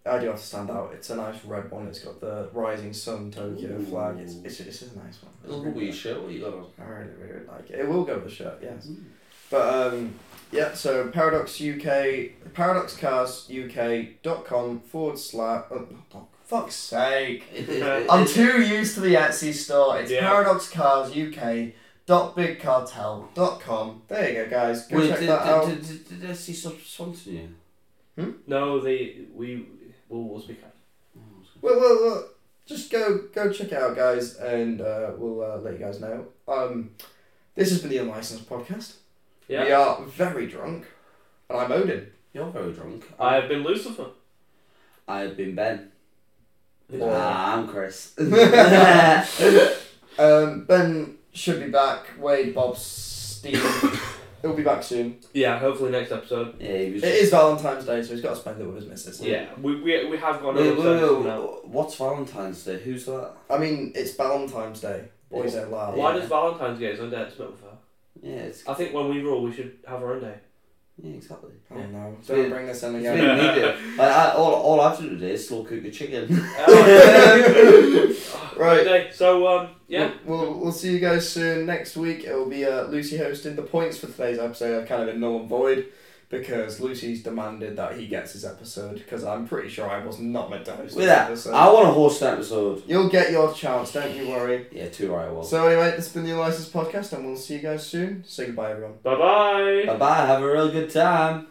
[SPEAKER 2] I do have to stand out. It's a nice red one. It's got the rising sun Tokyo
[SPEAKER 3] Ooh.
[SPEAKER 2] flag. It's, it's, it's a nice one.
[SPEAKER 3] It'll go with your shirt. What you got on?
[SPEAKER 2] I really, really like it. It will go with the shirt, yes.
[SPEAKER 3] Mm.
[SPEAKER 2] But um, yeah, so Paradox UK, paradoxcarsuk.com forward slash. Oh, oh, fuck's sake.
[SPEAKER 3] It, it,
[SPEAKER 1] Uh,
[SPEAKER 3] it,
[SPEAKER 2] I'm
[SPEAKER 3] it-
[SPEAKER 2] too used to the Etsy store. It's
[SPEAKER 1] Yeah.
[SPEAKER 2] paradoxcarsuk.bigcartel.com. There you go, guys. Go
[SPEAKER 3] Wait,
[SPEAKER 2] check
[SPEAKER 3] did,
[SPEAKER 2] that out.
[SPEAKER 3] did, did, did, did SC stop sponsoring you?
[SPEAKER 1] no the we will we'll speak. out.
[SPEAKER 2] Well, well, well, just go go check it out, guys, and uh, we'll uh, let you guys know. Um, this has been the Unlicensed Podcast. We
[SPEAKER 1] Yeah,
[SPEAKER 2] are very drunk, and I'm Odin.
[SPEAKER 3] You're very drunk.
[SPEAKER 1] I have been Lucifer.
[SPEAKER 3] I've been Ben.
[SPEAKER 2] Or-
[SPEAKER 3] Ah, I'm Chris. I've
[SPEAKER 2] Um, ben should be back. Wade, Bob, Steve. He'll be back soon.
[SPEAKER 1] Yeah, hopefully next episode.
[SPEAKER 3] Yeah, he was.
[SPEAKER 2] It is Valentine's Day, so he's got to spend it with his missus.
[SPEAKER 1] Yeah, we we, we have gone
[SPEAKER 3] Wait, wait,
[SPEAKER 1] over
[SPEAKER 3] wait,
[SPEAKER 1] episodes
[SPEAKER 3] wait,
[SPEAKER 1] now.
[SPEAKER 3] What's Valentine's Day? Who's that?
[SPEAKER 2] I mean, it's Valentine's Day. Boys
[SPEAKER 3] Yeah.
[SPEAKER 2] out loud.
[SPEAKER 1] Why
[SPEAKER 3] Yeah.
[SPEAKER 1] does Valentine's Day is on Dad Smith with
[SPEAKER 3] Yeah, it's
[SPEAKER 1] her? I think when we rule, we should have our own day.
[SPEAKER 3] yeah, exactly.
[SPEAKER 2] Oh no!
[SPEAKER 3] It's
[SPEAKER 2] Don't
[SPEAKER 3] been-
[SPEAKER 2] bring this in
[SPEAKER 3] Yeah.
[SPEAKER 2] again.
[SPEAKER 3] Didn't need it. Like, I, all, all I have to do today is slow cook the chicken.
[SPEAKER 2] Right.
[SPEAKER 1] Day. So um, yeah.
[SPEAKER 2] We'll, we'll see you guys soon next week. It will be uh, Lucy hosting. The points for today's episode are kind of in null and void because Lucy's demanded that he gets his episode because I'm pretty sure I was not meant to host
[SPEAKER 3] With
[SPEAKER 2] this
[SPEAKER 3] that,
[SPEAKER 2] episode.
[SPEAKER 3] I want to host an episode.
[SPEAKER 2] You'll get your chance, don't you worry.
[SPEAKER 3] Yeah, two right. Well,
[SPEAKER 2] So anyway, this has been the Licensed Podcast and we'll see you guys soon. Say goodbye, everyone.
[SPEAKER 1] Bye bye.
[SPEAKER 3] bye bye. Have a real good time.